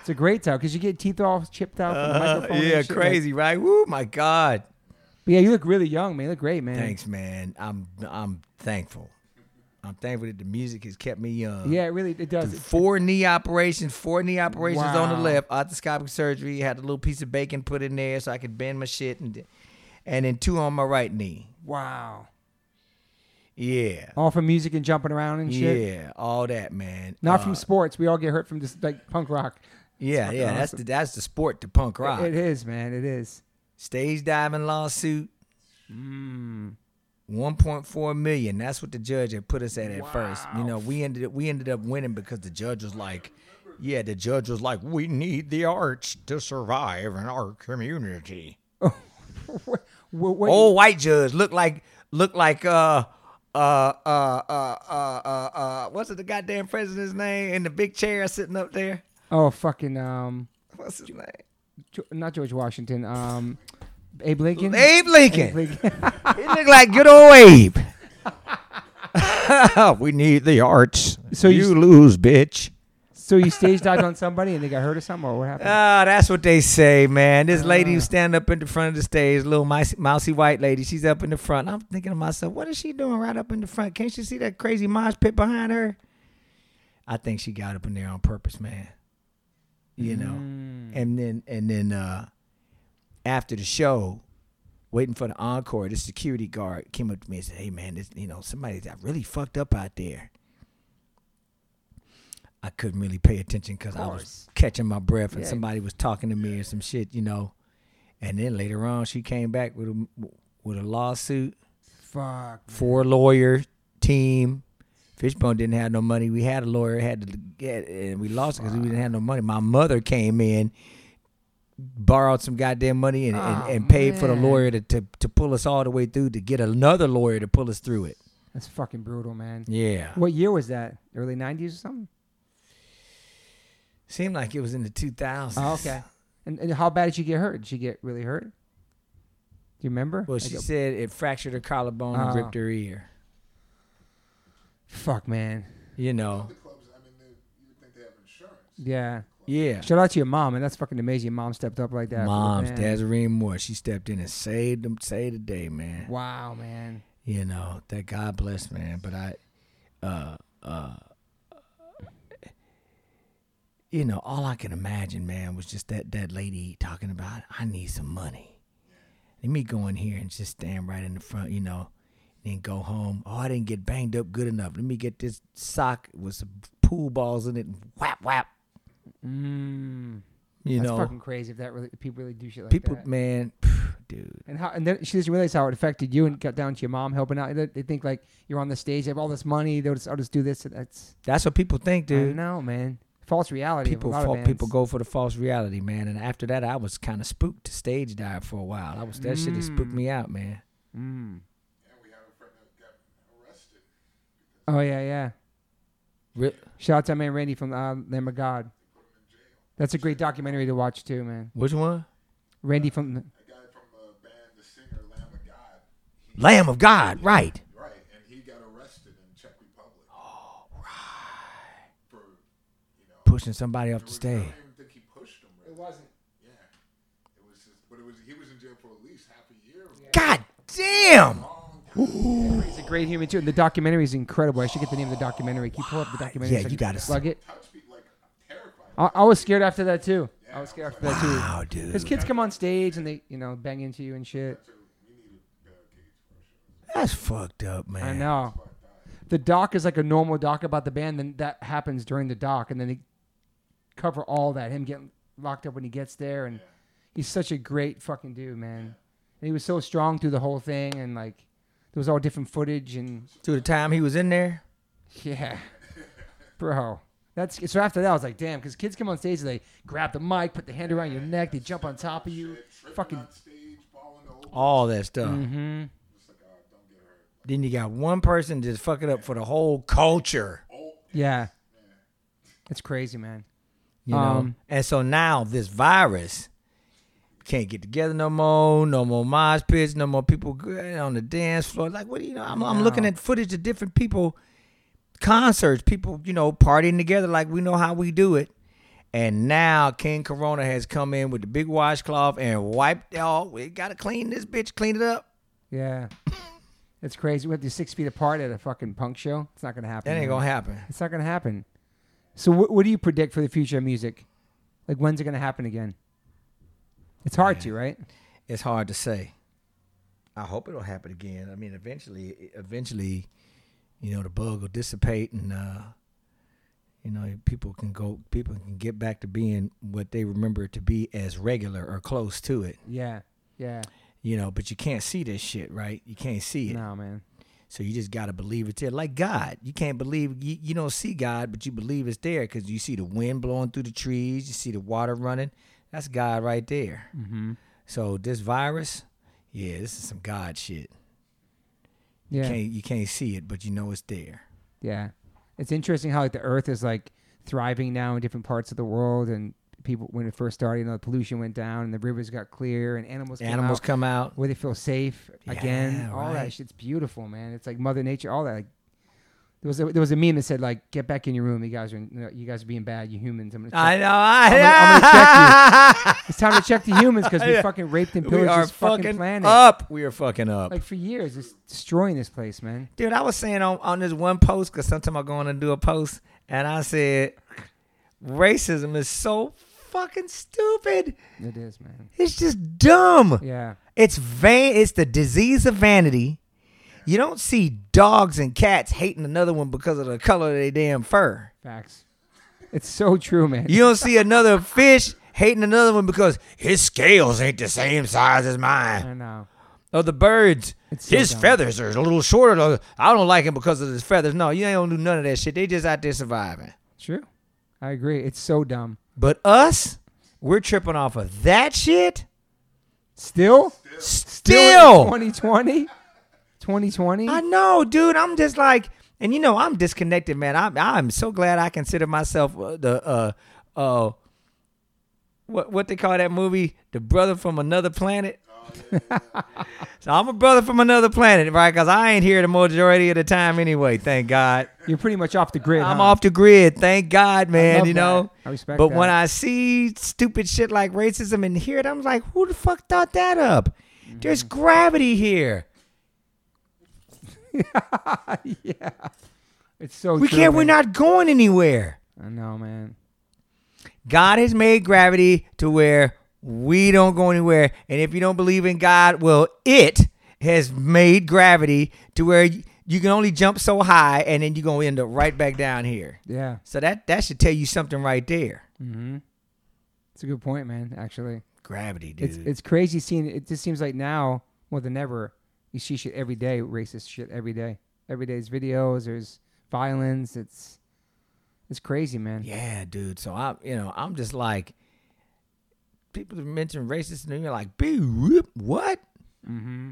It's a great time because you get teeth all chipped out from the
Uh,
microphone. and
yeah,
shit, like-
crazy, right? Woo, my God.
but yeah, you look really young, man. You look great, man.
Thanks, man. I'm I'm thankful. I'm thankful that the music has kept me young.
Yeah, it really it does. It-
four knee operations, four knee operations on the
Wow.
left, arthroscopic surgery, had a little piece of bacon put in there so I could bend my shit and and then two on my right knee.
wow.
Yeah.
All from music and jumping around and Oh, shit.
Yeah, all that, man.
Not
Uh,
from sports. We all get hurt from just like punk rock.
Yeah, yeah, that's the that's the sport to punk rock.
It is, man. It is. (laughs)
Stage diving lawsuit.
Hmm.
1.4 million. That's what the judge had put us at at first. You know, we ended up, we ended up winning because the judge was like, yeah, the judge was like, we need the arts to survive in our community.
What- what- what-
old white judge looked like looked like uh uh uh uh uh uh, uh what's it the goddamn president's name in the big chair sitting up there?
Oh, fucking um,
What's his name?
Jo- not George Washington. Um, Abe Lincoln. Abe
Abe Lincoln.
Lincoln. (laughs)
He looked like good old Abe. (laughs) we need the arts.
So you-
lose, bitch.
so you stage dived on somebody and they got hurt or something, or what happened?
Ah, that's what they say, man. This lady who stand up in the front of the stage, little mousy, mousy white lady, she's up in the front. I'm thinking to myself, what is she doing right up in the front? Can't she see that crazy mosh pit behind her? I think she got up in there on purpose, man. You know,
Mm.
and then and then uh, after the show, waiting for the encore, the security guard came up to me and said, "Hey, man, this, you know somebody got really fucked up out there." I couldn't really pay attention because I was
course.
catching my breath and
Yeah.
somebody was talking to me or some shit, you know. And then later on, she came back with a with a lawsuit,
Fuck.
four lawyer team. Fishbone didn't have no money. We had a lawyer, had to get, and we lost because we didn't have no money. My mother came in, borrowed some goddamn money, and, and, and paid for the
man.
lawyer to, to to pull us all the way through to get another lawyer to pull us through it.
That's fucking brutal, man.
Yeah,
What year was that? Early '90s or
(laughs)
something?
seemed like it was in the two thousands.
Oh, okay. And, and how bad did she get hurt? Did she get really hurt? Do you remember?
Well,
Like
she
a-
said it fractured her collarbone and
Oh.
ripped her ear.
fuck, man.
You know,
The clubs, I mean, they, you would think they have insurance.
Yeah.
yeah.
Shout out to your mom, and that's fucking amazing. Your mom stepped up like that.
Mom's
man.
Desiree Moore. She stepped in and saved them, saved the day, man.
Wow, man.
You know that God bless, man. But I, uh, uh, you know, all I can imagine, man, was just that that lady talking about, I need some money. Let me go in here and just stand right in the front, you know, and then go home. Oh, I didn't get banged up good enough. Let me get this sock with some pool balls in it. and Whap whap.
Mm.
You
that's
know,
fucking crazy if that really if people really do shit like
people,
that.
man, phew, dude.
And how and then she doesn't realize how it affected you and got down to your mom helping out. They, they think like you're on the stage, they have all this money. They'll just I'll just do this. and That's
That's what people think, dude.
No, man. False reality. of a
people
lot of
fall,
bands.
people go for the false reality, man. And after that, I was kind of spooked to stage dive for a while. I was that shit that spooked me out, man.
Mm.
And we have a friend that got arrested.
Oh yeah, yeah.
Re-
Shout out to my man Randy from uh, Lamb of God. That's a great documentary to watch too, man.
Which one?
Randy from
A guy from the band, the singer Lamb of God,
Lamb of God, right?
right? And he got arrested in Czech Republic. Oh, right. For you know,
Pushing somebody off the
I
stage.
don't even think he pushed him. Really.
wasn't.
Yeah, it was just, but it was he was in jail for at least half a year.
God damn!
Long
He's a great human too, and the documentary is incredible. I should get the name of the documentary. Can you pull up the documentary?
Ah, Yeah,
so I
you
can
gotta
plug it.
touch people like I'm terrified.
I, I was scared after that too. I was scared after that too.
Wow,
Because
dude,
kids come on stage and they, you know, bang into you and shit.
that's fucked up, man.
I know. The doc is like a normal doc about the band, then that happens during the doc, and then they cover all that. Him getting locked up when he gets there, and he's such a great fucking dude, man. And he was so strong through the whole thing, and like there was all different footage, and (laughs)
Through the time he was in there,
yeah,
(laughs)
bro. That's so. After that, I was like, damn, because kids come on stage and they grab the mic, put the hand around your neck, they jump on top of you, fucking.
on stage, falling over.
all that stuff.
Mm-hmm.
It's like, oh, don't get hurt.
Then you got one person just fucking up for the whole culture,
Yeah, it's crazy, man.
you know.
Um,
and so now this virus can't get together no more. No more mosh pits. No more people g- on the dance floor. Like what do you know? I'm, I'm looking
No.
at footage of different people, concerts, people you know partying together like we know how we do it. And now King Corona has come in with the big washcloth and wiped out. We gotta clean this bitch, clean it up.
Yeah. It's crazy. We're six feet apart at a fucking punk show. It's not gonna happen.
That ain't
man.
gonna happen.
It's not gonna happen. So what, what do you predict for the future of music? Like when's it gonna happen again? It's hard to, right?
it's hard to say. I hope it'll happen again. I mean, eventually, eventually, you know, the bug will dissipate, and uh, you know, people can go, people can get back to being what they remember to be as regular or close to it.
Yeah. Yeah.
You know, but you can't see this shit, right? You can't see it,
No, man.
so you just gotta believe it's there. Like God, you can't believe you, you don't see God, but you believe it's there because you see the wind blowing through the trees, you see the water running. That's God right there.
Mm-hmm.
So this virus, yeah, this is some God shit.
Yeah.
Can't you can't see it, but you know it's there.
Yeah. It's interesting how like the earth is like thriving now in different parts of the world and people when it first started, you know, the pollution went down and the rivers got clear and animals came
Animals
out
come out.
where they feel safe again.
Yeah,
all
right.
that shit's beautiful, man. It's like Mother Nature, all that. Like, there was a, there was a meme that said like, "Get back in your room. You guys are in- you guys are being bad. You humans. I'm gonna. Check.
I know. I,
I'm gonna-
(laughs)
it's time to check the humans because we
Yeah.
fucking raped and
we
pillaged
are
this fucking,
fucking
planet.
up. We are fucking up,
Like for years, it's destroying this place, man.
dude. I was saying on, on this one post because sometimes I go on and do a post, and I said, racism is so fucking stupid.
It is, man.
It's just dumb.
Yeah,
It's vain. It's the disease of vanity. You don't see dogs and cats hating another one because of the color of their damn fur.
facts. It's so true, man.
You don't see another fish hating another one because his scales ain't the same size as mine.
I know.
Or the birds,
It's so
his
dumb.
feathers are a little shorter. though. I don't like him because of his feathers. No, you ain't gonna do none of that shit. They just out there surviving.
True. I agree. It's so dumb.
But us, we're tripping off of that shit.
Still,
Still,
2020, 2020.
I know, dude. I'm just like, and you know, I'm disconnected, man. I'm, I'm so glad I consider myself uh, the uh uh. What, what they call that movie? The brother from another planet.
Oh,
(laughs) So I'm a brother from another planet, right? Because I ain't here the majority of the time anyway. Thank God.
You're pretty much off the grid.
I'm
huh?
off the grid. Thank God, man.
love
You know.
that. I respect
But when
that.
I see stupid shit like racism and hear it, I'm like, who the fuck thought that up? There's
Mm-hmm.
gravity here.
yeah. It's so
We
true,
can't. We're
man.
not going anywhere.
I know, man.
God has made gravity to where we don't go anywhere. And if you don't believe in God, well, it has made gravity to where y- you can only jump so high and then you're going to end up right back down here.
Yeah.
So that, that should tell you something right there.
Mm-hmm. It's a good point, man. Actually,
Gravity, dude.
it's it's crazy seeing. It just seems like now more than ever, you see shit every day, racist shit every day. Every day's videos. There's violence. It's it's crazy, man.
yeah, dude. So I'm, you know, I'm just like, people have mentioned racist and you're like, "Boo, whoop, what?
Mm-hmm.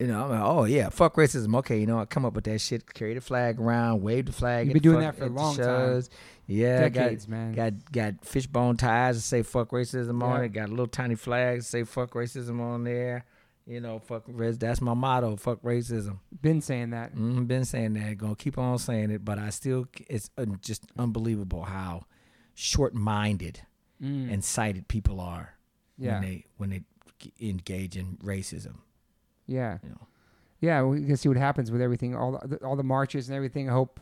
You know, I'm like, oh yeah, fuck racism. Okay, you know, I come up with that shit, carry the flag around, wave the flag.
You've
at
been doing
fuck-
that for a
at the
long time.
shows. Yeah, I
Decades,
got,
man.
Got got fishbone ties that say fuck racism on
Yeah.
it. Got little tiny flags that say fuck racism on there. You know, fuck res. That's my motto. Fuck racism.
Been saying that.
Mm, been saying that. Gonna keep on saying it, but I still, it's uh, just unbelievable how short-minded
Mm.
and sighted people are
Yeah.
when they when they g- engage in racism.
Yeah.
You know.
Yeah, we can see what happens with everything, all the, all the marches and everything. I hope.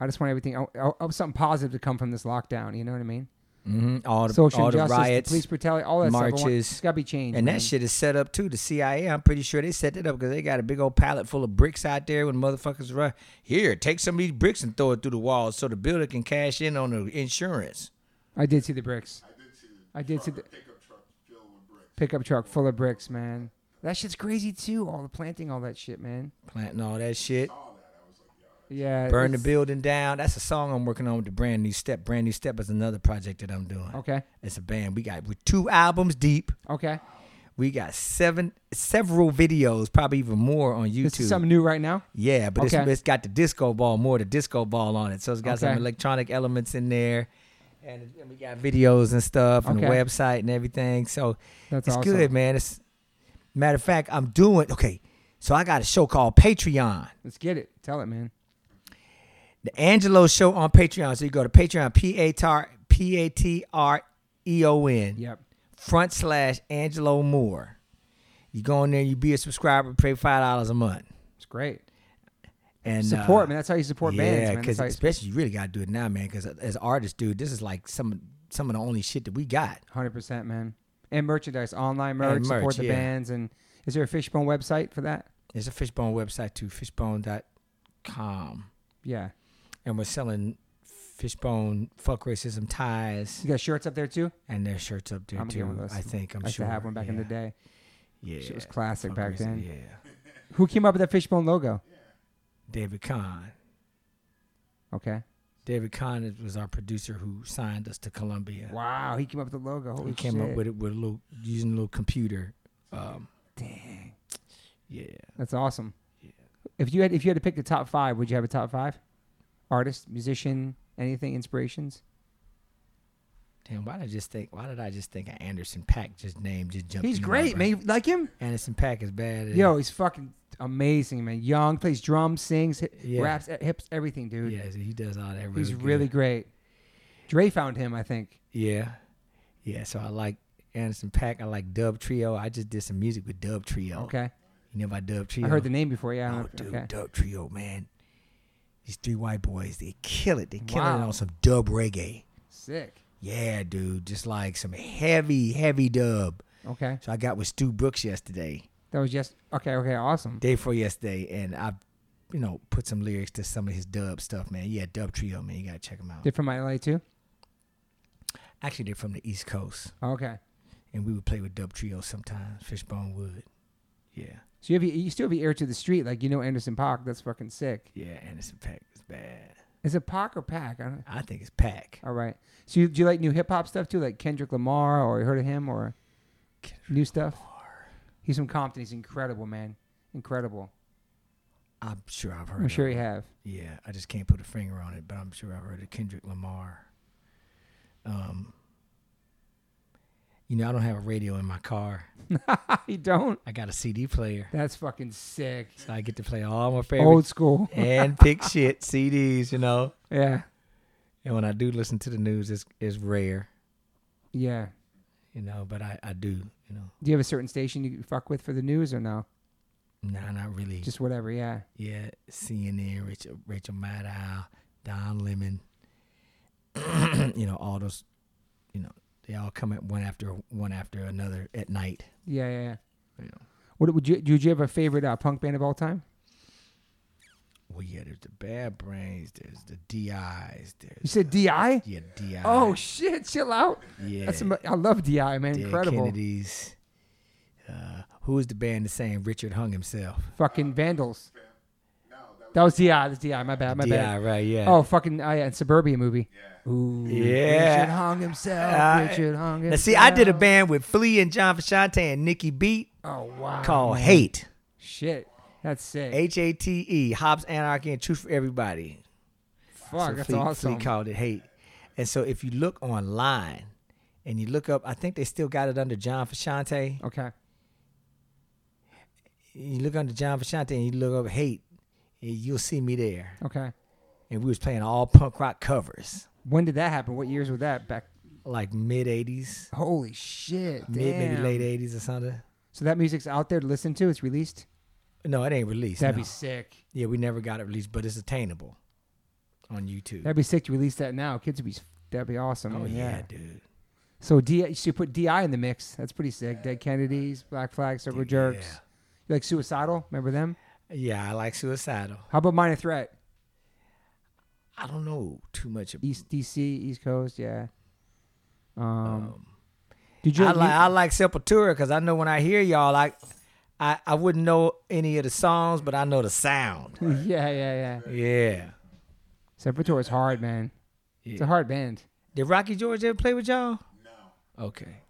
I just want everything. I, I hope something positive to come from this lockdown. You know what I mean?
hmm All the
Social
all the
justice,
riots,
the police brutality, all that stuff. I want-
marches,
It's got to be changed.
and
man.
that shit is set up too. The CIA, I'm pretty sure they set that up because they got a big old pallet full of bricks out there when motherfuckers run. Here, take some of these bricks and throw it through the walls so the builder can cash in on the insurance.
I did see the bricks.
I did see the
I did
truck,
see the-
a pickup truck filled with bricks.
Pickup truck full of bricks, man. That shit's crazy too. All the planting, all that shit, man.
Planting all that shit,
All that I was like, yo,
Yeah.
burn the
it's-
building down. That's a song I'm working on with the brand new step. Brand new step is another project that I'm doing.
Okay.
It's a band. We got we're two albums deep.
Okay.
We got seven, several videos, probably even more on YouTube.
This is something new right now.
Yeah, but
Okay.
it's, it's got the disco ball more, the disco ball on it. So it's got some
Okay.
electronic elements in there, and, and we got videos and stuff, and the
Okay.
website and everything. So
That's
it's
awesome.
good, man. It's matter of fact, I'm doing okay. So I got a show called Patreon,
Let's get it. Tell it, man.
the Angelo Show on Patreon. So you go to Patreon, P A T R P A T R E O N.
Yep.
front slash Angelo Moore. You go in there, you be a subscriber, pay five dollars a month,
It's great.
and uh,
support, man. That's how you support bands,
yeah,
man. That's how you-
especially you really got to do it now, man. Because as artists, dude, this is like some some of the only shit that we got.
Hundred percent, man. And merchandise, online merch,
merch,
support the
yeah.
bands. And is there a Fishbone website for that?
There's a Fishbone website too, fishbone.com,
Yeah,
and we're selling Fishbone fuck racism ties
you got shirts up there too.
and their shirts up there
I'm getting one
too.
of those.
I think I'm
I used
sure
to have one back in the
Yeah.
day.
Yeah,
Shit was classic
fuck
back
racism,
then.
Yeah,
Who came up with that Fishbone logo?
David Kahn.
Okay.
David Kahn is- was our producer who signed us to Columbia.
Wow, he came up with the logo. Holy
We came
shit.
up with it with a little using a little computer. Um,
Dang,
yeah,
that's awesome. If you had if you had to pick the top five, would you have a top five? Artist, musician, anything, inspirations?
damn. Why did I just think? Why did I just think of Anderson Pack? Just name just jumped.
He's
into my
great, man.
brain.
You Like him?
Anderson Pack is bad. as-
Yo, he's fucking amazing, man. Young, plays drums, sings, hip,
Yeah.
raps, e-, hips, everything, dude.
yeah, he does all that. Really
He's really
good.
great. Dre found him, I think.
yeah, yeah. So I like Anderson Pack. I like Dub Trio. I just did some music with Dub Trio.
Okay.
you know about Dub Trio?
I heard the name before. Yeah. I
Oh,
don't-
dude,
okay.
Dub Trio, man. These three white boys, they kill it. They kill it
Wow.
on some dub reggae.
Sick.
Yeah, dude, just like some heavy, heavy dub.
Okay.
So I got with Stu Brooks yesterday.
That was just okay. Okay. Awesome.
day before yesterday, and I, you know, put some lyrics to some of his dub stuff, man. Yeah, Dub Trio, man. You gotta check them out.
Did from LA too.
Actually, they're from the East Coast,
Okay.
and we would play with Dub Trio sometimes. Fishbone would. Yeah,
So you have you still have your ear to the street, like you know Anderson Park. That's fucking sick.
yeah. Anderson Pack is bad.
Is it Park or Pack? I don't.
I think it's Pack.
All right. So you, do you like new hip hop stuff too, like Kendrick Lamar, or you heard of him, or new stuff? He's from Compton. He's incredible, man. Incredible.
I'm sure I've heard.
I'm sure
of
you
him.
have. (laughs)
Yeah, I just can't put a finger on it, but I'm sure I've heard of Kendrick Lamar. Um, you know, I don't have a radio in my car.
you don't.
I got a CD player,
That's fucking sick.
so I get to play all my favorite
Old school.
and pick shit CDs, you know.
Yeah.
And when I do listen to the news, it's it's rare,
Yeah.
you know. But I I do, you know.
Do you have a certain station you fuck with for the news or no?
Nah, not really.
Just whatever, yeah.
yeah, CNN, Rachel Rachel Maddow, Don Lemon, (clears throat) you know, all those, you know, they all come at one after one after another at night.
Yeah, yeah, yeah.
You know.
What would you Did you have a favorite uh, punk band of all time?
Well, yeah, there's the Bad Brains, there's the DIs, there's
You said DI?
yeah DI.
Oh shit, chill out.
yeah,
That's am- I love DI, man.
Dead
Incredible.
Kennedys. Uh, who is the band that's saying Richard hung himself?
Fucking Vandals.
no, that was
That was DI, that's DI, my bad, my
yeah,
bad.
right, yeah.
Oh fucking oh, yeah, and Suburbia movie.
yeah.
Ooh.
Yeah.
Richard hung himself.
Uh,
Richard hung himself.
now, see, I did a band with Flea and John Fashante and Nikki Beat
Oh wow.
called Hate.
shit. That's sick.
H A T E, Hobbs Anarchy and Truth for Everybody.
Fuck,
so
that's
Flea,
awesome.
Flea called it hate. And so if you look online and you look up, I think they still got it under John Fashante.
okay.
You look under John Fashante and you look up hate, and you'll see me there.
Okay.
And we was playing all punk rock covers,
When did that happen? What years was that? Back.
like mid 80s,
Holy shit.
mid maybe
damn.
late 80s or something.
So that music's out there to listen to. It's released.
No, it ain't released.
That'd
no.
be sick.
Yeah, we never got it released, but it's attainable on YouTube.
That'd be sick to release that now. Kids would be. s- That'd be awesome.
oh,
man,
yeah, dude.
So D, you should put Di in the mix. That's pretty sick. Dead Kennedys, Black Flag, Circle
Dude,
Jerks. You like Suicidal? Remember them?
Yeah, I like Suicidal.
How about Minor Threat?
I don't know too much about
East DC, East Coast. Yeah. Um,
um,
did you?
I
you-
like I like Sepultura because I know when I hear y'all, I, I I wouldn't know any of the songs, but I know
(laughs)
the sound.
(laughs) yeah, yeah, yeah.
Yeah.
Sepultura is hard, man. It's a hard band.
Did Rocky George ever play with y'all?
No,
Okay.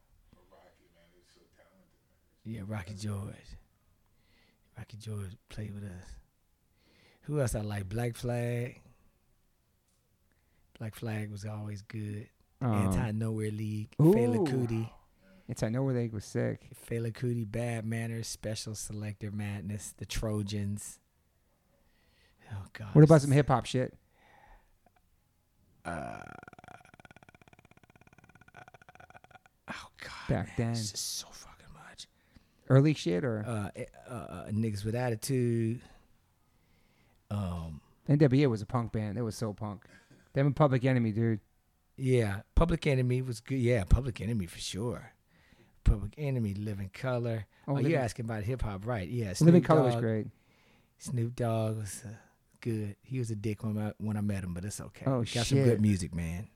Yeah, Rocky George. Rocky George played with us. Who else I like? Black Flag. Black Flag was always good.
Um,
Anti Nowhere League.
Ooh.
Fela Kuti.
It's I know where they was sick.
Fela Kuti, Bad Manners, Special Selector Madness, The Trojans. Oh God.
What about some hip hop shit?
Oh God.
Back
man,
then.
It's just so fucking much.
Early shit or
Uh, eh, uh, uh, niggas with attitude. Um.
NWA was a punk band. That was so punk. Them and Public Enemy, dude.
Yeah. Public Enemy was good. Yeah. Public Enemy for sure. Public Enemy, Living Color.
Oh,
Oh,
Living-
you're asking about hip hop, right? Yeah.
Living
Snoop
Color was
Dogg-
great.
Snoop Dogg was uh, good. He was a dick when I when I met him, but it's okay.
Oh,
Got some
shit.
good music, man.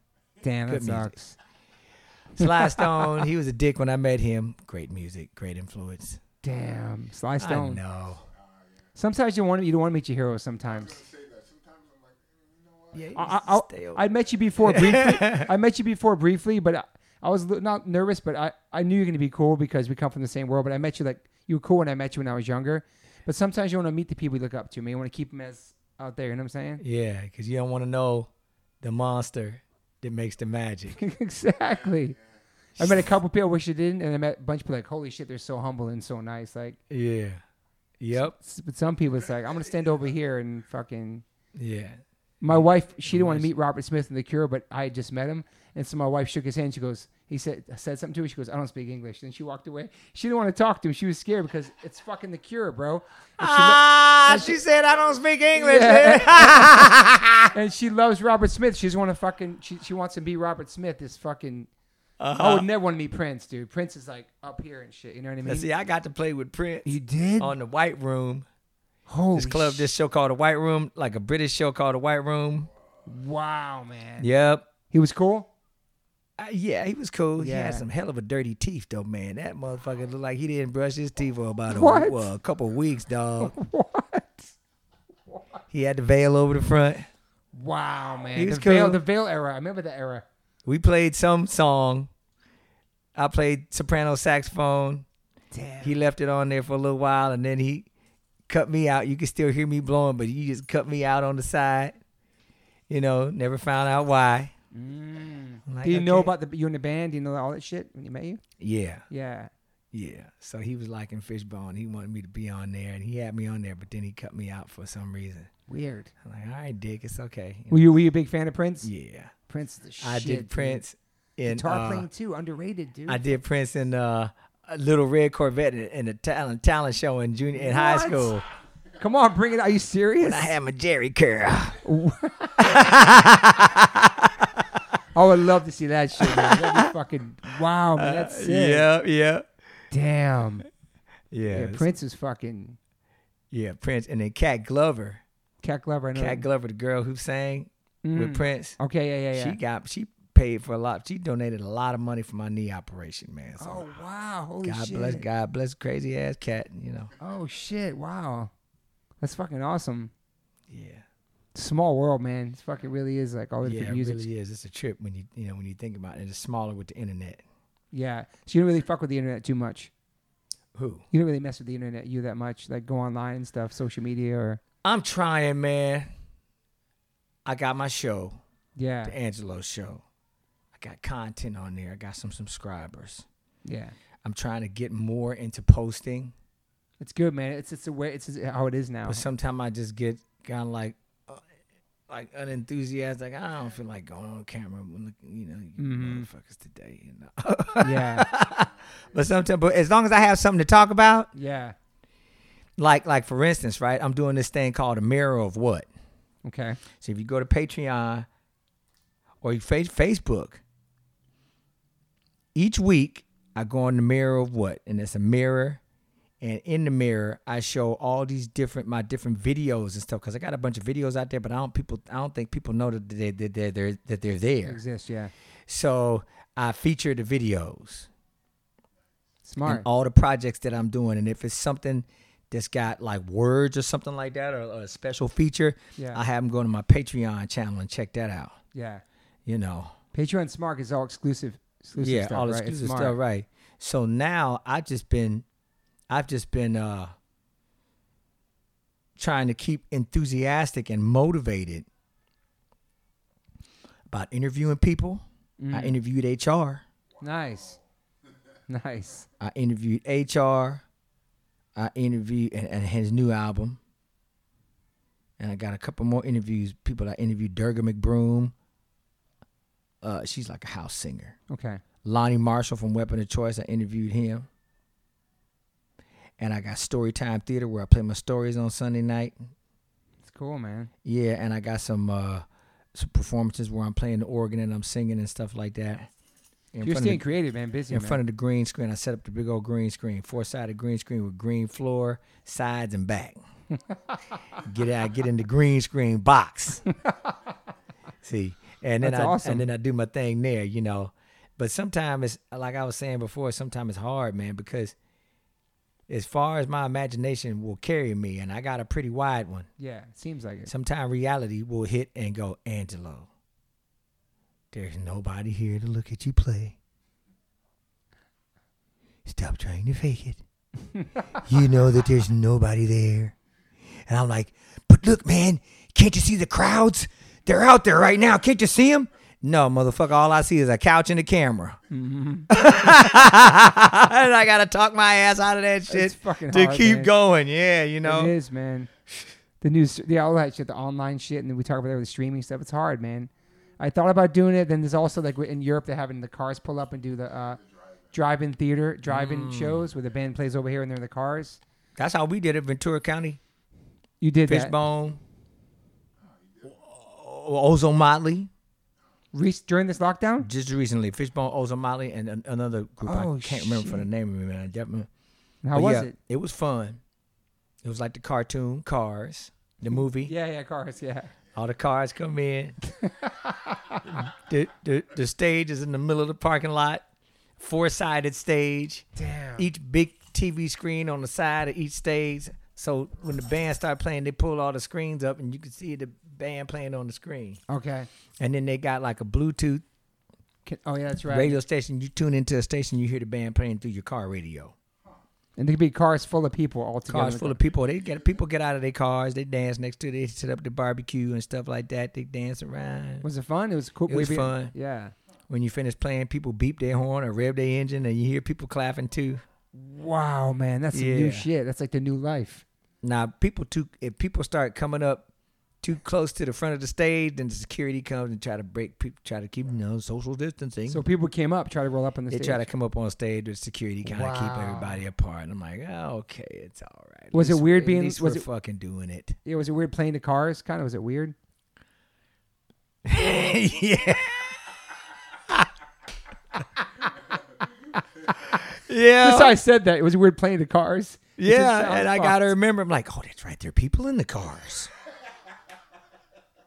Damn, that
Good music.
sucks. (laughs)
Sly Stone, he was a dick when I met him. Great music, great influence.
Damn, Sly
I
Stone.
know.
Sometimes you want to, you don't want to meet your heroes. Sometimes
say that. Sometimes I'm like, mm, you know what?
Yeah, he
I,
was
I,
stay
I, I met you (laughs) before briefly. I met you before briefly, but I, I was li- not nervous, but I, I knew you're gonna be cool because we come from the same world. But I met you like you were cool when I met you when I was younger. But sometimes you want to meet the people you look up to. Man, you want to keep them as out there. You know what I'm saying?
yeah, because you don't want to know the monster that makes the magic.
(laughs) exactly. I met a couple people I wish I didn't, and I met a bunch of people like, holy shit, they're so humble and so nice. Like,
Yeah. Yep.
s- but some people it's like, I'm gonna stand over here and fucking.
Yeah.
My wife, she didn't want to meet Robert Smith in The Cure, but I had just met him, and so my wife shook his hand. She goes, he said said something to her. She goes, I don't speak English. Then she walked away. She didn't want to talk to him. She was scared because it's fucking The Cure, bro. And she, lo-
Ah, she said I don't speak English. Ah.
and she loves Robert Smith. She just want to fucking. She she wants to be Robert Smith. This fucking.
Uh-huh.
I would never want to meet Prince, dude. Prince is like up here and shit. You know what I mean?
(laughs) See, I got to play with Prince
you did.
on the White Room.
Holy
This club,
sh-
this show called the White Room, like a British show called the White Room.
Wow, man.
Yep.
He was cool. (laughs)
Uh, yeah, he was cool. He
Yeah.
had some hell of a dirty teeth, though, man. That motherfucker looked like he didn't brush his teeth for about a,
What?
well, a couple of weeks, dog.
What?
He had the veil over the front.
Wow, man.
He was
the Veil,
cool.
the Veil era. I remember that era.
We played some song. I played soprano saxophone.
Damn.
He left it on there for a little while, and then he cut me out. You can still hear me blowing, but you just cut me out on the side. You know, never found out why. I'm like,
Mm. Do you know
okay.
about the you in the band? Do you know all that shit when you met you?
Yeah.
Yeah.
Yeah. So he was liking Fishbone. He wanted me to be on there and he had me on there, but then he cut me out for some reason.
Weird.
I'm like, all right, Dick, it's okay. You
Were you were you a big fan of Prince?
know, yeah.
Prince is the shit.
I
dude.
did Prince in
Guitar
uh,
playing too, underrated, dude.
I did Prince in uh a Little Red Corvette in, in a talent talent show in junior in high
What?
school.
Come on, bring it. Are you serious?
I had my Jerry curl.
oh, I'd love to see that shit. Man. That'd be fucking wow, man.
(laughs)
That's sick.
Uh, Yeah, yeah.
Damn.
Yeah.
Yeah,
it's-
Prince is fucking
yeah, Prince. And then Cat Glover.
Cat Glover. I know. Mm.
Cat Glover, the girl who sang with Prince.
Okay, yeah, yeah, yeah.
She got she paid for a lot. She donated a lot of money for my knee operation, man. So
oh wow, holy
God
shit.
bless God bless crazy ass cat, you know.
Oh shit, wow. That's fucking awesome.
Yeah.
Small world, man. It fucking really is like all the
Yeah,
different
it
music.
really is. It's a trip when you you know when you think about it. It's smaller with the internet.
Yeah. So you don't really fuck with the internet too much.
Who?
You don't really mess with the internet you that much. Like go online and stuff, social media or
I'm trying, man. I got my show,
yeah,
the Angelo Show. I got content on there. I got some subscribers.
yeah.
I'm trying to get more into posting,
It's good, man. It's it's the way it's how it is now.
but sometimes I just get kind of like, uh, like unenthusiastic. I don't feel like going on camera. When, the- you know, you
Mhm.
motherfuckers today. You know. (laughs)
Yeah.
but sometimes, but as long as I have something to talk about,
yeah.
like like for instance, right? I'm doing this thing called a mirror of what.
Okay.
So if you go to Patreon or you face Facebook, each week I go in the mirror of what, and it's a mirror, and in the mirror I show all these different my different videos and stuff because I got a bunch of videos out there, but I don't people I don't think people know that they that they're, they're that they're there.
Exists. Yeah.
So I feature the videos and
Smart.
all the projects that I'm doing, and if it's something that's got like words or something like that, or, or a special feature,
Yeah.
I have them go to my Patreon channel and check that out.
yeah.
You know,
Patreon Smart is all exclusive. exclusive
yeah,
stuff,
all
right? It's
exclusive
smart.
stuff, right? So now I just been, I've just been uh trying to keep enthusiastic and motivated about interviewing people.
Mm.
I interviewed HR.
Nice. Nice.
I interviewed HR. I interviewed and, and his new album. And I got a couple more interviews. People I interviewed Durga McBroom. Uh, she's like a house singer.
Okay.
Lonnie Marshall from Weapon of Choice. I interviewed him. And I got Storytime Theater where I play my stories on Sunday night.
It's cool, man.
Yeah, and I got some uh, some performances where I'm playing the organ and I'm singing and stuff like that. In
You're
front of
staying
the-
creative, man. Busy.
in
man.
front of the green screen. I set up the big old green screen, four sided green screen with green floor, sides,
(laughs)
and back. get out, get in the green
(laughs)
screen box. See, and then
That's
I
awesome.
and then I do my thing there, you know. But sometimes it's like I was saying before. Sometimes it's hard, man, because as far as my imagination will carry me, and I got a pretty wide one.
yeah. It seems like it.
Sometimes reality will hit and go, Angelo. There's nobody here to look at you play. Stop trying to fake it. you know that there's nobody there. And I'm like, but look, man, can't you see the crowds? They're out there right now. Can't you see them? No, motherfucker, all I see is a couch and a camera.
Mm-hmm.
(laughs) and I got to talk my ass out of that shit
It's fucking
to
hard,
keep
man.
going. Yeah, you know.
It is, man. The news, the all that shit, the online shit, and then we talk about that with the streaming stuff. It's hard, man. I thought about doing it. Then there's also like in Europe, they're having the cars pull up and do the uh, drive-in theater, drive-in
Mm.
shows where the band plays over here and they're in the cars.
That's how we did it, Ventura County.
You did that.
Fishbone, O- Ozone Motley,
Re- during this lockdown.
just recently. Fishbone, Ozone Motley, and an- another group. I
Oh,
can't remember for the
shit.
name of it, man. I definitely.
And How
But
was
Oh, yeah,
it?
It was fun. It was like the cartoon Cars, the movie.
Yeah, yeah, cars. Yeah,
All the cars
(laughs)
come in. the, the, the stage is in the middle of the parking lot, four sided stage.
Damn.
Each big TV screen on the side of each stage. So when the band start playing, they pull all the screens up and you can see the band playing on the screen.
Okay.
And then they got like a Bluetooth
Can- oh yeah, that's right.
radio station. You tune into a station, you hear the band playing through your car radio.
And there could be cars full of people all together.
Cars full of people. They get people get out of their cars. They dance next to. They set up the barbecue and stuff like that. They dance around.
Was it fun? It was cool.
It was
Maybe-
fun.
Yeah.
When you finish playing, people beep their horn or rev their engine, and you hear people clapping too.
Wow, man, that's some new
Yeah.
shit. That's like the new life.
Now, people too. If people start coming up too close to the front of the stage, then the security comes and try to break. People try to keep you know social distancing.
So people came up, try to roll up on the
they
stage.
try to come up on stage with security, kind of keep
Wow.
everybody apart. And I'm like, oh, okay, it's all right. At
Was it
least-
weird
at
being-
Least
was
we're
it-
fucking
(laughs)
doing it? (laughs)
yeah, was it weird playing the cars? Kind of was it weird?
yeah. yeah.
That's how I said that. It was weird playing the cars. It just
yeah.
sounds
And I got to
fucked.
remember, I'm like, oh, that's right. There are people in the cars.
(laughs)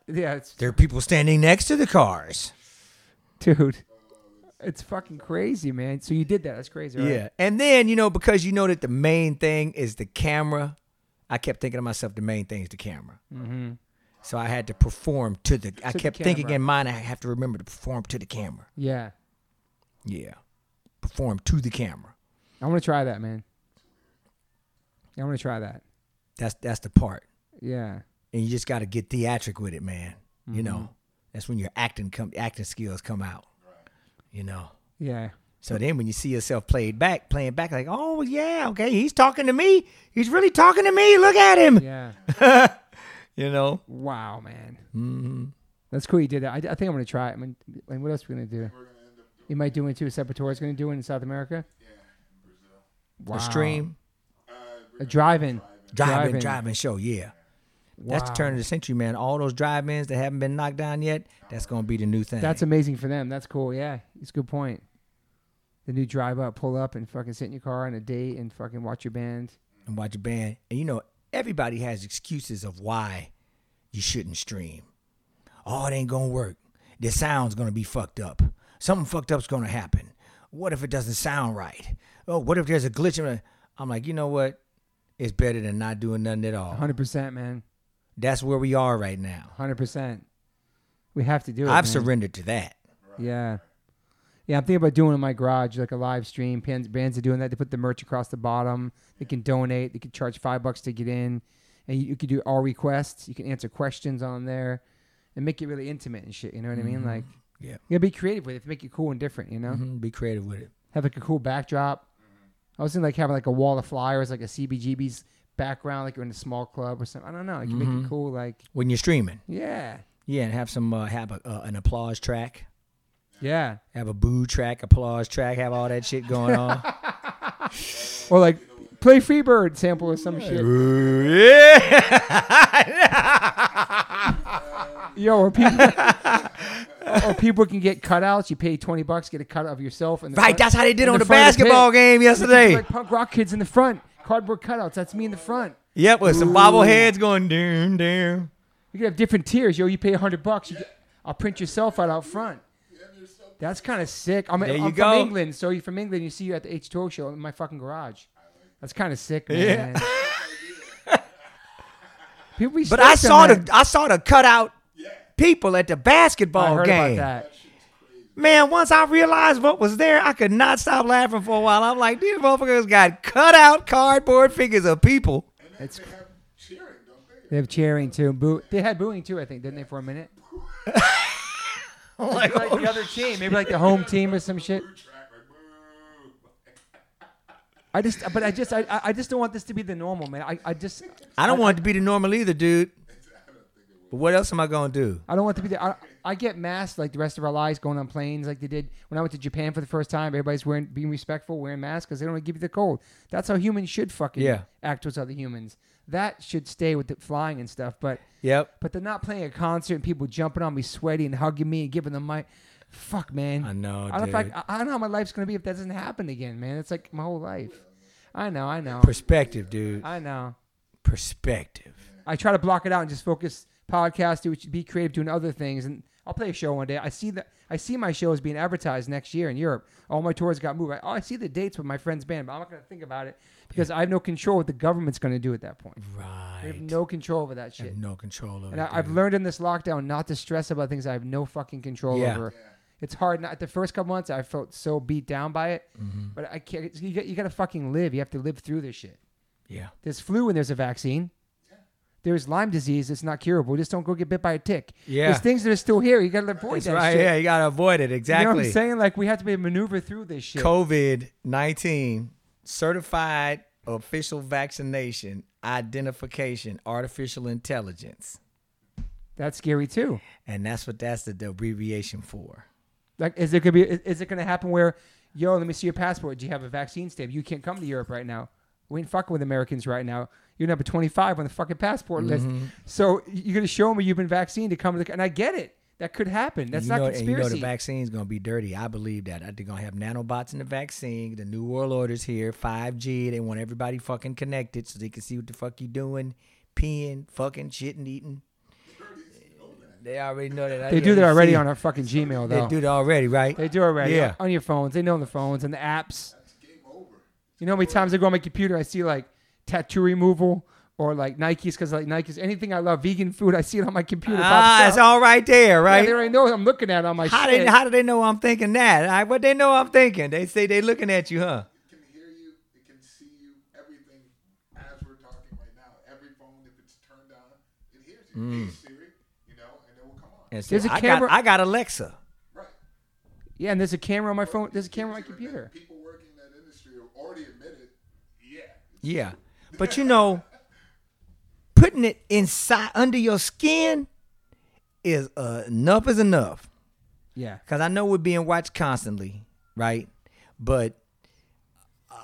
Yeah, it's,
There are people standing next to the cars.
dude, it's fucking crazy, man. So you did that? That's crazy, right?
Yeah. And then, you know, because you know that the main thing is the camera, I kept thinking to myself, the main thing is the camera. Mm-hmm. So I had to perform to the, I
To the
kept thinking
camera.
in mind, I have to remember to perform to the camera.
Yeah,
Yeah. Perform to the camera.
I want to try that, man. Yeah, I'm gonna try that.
That's that's the part.
Yeah.
and you just got to get theatric with it, man. You
Mhm.
know, that's when your acting come acting skills come out. You know,
Yeah.
so then when you see yourself played back, playing back, like, oh yeah, okay, he's talking to me. He's really talking to me. Look at him.
Yeah.
(laughs) You know,
wow, man.
mm-hmm.
That's cool you did that. I, I think I'm gonna try it. I mean, and what else we gonna do?
We're gonna end up doing
You might do it too. Sepultura's gonna do it in South America.
yeah in Brazil.
Wow.
a stream,
Uh, we're
A
gonna
drive-in.
driving,
Drive-in.
driving show. Yeah, that's
Wow.
the turn of the century, man. All those drive-ins that haven't been knocked down yet, that's gonna be the new thing.
That's amazing for them. That's cool. Yeah, it's a good point. The new drive up, pull up, and fucking sit in your car on a date and fucking watch your band.
and watch a band. And you know, everybody has excuses of why you shouldn't stream. Oh, it ain't gonna work. The sound's gonna be fucked up. Something fucked up's gonna happen. What if it doesn't sound right? Oh, what if there's a glitch? In it? I'm like, you know what? It's better than not doing nothing at all.
100%, man.
That's where we are right now.
100%. We have to do it.
I've
man.
surrendered to that.
Yeah. Yeah, I'm thinking about doing it in my garage, like a live stream. Bands, bands are doing that. They put the merch across the bottom. They can donate. They can charge five bucks to get in. And you, you can do all requests. You can answer questions on there and make it really intimate and shit. You know what I mean? Like,
Mm-hmm. Yeah.
you gotta be creative with it. Make it cool and different, you know?
Mhm, Be creative with it.
have like a cool backdrop. I was in like having like a wall of flyers, like a CBGB's background, like you're in a small club or something. I don't know. Like you
Mm-hmm.
make it cool, like
When you're streaming,
yeah,
yeah, and have some uh, have a, uh, an applause track,
yeah,
have a boo track, applause track, have all that shit going
(laughs)
on.
or like play Freebird sample or some shit. Yo, or
(laughs)
people, or people can get cutouts. You pay twenty bucks, get a cutout of yourself, and the
Right,
front-
that's how they did
in
on
the
the,
front of the
basketball
pit.
game
(laughs)
yesterday.
like punk rock kids in the front, cardboard cutouts. That's me in the front.
yep, with some bobbleheads going down, down.
You could have different tiers. Yo, you pay hundred bucks, you get- I'll print yourself out out front. That's kind of sick. I'm,
There
I'm
you
from
go.
England, so you're from England. You see you at the H2O show in my fucking garage. That's kind of sick,
Yeah.
man. (laughs) People be
But I
stoked
saw
on
the
that.
I saw the cutout people at the
I
basketball
heard
game.
about that.
Man, once I realized what was there, I could not stop laughing for a while. I'm like, these motherfuckers got cutout cardboard figures of people. (laughs)
It's
They have cheering, don't they?
they have cheering too. Boo. They had booing too, I think, didn't they, for a minute?
I'm
(laughs)
like,
Like the other team, maybe like the home team or some shit.
Track like boo.
I just, but I just, I, I- I just don't want this to be the normal, man. I, I just,
I don't want it to be the normal either, dude. But what else am I gonna do?
I don't want to be there. I, I get masked like the rest of our lives going on planes like they did when I went to Japan for the first time. Everybody's wearing, being respectful, wearing masks because they don't want to give you the cold. That's how humans should fucking
Yeah.
act towards other humans. That should stay with the flying and stuff. But
Yep.
but they're not playing a concert and people jumping on me, sweaty and hugging me and giving them my fuck, man.
I know,
I don't, know if
dude.
I, I don't know how my life's gonna be if that doesn't happen again, man. It's like my whole life. I know, I know,
Perspective, dude.
I know.
Perspective.
I try to block it out and just focus podcast, do be creative, doing other things, and I'll play a show one day. I see that I see my shows being advertised next year in Europe. All my tours got moved. I, oh, I see the dates with my friend's band, but I'm not going to think about it because I have no control what the government's going to do at that point.
Right.
I have no control over that
have
shit.
no control over
And I, I've
dude.
learned in this lockdown not to stress about things I have no fucking control
Yeah.
over. It's hard. Not, the first couple months, I felt so beat down by it,
Mm-hmm.
but I can't. You, got- you got to fucking live. You have to live through this shit.
Yeah.
There's flu and there's a vaccine. There's Lyme disease that's not curable. Just don't go get bit by a tick.
Yeah.
There's things that are still here. You got to avoid
That's
that
right.
shit.
Yeah, you gotta avoid it.
You know
Exactly.
what I'm saying? Like we have to be able to maneuver through this shit.
COVID nineteen certified official vaccination identification artificial intelligence,
that's scary too.
and that's what that's the, the abbreviation for.
Like is it gonna be? Is, is it gonna happen where, yo, let me see your passport. Do you have a vaccine stamp? You can't come to Europe right now. We ain't fucking with Americans right now. You're number 25 on the fucking passport
Mm-hmm.
list. So you're gonna show them you've been vaccinated to come to the. And I get it. That could happen. That's
you
not
know,
conspiracy.
And you know the vaccine's gonna be dirty. I believe that. I think gonna have nanobots in the vaccine. The new world order's here. Five G. They want everybody fucking connected so they can see what the fuck you doing, peeing, fucking, shitting, eating. They already know that. I
they do that
already
already
see.
on our fucking Gmail though.
They do that already, right?
They do already.
Yeah.
On your phones. They know on the phones and the apps.
It's game over.
You know how many times I go on my computer, I see like tattoo removal or like Nikes, because like Nikes, anything I love, vegan food, I see it on my computer.
Ah, it's
pops up.
all right there,
Yeah,
right?
they already know I'm looking at it on my
how
shit.
they how do they know I'm thinking that? Like, what they know I'm thinking? They say they looking at you, huh?
It can hear you. It can see you. Everything as we're Hey Siri, you know, and it will come on.
And say,
There's a
I
camera-
got I got Alexa.
Right.
Yeah, and there's a camera on my phone. There's a camera on my
Even the
computer.
People working in that industry have already admitted, yeah,
Yeah. But you know, putting it inside under your skin is uh, enough is enough.
Yeah.
Cause I know we're being watched constantly, right? But uh,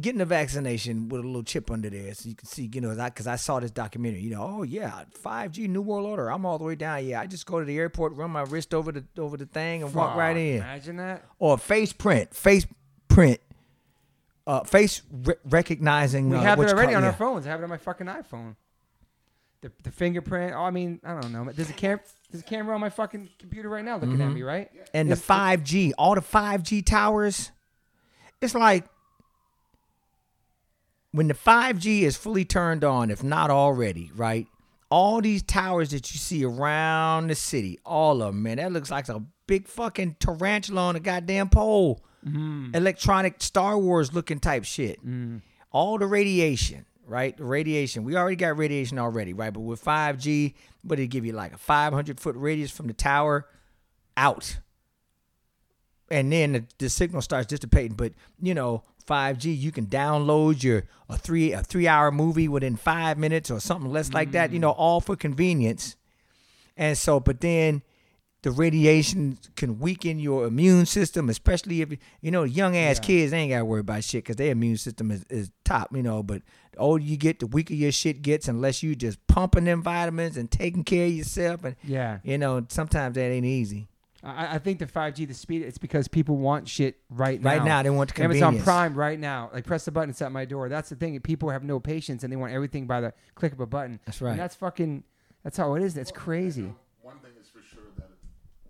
getting a vaccination with a little chip under there, so you can see, you know, because I, saw this documentary. You know, oh yeah, five G New World Order. I'm all the way down. Yeah, I just go to the airport, run my wrist over the over the thing, and walk right in
Imagine that.
or face print, face print, uh, face re- recognizing.
We
uh,
have
what
it
you
already
call-
on
yeah.
our phones. I have it on my fucking iPhone. The, the fingerprint. Oh, I mean, I don't know. There's a cam. There's a camera on my fucking computer right now, looking
Mm-hmm.
at me, right?
and the
It's-
five G, all the five G towers. It's like when the five G is fully turned on, if not already, right? All these towers that you see around the city, all of them, man, that looks like a big fucking tarantula on a goddamn pole. Electronic Star Wars looking type shit. All the radiation, right? The radiation. We already got radiation already, right? But with 5G, but it give you like a 500 foot radius from the tower out and then the, the signal starts dissipating. But you know, 5G, you can download your a three a three hour movie within five minutes or something less like that. You know, all for convenience. And so, but then the radiation can weaken your immune system, especially if you know young ass kids they ain't got to worry about shit because their immune system is, is top. You know, but the older you get, the weaker your shit gets unless you just pumping them vitamins and taking care of yourself. And
Yeah.
you know, sometimes that ain't easy.
I, I think the 5G, the speed, it's because people want shit right now.
Right now, they want the
Amazon
convenience.
Prime right now. Like, press the button, it's at my door. That's the thing. People have no patience and they want everything by the click of a button.
That's right.
And that's fucking, that's how it is. That's crazy.
One thing is for sure that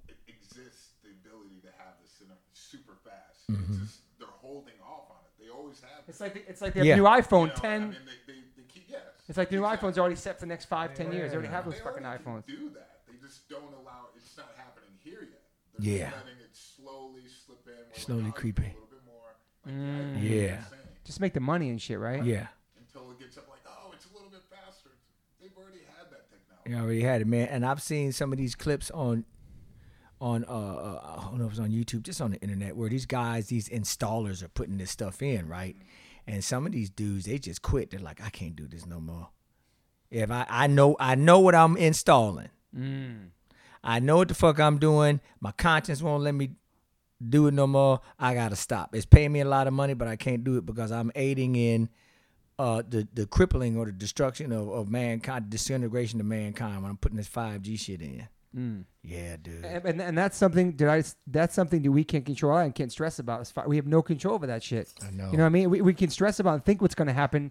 it, it exists the ability to have this in a super fast.
Mm-hmm.
It's just they're holding off on it. They always have.
It's
it,
like, the, it's like they have
Yeah.
new
you
iPhone
know,
10.
I mean, they, they, they keep, yes.
it's like the new
Exactly.
iPhone's already set for the next five, ten years. They already have those
They
fucking
already
iPhones.
can Do that. They just don't allow. It's not happening here yet. They're
Yeah.
just letting it slowly slip in. We're like,
Slowly
"Oh, you
creep
do
in."
A little bit more. Like, yeah.
Mm.
I get what
Yeah.
you're saying.
Just make the money and shit, right?
Yeah.
Until it gets up like, oh, it's a little bit faster. They've already had that technology.
You already had it, man. And I've seen some of these clips on, on uh, uh, I don't know if it's on YouTube, just on the internet, where these guys, these installers, are putting this stuff in, right? And some of these dudes, they just quit. They're like, I can't do this no more. If I, I know, I know what I'm installing. I know what the fuck I'm doing. My conscience won't let me do it no more. I gotta stop. It's paying me a lot of money, but I can't do it because I'm aiding in uh, the the crippling or the destruction of, of mankind, disintegration of mankind when I'm putting this five G shit in.
Mm.
Yeah, dude.
And, and, and that's something that I that's something that we can't control and can't stress about. It's fi- We have no control over that shit.
I know.
You know what I mean? We, we can stress about and think what's going to happen,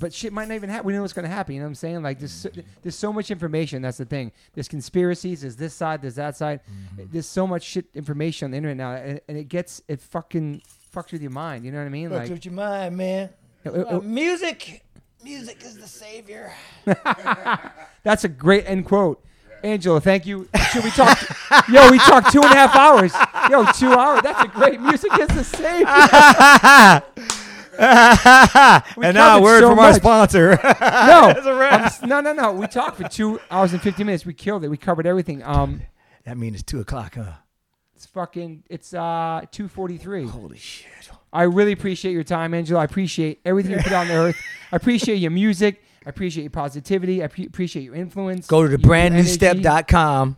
but shit might not even happen. We know what's going to happen. You know what I'm saying? Like there's
Mm-hmm.
so, there's so much information. That's the thing. There's conspiracies. There's this side. There's that side.
Mm-hmm.
There's so much shit information on the internet now, and, and it gets it fucking fucks with your mind. You know what I mean? Like
your mind, man.
Uh, uh,
music, music is the savior.
That's a great end quote. Angela, thank you. Should we
(laughs)
talk? yo, we talked two and a half hours. Yo, two hours. That's a great music. It's the
(laughs)
same.
(laughs) and now a
covered
word
so
from our
much.
sponsor. (laughs)
(laughs) No, I'm s- no, no, no. We talked for two hours and fifty minutes. We killed it. We covered everything. Um,
that means it's two o'clock, huh?
it's fucking. It's uh two forty three.
Holy shit.
I really appreciate your time, Angela. I appreciate everything you put on the earth. I appreciate your music. I appreciate your positivity. I pre- appreciate your influence.
Go to the
your energy.
brandnewstep.com.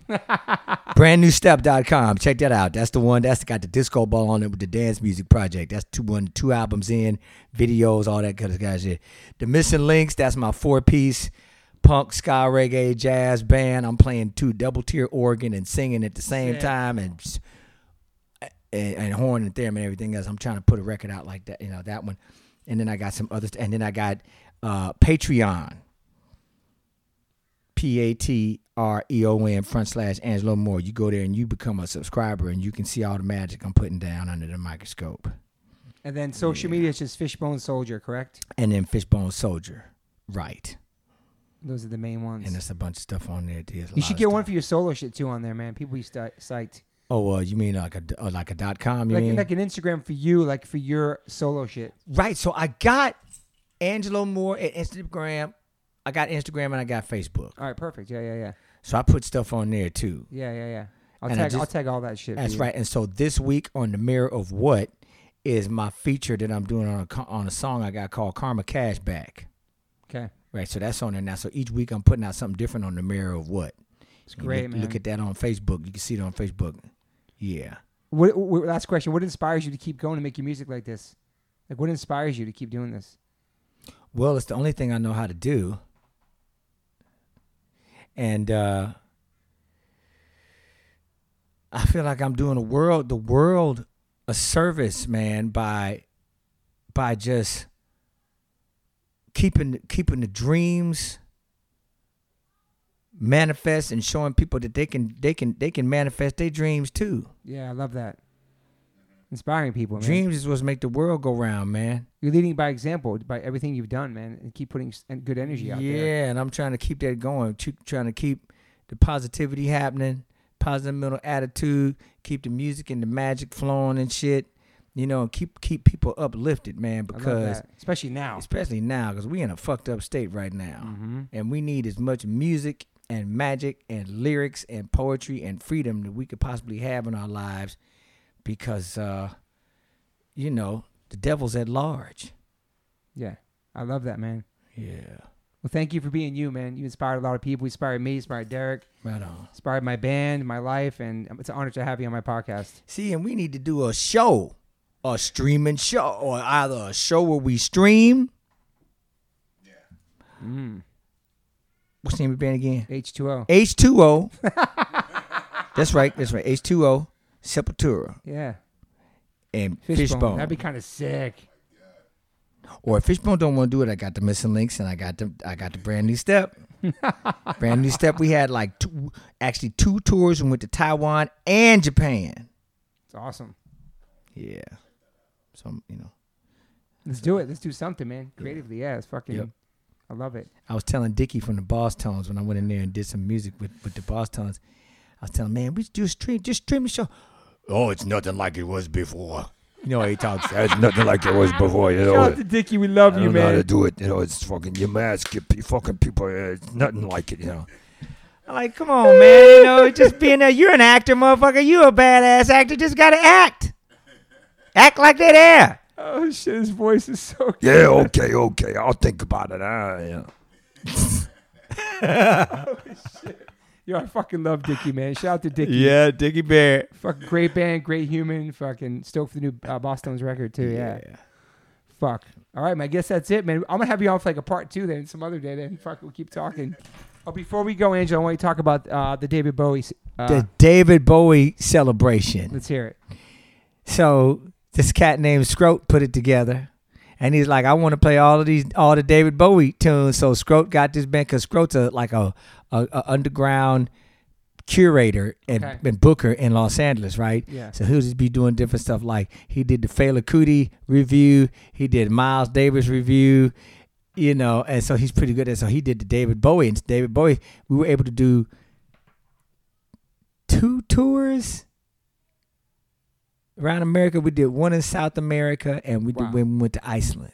brandnewstep.com. Check that out. That's the one that's got the disco ball on it with the dance music project. That's two one two albums in, videos, all that kind of guys shit. The missing links, that's my four piece punk ska reggae jazz band. I'm playing two double tier organ and singing at the same
Sick.
time and s- and, and horn and theremin and everything else. I'm trying to put a record out like that, you know, that one. And then I got some other, st- and then I got uh, Patreon, P A T R E O N front slash Angelo Moore. You go there and you become a subscriber, and you can see all the magic I'm putting down under the microscope.
And then social media is just Fishbone Soldier, correct?
And then Fishbone Soldier, right?
Those are the main ones.
And there's a bunch of stuff on there. There's a
You
lot
should
of
get one
stuff.
for your solo shit too on there, man. People be sti- psyched.
Oh, uh, you mean like a uh, like a dot com? You
Like,
mean
like an Instagram for you, like for your solo shit.
Right. So I got Angelo Moore at Instagram. I got Instagram and I got Facebook.
All right, perfect. Yeah, yeah, yeah,
So I put stuff on there too.
yeah, yeah, yeah. I'll
And I
tag. I'll
just-
tag all that shit.
That's
dude.
right. And so this week on the Mirror of What is my feature that I'm doing on a co- on a song I got called Karma Cashback.
Okay,
Right. So that's on there now. So each week I'm putting out something different on the Mirror of What.
it's
You
great,
look,
man.
Look at that on Facebook. You can see it on Facebook. Yeah.
What, what, last question. What inspires you to keep going and make your music like this? Like, what inspires you to keep doing this?
Well, it's the only thing I know how to do. And uh I feel like I'm doing the world the world a service, man, by by just keeping keeping the dreams manifest and showing people that they can they can they can manifest their dreams too.
Yeah, I love that. Inspiring people, man.
Dreams is what's make the world go round, man.
You're leading by example by everything you've done, man, and keep putting s- and good energy out
yeah,
there.
and I'm trying to keep that going. Ch- Trying to keep the positivity happening, positive mental attitude, keep the music and the magic flowing and shit. You know, keep keep people uplifted, man,
I love
because
that, especially now.
especially now cuz we in a fucked up state right now.
Mm-hmm.
And we need as much music and magic and lyrics and poetry and freedom that we could possibly have in our lives because uh you know, the devil's at large.
Yeah, I love that, man.
Yeah.
Well, thank you for being you, man. You inspired a lot of people. You inspired me. Inspired Derek.
Right on.
Inspired my band, my life, and it's an honor to have you on my podcast.
See, and we need to do a show, a streaming show, or either a show where we stream.
Mm.
What's the name of the band again?
H2O. (laughs)
H2O. that's right. That's right. H2O, Sepultura,
Yeah,
and
Fishbone.
Fishbone.
That'd be kind of sick.
or if Fishbone don't want to do it, I got the missing links, and I got the I got the brand
(laughs)
new step. brand new step. We had like two, actually two tours. We went to Taiwan and Japan.
It's awesome.
Yeah. So you know.
Let's do it. Let's do something, man. Creatively, yeah. It's fucking.
Yep.
I love it.
I was telling Dickie from the Boss Tones when I went in there and did some music with, with the Boss Tones. I was telling man, we should do a stream, just stream the show. Oh, it's nothing like it was before. You know, he talks. It's nothing like it was before. You
Shout out
know,
to Dickie. We love
I
you,
don't know how
man. (laughs)
to do it. You know, it's fucking your mask, your pe- fucking people. uh, It's nothing like it. You know. I'm like, come on, man. You know, just being there. You're an actor, motherfucker. You a badass actor. Just gotta act. Act like they're there.
Oh shit, his voice is so. good.
Yeah. Okay. Okay. I'll think about it. Uh, yeah.
(laughs) Yo, I fucking love Dickie, man. Shout
(laughs)
out to Dickie.
Yeah, Dickie Bear.
Fuck, great band, great human. Fucking stoked for the new uh, Boston's record too. Yeah. Fuck. All right, man. I guess that's it, man. I'm gonna have you on for like a part two then, some other day. Then fuck, we'll keep
(laughs)
talking. Oh, before we go, Angel, I want you to talk about uh, the David Bowie. s- Uh,
the David Bowie celebration.
let's hear it.
So this cat named Scroat put it together, and he's like, "I want to play all of these, all the David Bowie tunes." So Scroat got this band because Scroat's a, like a, a, a underground curator and,
Okay.
and booker in Los Angeles, right?
Yeah.
So he'll just be doing different stuff. Like he did the Fela Kuti review, he did Miles Davis review, you know, and so he's pretty good at. So he did the David Bowie, and David Bowie, we were able to do two tours around America. We did one in South America, and we
Wow.
did, when we went to Iceland.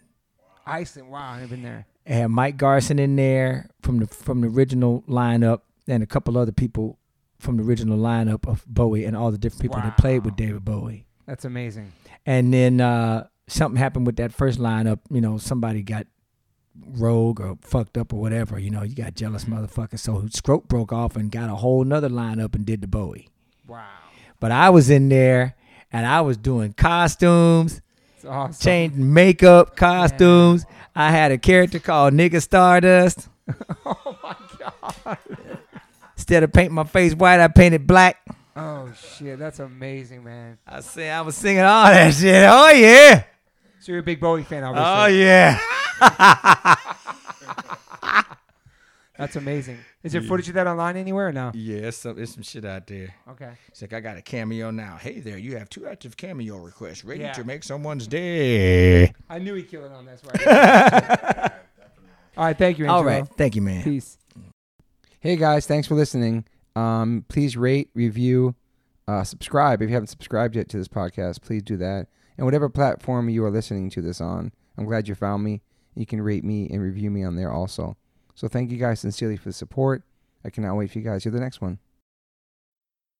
Iceland. Wow, I've been there.
It had Mike Garson in there from the from the original lineup, and a couple other people from the original lineup of Bowie, and all the different people that played with
Wow.
David Bowie.
That's amazing.
And then uh, something happened with that first lineup. You know, somebody got rogue or fucked up or whatever. You know, you got jealous
Mm-hmm.
motherfuckers. So Scrope broke off and got a whole nother lineup and did the Bowie.
Wow,
But I was in there and I was doing costumes,
it's awesome. (laughs)
changing makeup, costumes. I had a character called Nigga Stardust.
Oh my god.
Instead of painting my face white, I painted black.
Oh shit, that's amazing, man.
I say I was singing all that shit. Oh yeah.
So you're a big Bowie fan, obviously.
Oh yeah.
That's amazing. Is there footage of that online anywhere or no?
Yeah, it's some, it's some shit out there.
Okay.
It's like I got a cameo now. Hey there, you have two active cameo requests ready
Yeah.
to make someone's (laughs) day.
I knew he killed it on (laughs) that's why. All right, thank you. Angelo.
All right, thank you, man.
Peace. Hey guys, thanks for listening. Um, please rate, review, uh, subscribe if you haven't subscribed yet to this podcast. Please do that. And whatever platform you are listening to this on, I'm glad you found me. You can rate me and review me on there also. So thank you guys sincerely for the support. I cannot wait for you guys to hear the next one.